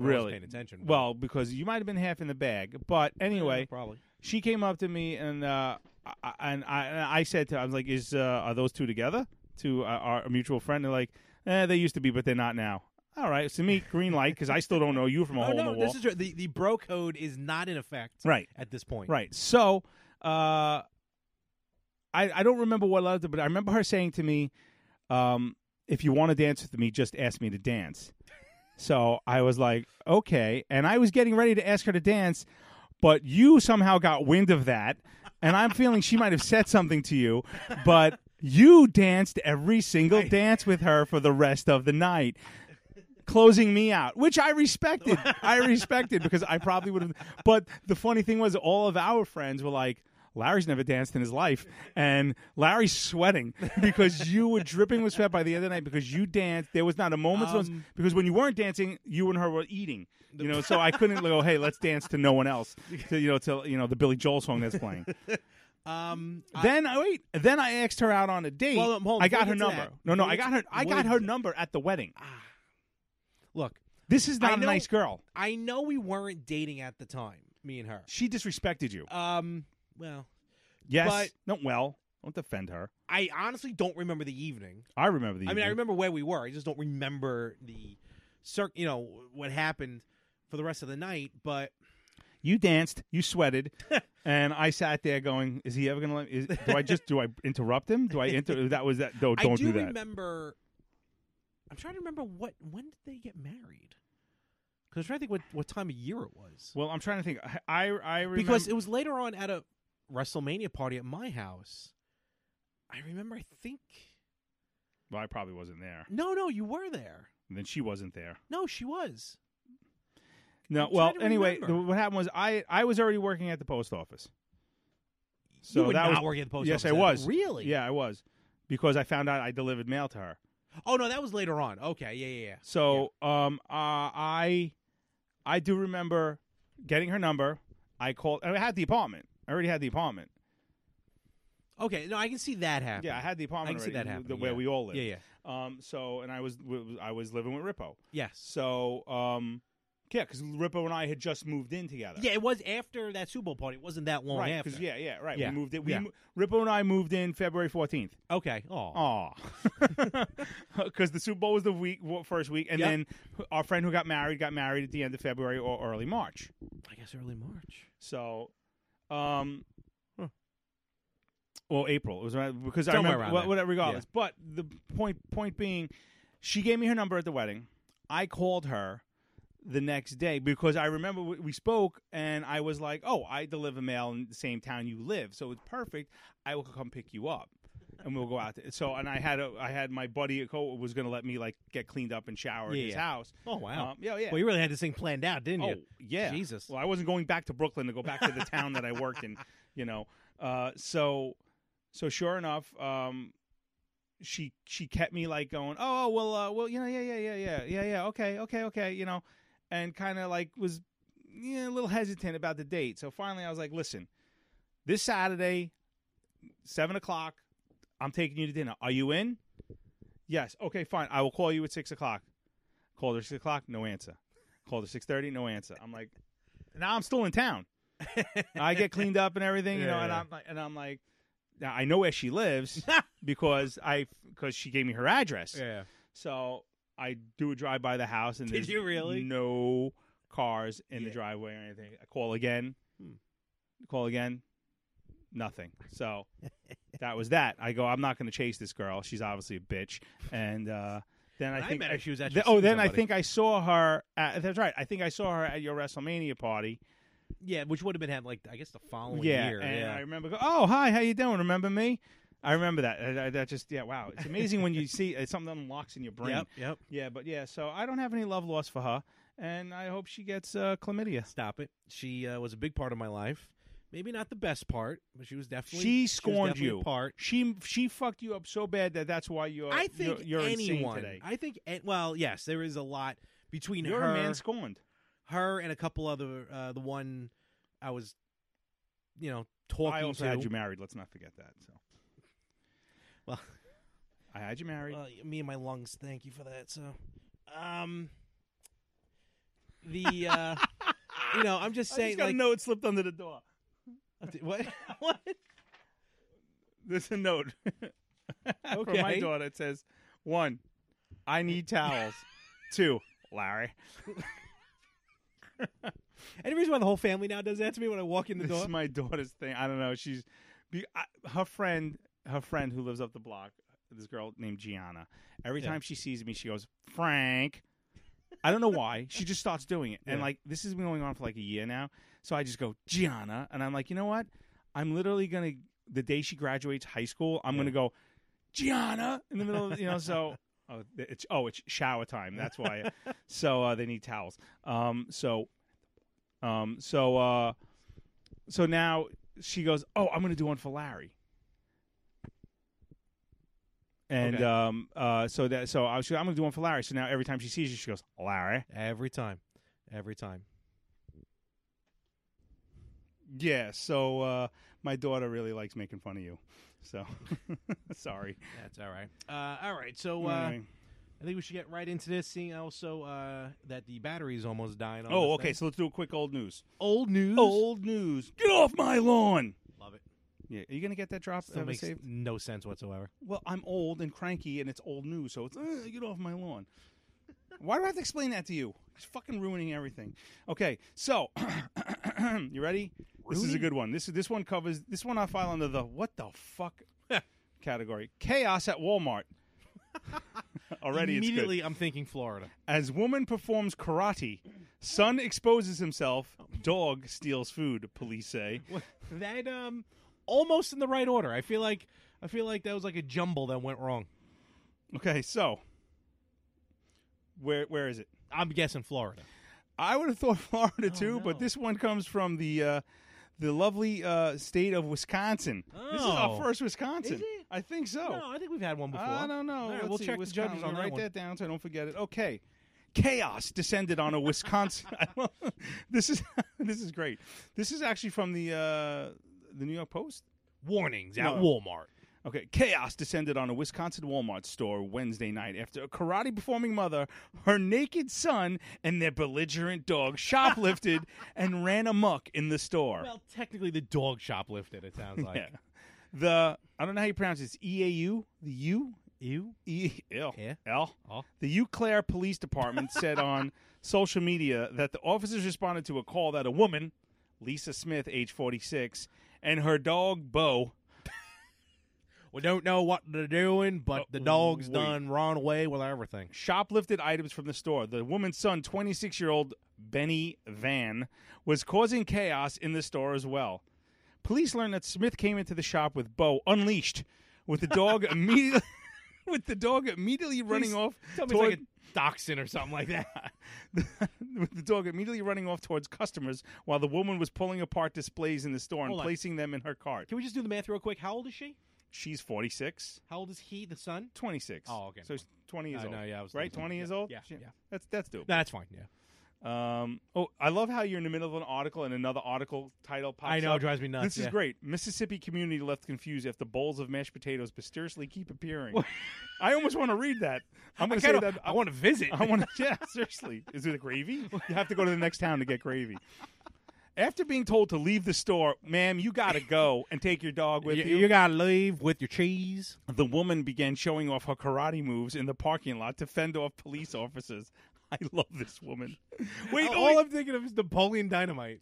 wasn't really paying attention, but- Well, because you might have been half in the bag, but anyway, probably. She came up to me and uh, I- I, and I and I said to her, I was like, "Is uh, are those two together?" To uh, our mutual friend, they're like, eh, "They used to be, but they're not now." All right, so me green light because I still don't know you from a Oh hole in no, the wall. this is the the bro code is not in effect. Right. at this point. Right. So, uh, I I don't remember what led to, but I remember her saying to me, um, "If you want to dance with me, just ask me to dance." so I was like, "Okay," and I was getting ready to ask her to dance, but you somehow got wind of that, and I'm feeling she might have said something to you, but. You danced every single dance with her for the rest of the night closing me out, which I respected. I respected because I probably would have. But the funny thing was, all of our friends were like, Larry's never danced in his life. And Larry's sweating because you were dripping with sweat by the end of the night because you danced. There was not a moment's notice- Um, because when you weren't dancing, you and her were eating. You know, so I couldn't go, hey, let's dance to no one else. To, you know, to you know the Billy Joel song that's playing. Um. then I wait. Then I asked her out on a date. Well, um, hold on, I got her before we number. get to that, No, no, before I we got get her. to- I what got did- her number at the wedding. Look, This is I not know- a nice girl. I know we weren't dating at the time, me and her. She disrespected you. Um. Well, Yes. But- no, well, don't defend her. I honestly don't remember the evening. I remember the. I mean, I evening. remember where we were. I just don't remember the, cir- you know, what happened for the rest of the night. But you danced, you sweated, and I sat there going, "Is he ever going to let? Is, do I just do I interrupt him? Do I inter? That was that. No, don't I do, that. remember. I'm trying to remember what when did they get married? Because I'm trying to think what, what time of year it was. Well, I'm trying to think. I I, I remember Because it was later on at a WrestleMania party at my house, I remember I think Well, I probably wasn't there. no, no, you were there. And then she wasn't there. No, she was. No, I'm well, trying to anyway, remember. the, what happened was I I was already working at the post office. So were that not was, working at the post yes, office I then. was. Really? Yeah, I was. Because I found out I delivered mail to her. Oh no, that was later on. Okay, yeah, yeah, yeah. So um, uh, I I do remember getting her number. I called. I had the apartment. I already had the apartment. Okay, no, I can see that happen. Yeah, I had the apartment I can see already, that the- happen. where yeah. we all live. Yeah, yeah. Um, so and I was w- I was living with Rippo. Yes. So um, yeah, because Rippo and I had just moved in together. Yeah, it was after that Super Bowl party. It wasn't that long right. after. Because yeah, yeah, right. Yeah, We moved it. We yeah. mo- Rippo and I moved in February fourteenth. Okay. Oh. Because the Super Bowl was the week wa- first week, and Yep. then our friend who got married got married at the end of February or early March. I guess early March. So, um, well, April. It was around, because I Somewhere remember around wha- there. whatever. Regardless, but the point point being, she gave me her number at the wedding. I called her the next day because I remember we, we spoke, and I was like, "Oh, I deliver mail in the same town you live, so it's perfect. I will come pick you up." And we'll go out. To, so, and I had a, I had my buddy co was going to let me like get cleaned up and shower Yeah, at his yeah. house. Oh wow. Um, yeah, yeah. Well, you really had this thing planned out, didn't you? Oh, yeah. Jesus. Well, I wasn't going back to Brooklyn to go back to the town that I worked in, you know. Uh, so, so sure enough, um, she she kept me like going, oh well, uh, well, you know, yeah, yeah, yeah, yeah, yeah, yeah, okay, okay, okay, you know, and kind of like was yeah, a little hesitant about the date. So finally, I was like, listen, this Saturday, seven o'clock, I'm taking you to dinner. Are you in? Yes. Okay, fine. I will call you at six o'clock. Called her six o'clock, no answer. Called her six thirty, no answer. I'm like, now I'm still in town. I get cleaned up and everything, you know, and Yeah. I'm like, and I'm like, now I know where she lives because I because she gave me her address. Yeah. So I do a drive by the house, and Did there's you really? no cars in the driveway or anything. I call again, Hmm. call again, nothing. So that was that. I go, I'm not going to chase this girl. She's obviously a bitch. And uh, then I And I think met her. She was actually Th- oh, seeing then I somebody. think I saw her. At, that's right. I think I saw her at your WrestleMania party. Yeah, which would have been had like I guess the following yeah, Oh, year. and yeah. I remember. Go, oh, hi, how you doing? Remember me? I remember that. I, I- that just yeah, wow. It's amazing when you see it's something unlocks in your brain. Yep, yep. Yeah, but yeah. So I don't have any love lost for her, and I hope she gets uh, chlamydia. Stop it. She uh, was a big part of my life. Maybe not the best part, but she was definitely She was scorned definitely a you. Part. She she fucked you up so bad that that's why you're. I think you're, you're insane anyone. today. I think an- well, yes, there is a lot between You're her a man scorned. her and a couple other uh, the one I was you know talking I also to. had you married. Let's not forget that. So Well, uh, I had you married. well, me and my lungs. Thank you for that. So, um, the uh, you know, I'm just I saying, just got like, Uh, a note slipped under the door. what? what? There's a note from my Okay. daughter. It says, one, I need towels. Two, Larry. Any reason why the whole family now does that to me when I walk in the This door? is my daughter's thing. I don't know. She's be- I, her friend. Her friend who lives up the block. This girl named Gianna. Every Yeah. time she sees me, she goes, Frank. I don't know why. She just starts doing it. And Yeah. like this has been going on for like a year now. So I just go, Gianna. And I'm like, you know what? I'm literally gonna the day she graduates high school, I'm gonna go, Gianna in the middle of you know, so oh it's oh it's shower time. That's why so uh, they need towels. Um so um so uh so now she goes, Oh, I'm gonna do one for Larry. And Okay. um uh so that so I was, I'm gonna do one for Larry. So now every time she sees you, she goes, Larry. Every time, every time. Yeah, so uh, my daughter really likes making fun of you. So sorry. That's all right. Uh, all right. So uh, Anyway. I think we should get right into this. Seeing also uh, that the battery is almost dying. On Oh, this okay. Oh, thing. So let's do a quick old news. old news. Old news. Get off my lawn. Love it. Yeah, are you gonna get that drop? Still uh, makes saved? no sense whatsoever. Well, I'm old and cranky, and it's old news, so it's "Ugh, get off my lawn. Why do I have to explain that to you? It's fucking ruining everything. Okay, so you ready? This is a Ruining? good one. This this one covers this one. I file under the what the fuck category. Chaos at Walmart. Already, it's good. Immediately, I'm thinking Florida. As woman performs karate, son exposes himself, dog steals food, police say. that um almost in the right order. I feel like I feel like that was like a jumble that went wrong. Okay, so where where is it? I'm guessing Florida. I would have thought Oh, Florida too, but this one comes from the uh, the lovely uh, state of Wisconsin. This is Oh. our first Wisconsin. Is it? I think so. No, I think we've had one before. I don't know. All right, Let's we'll see, check Wisconsin. the judges I'll on that write one. that down so I don't forget it. Okay. Chaos descended on a Wisconsin. I love- this is this is great. This is actually from the uh, the New York Post. Warnings No. at Walmart. Okay, chaos descended on a Wisconsin Walmart store Wednesday night after a karate performing mother, her naked son, and their belligerent dog shoplifted and ran amok in the store. Well, technically the dog shoplifted. It sounds like Yeah. The I don't know how you pronounce this. E A U the U you E L L. The Eau Claire Police Department said on social media that the officers responded to a call that a woman, Lisa Smith, age 46, and her dog Bo. we don't know what they're doing, but the dog's Oh, wait. done run away with everything. shoplifted items from the store. The woman's son, 26 year old Benny Van, was causing chaos in the store as well. Police learned that Smith came into the shop with Bo unleashed, with the dog immediately with the dog immediately running off Tell me toward- it's like a dachshund or something like that. with the dog immediately running off towards customers while the woman was pulling apart displays in the store and Hold on. placing them in her cart. Can we just do the math real quick? How old is she? She's 46, How old is he? The son? 26. Oh, okay. So she's 20 years I old. know, yeah, I was right? thinking- 20 years yeah, old? yeah, yeah. That's that's doable. No, that's fine. Yeah. Um, oh, I love how you're in the middle of an article and another article title pops I know, it up. drives me nuts, This is yeah. great. Mississippi community left confused after bowls of mashed potatoes mysteriously keep appearing. I almost want to read that. I'm going to say kinda- that. I wanna visit. I want to. Yeah, seriously. Is it a gravy? You have to go to the next town to get gravy. After being told to leave the store, ma'am, you got to go and take your dog with You- you. you gotta leave with your cheese. The woman began showing off her karate moves in the parking lot to fend off police officers. I love this woman. Wait, Oh, all wait. I'm thinking of is Napoleon Dynamite.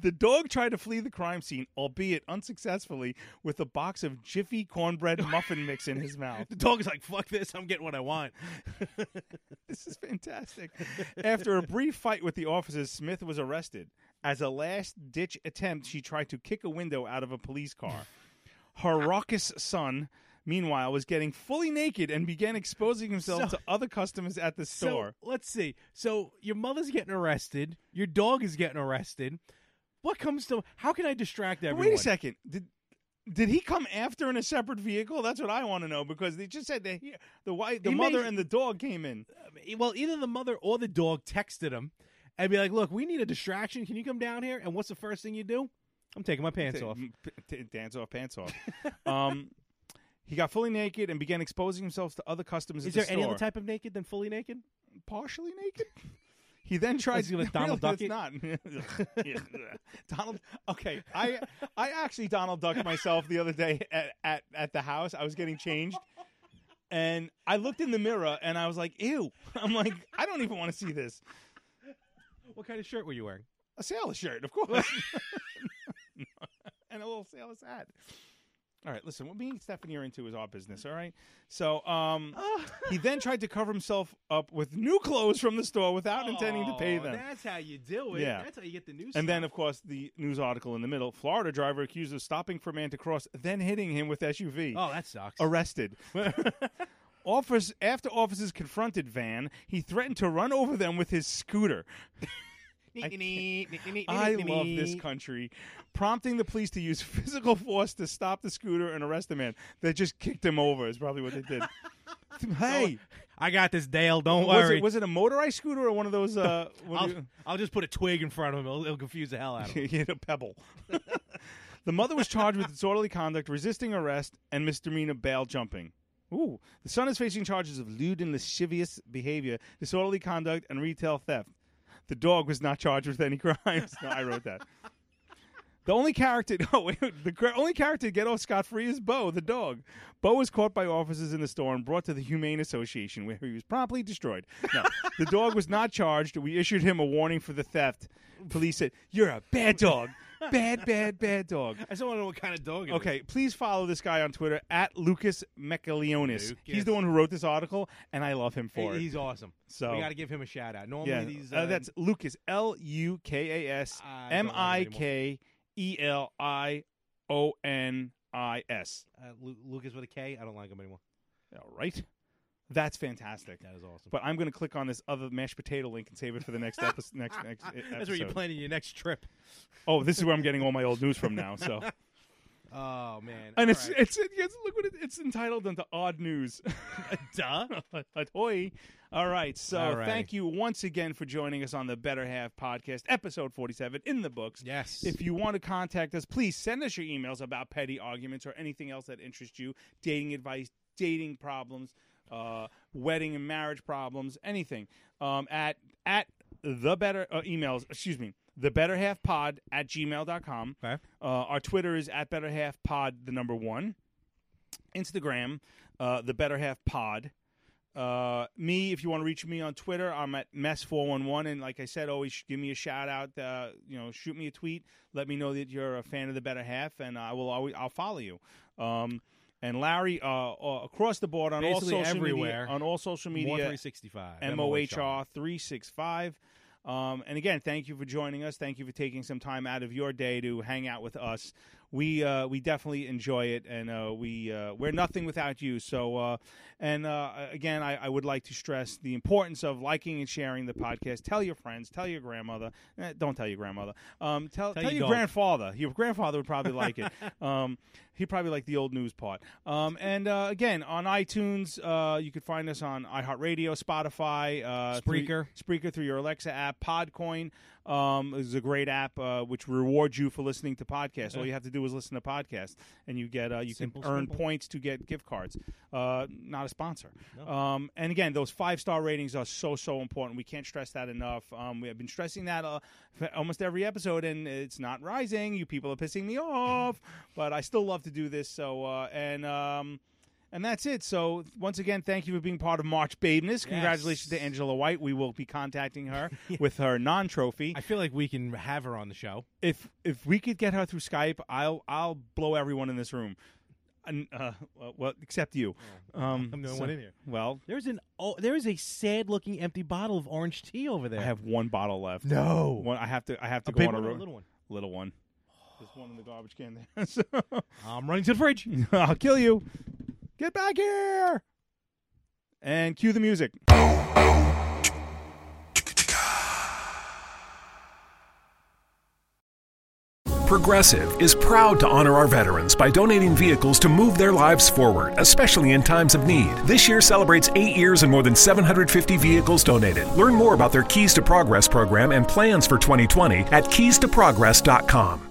The dog tried to flee the crime scene, albeit unsuccessfully, with a box of Jiffy cornbread muffin mix in his mouth. The dog's like, "Fuck this! I'm getting what I want." This is fantastic. After a brief fight with the officers, Smith was arrested. As a last ditch attempt, she tried to kick a window out of a police car. Her raucous son, meanwhile, was getting fully naked and began exposing himself So- to other customers at the store. So let's see. So your mother's getting arrested. Your dog is getting arrested. What comes to? How can I distract But everyone? wait a second. Did did he come after in a separate vehicle? That's what I want to know because they just said that he, the wife, the He may- mother, and the dog came in. E- Well, either the mother or the dog texted him and be like, "Look, we need a distraction. Can you come down here?" And what's the first thing you do? I'm taking my pants Ta- off. m- p- t- Dance off, pants off. um, he got fully naked and began exposing himself to other customers. Is at the there any other store. type of naked than fully naked? Partially naked. He then tried Is he like Donald Really, that's not Donald. Okay, I I actually Donald ducked myself the other day at, at at the house. I was getting changed, and I looked in the mirror and I was like, "Ew!" I'm like, I don't even want to see this. What kind of shirt were you wearing? A sailor shirt, of course, and a little sailor's hat. All right, listen. What me and Stephanie are into is our business. All right. So, um, he then tried to cover himself up with new clothes from the store without intending to pay Oh, them. That's how you do it. Yeah. That's how you get the news. And then, of course, the news article in the middle: Florida driver accused of stopping for man to cross, then hitting him with SUV. oh, that sucks. Arrested. Office after officers confronted Van, he threatened to run over them with his scooter. I love this country, prompting the police to use physical force to stop the scooter and arrest the man. They just kicked him over. Is probably what they did. hey, I got this, Dale. Don't was worry. it, was it a motorized scooter or one of those? Uh, what do I'll, you- I'll just put a twig in front of him. It'll, it'll confuse the hell out of him. he hit a pebble. the mother was charged with disorderly conduct, resisting arrest, and misdemeanor bail jumping. Ooh. The son is facing charges of lewd and lascivious behavior, disorderly conduct, and retail theft. The dog was not charged with any crimes. No, I wrote that. The only character, oh, wait, the cra- only character to get off scot free is Bo, the dog. Bo was caught by officers in the store and brought to the Humane Association, where he was promptly destroyed. No, the dog was not charged. We issued him a warning for the theft. Police said, "You're a bad dog, bad, bad, bad dog." I just want to know what kind of dog. It is. Okay, please follow this guy on Twitter at Lucas Mecalionis. Lucas. He's the one who wrote this article, and I love him for He- it. he's awesome. So- we got to give him a shout out. Normally uh, yeah, these uh, that's Lucas L U K A S I don't M know him I anymore. K E L I O N I S. Uh, Lu- Lucas with a K. I don't like him anymore. All right. That's fantastic. That is awesome. But I'm going to click on this other mashed potato link and save it for the next episode. next, next e- episode. That's where you're planning your next trip. Oh, this is where I'm getting all my old news from now. So, Oh man. All and it's, right. it's it's look what it, it's entitled under odd news. duh. Ahoy. All right. So All righty. thank you once again for joining us on the Better Half podcast, episode 47 in the books. Yes. If you want to contact us, please send us your emails about petty arguments or anything else that interests you, dating advice, dating problems, uh, wedding and marriage problems, anything. Um, at at the better uh, emails, excuse me, the better half pod at gmail.com. Okay. Uh, our Twitter is at better half pod, the number one. Instagram, uh, the Better Half Pod. Uh, me, if you want to reach me on Twitter, I'm at mess411, and like I said, always give me a shout out. Uh, you know, shoot me a tweet. Let me know that you're a fan of the Better Half, and I will always I'll follow you. Um, and Larry, uh, uh, across the board on Basically all social everywhere. media, on all social media, More 365. MOHR three six five. Um, and again, thank you for joining us. Thank you for taking some time out of your day to hang out with us. We uh, we definitely enjoy it, and uh, we uh, we're nothing without you. So, uh, and uh, again, I, I would like to stress the importance of liking and sharing the podcast. Tell your friends, tell your grandmother. Eh, don't tell your grandmother. Um, tell Tell tell, your your dog. grandfather. Your grandfather would probably like it. Um, he probably liked the old news part. Um, and uh, again, on iTunes, uh, you could find us on iHeartRadio, Spotify, uh, uh, Spreaker. through, Spreaker through your Alexa app. Podcoin um, is a great app uh, which rewards you for listening to podcasts. All you have to do is listen to podcasts, and you get uh, you Simple, can earn simple. points to get gift cards. Uh, not a sponsor. No. Um, and again, those five star ratings are so so important. We can't stress that enough. Um, we have been stressing that uh, for almost every episode, and it's not rising. You people are pissing me off, but I still love to do this. So uh, and. Um, and that's it. So once again, thank you for being part of March Babeness. Congratulations to Angela White. We will be contacting her with her non-trophy. I feel like we can have her on the show. If if we could get her through Skype, I'll I'll blow everyone in this room. And, uh, well, except you. Um, Oh, I'm the only so- one in here. Well, There's an oh, there is a sad looking empty bottle of orange tea over there. I have one bottle left. No. one, I have to. I have A to go big on a one or a road- little one? Little one. There's one in the garbage can there. So- I'm running to the fridge. I'll kill you. Get back here. And cue the music. Progressive is proud to honor our veterans by donating vehicles to move their lives forward, especially in times of need. This year celebrates eight years and more than 750 vehicles donated. Learn more about their Keys to Progress program and plans for 2020 at keystoprogress.com.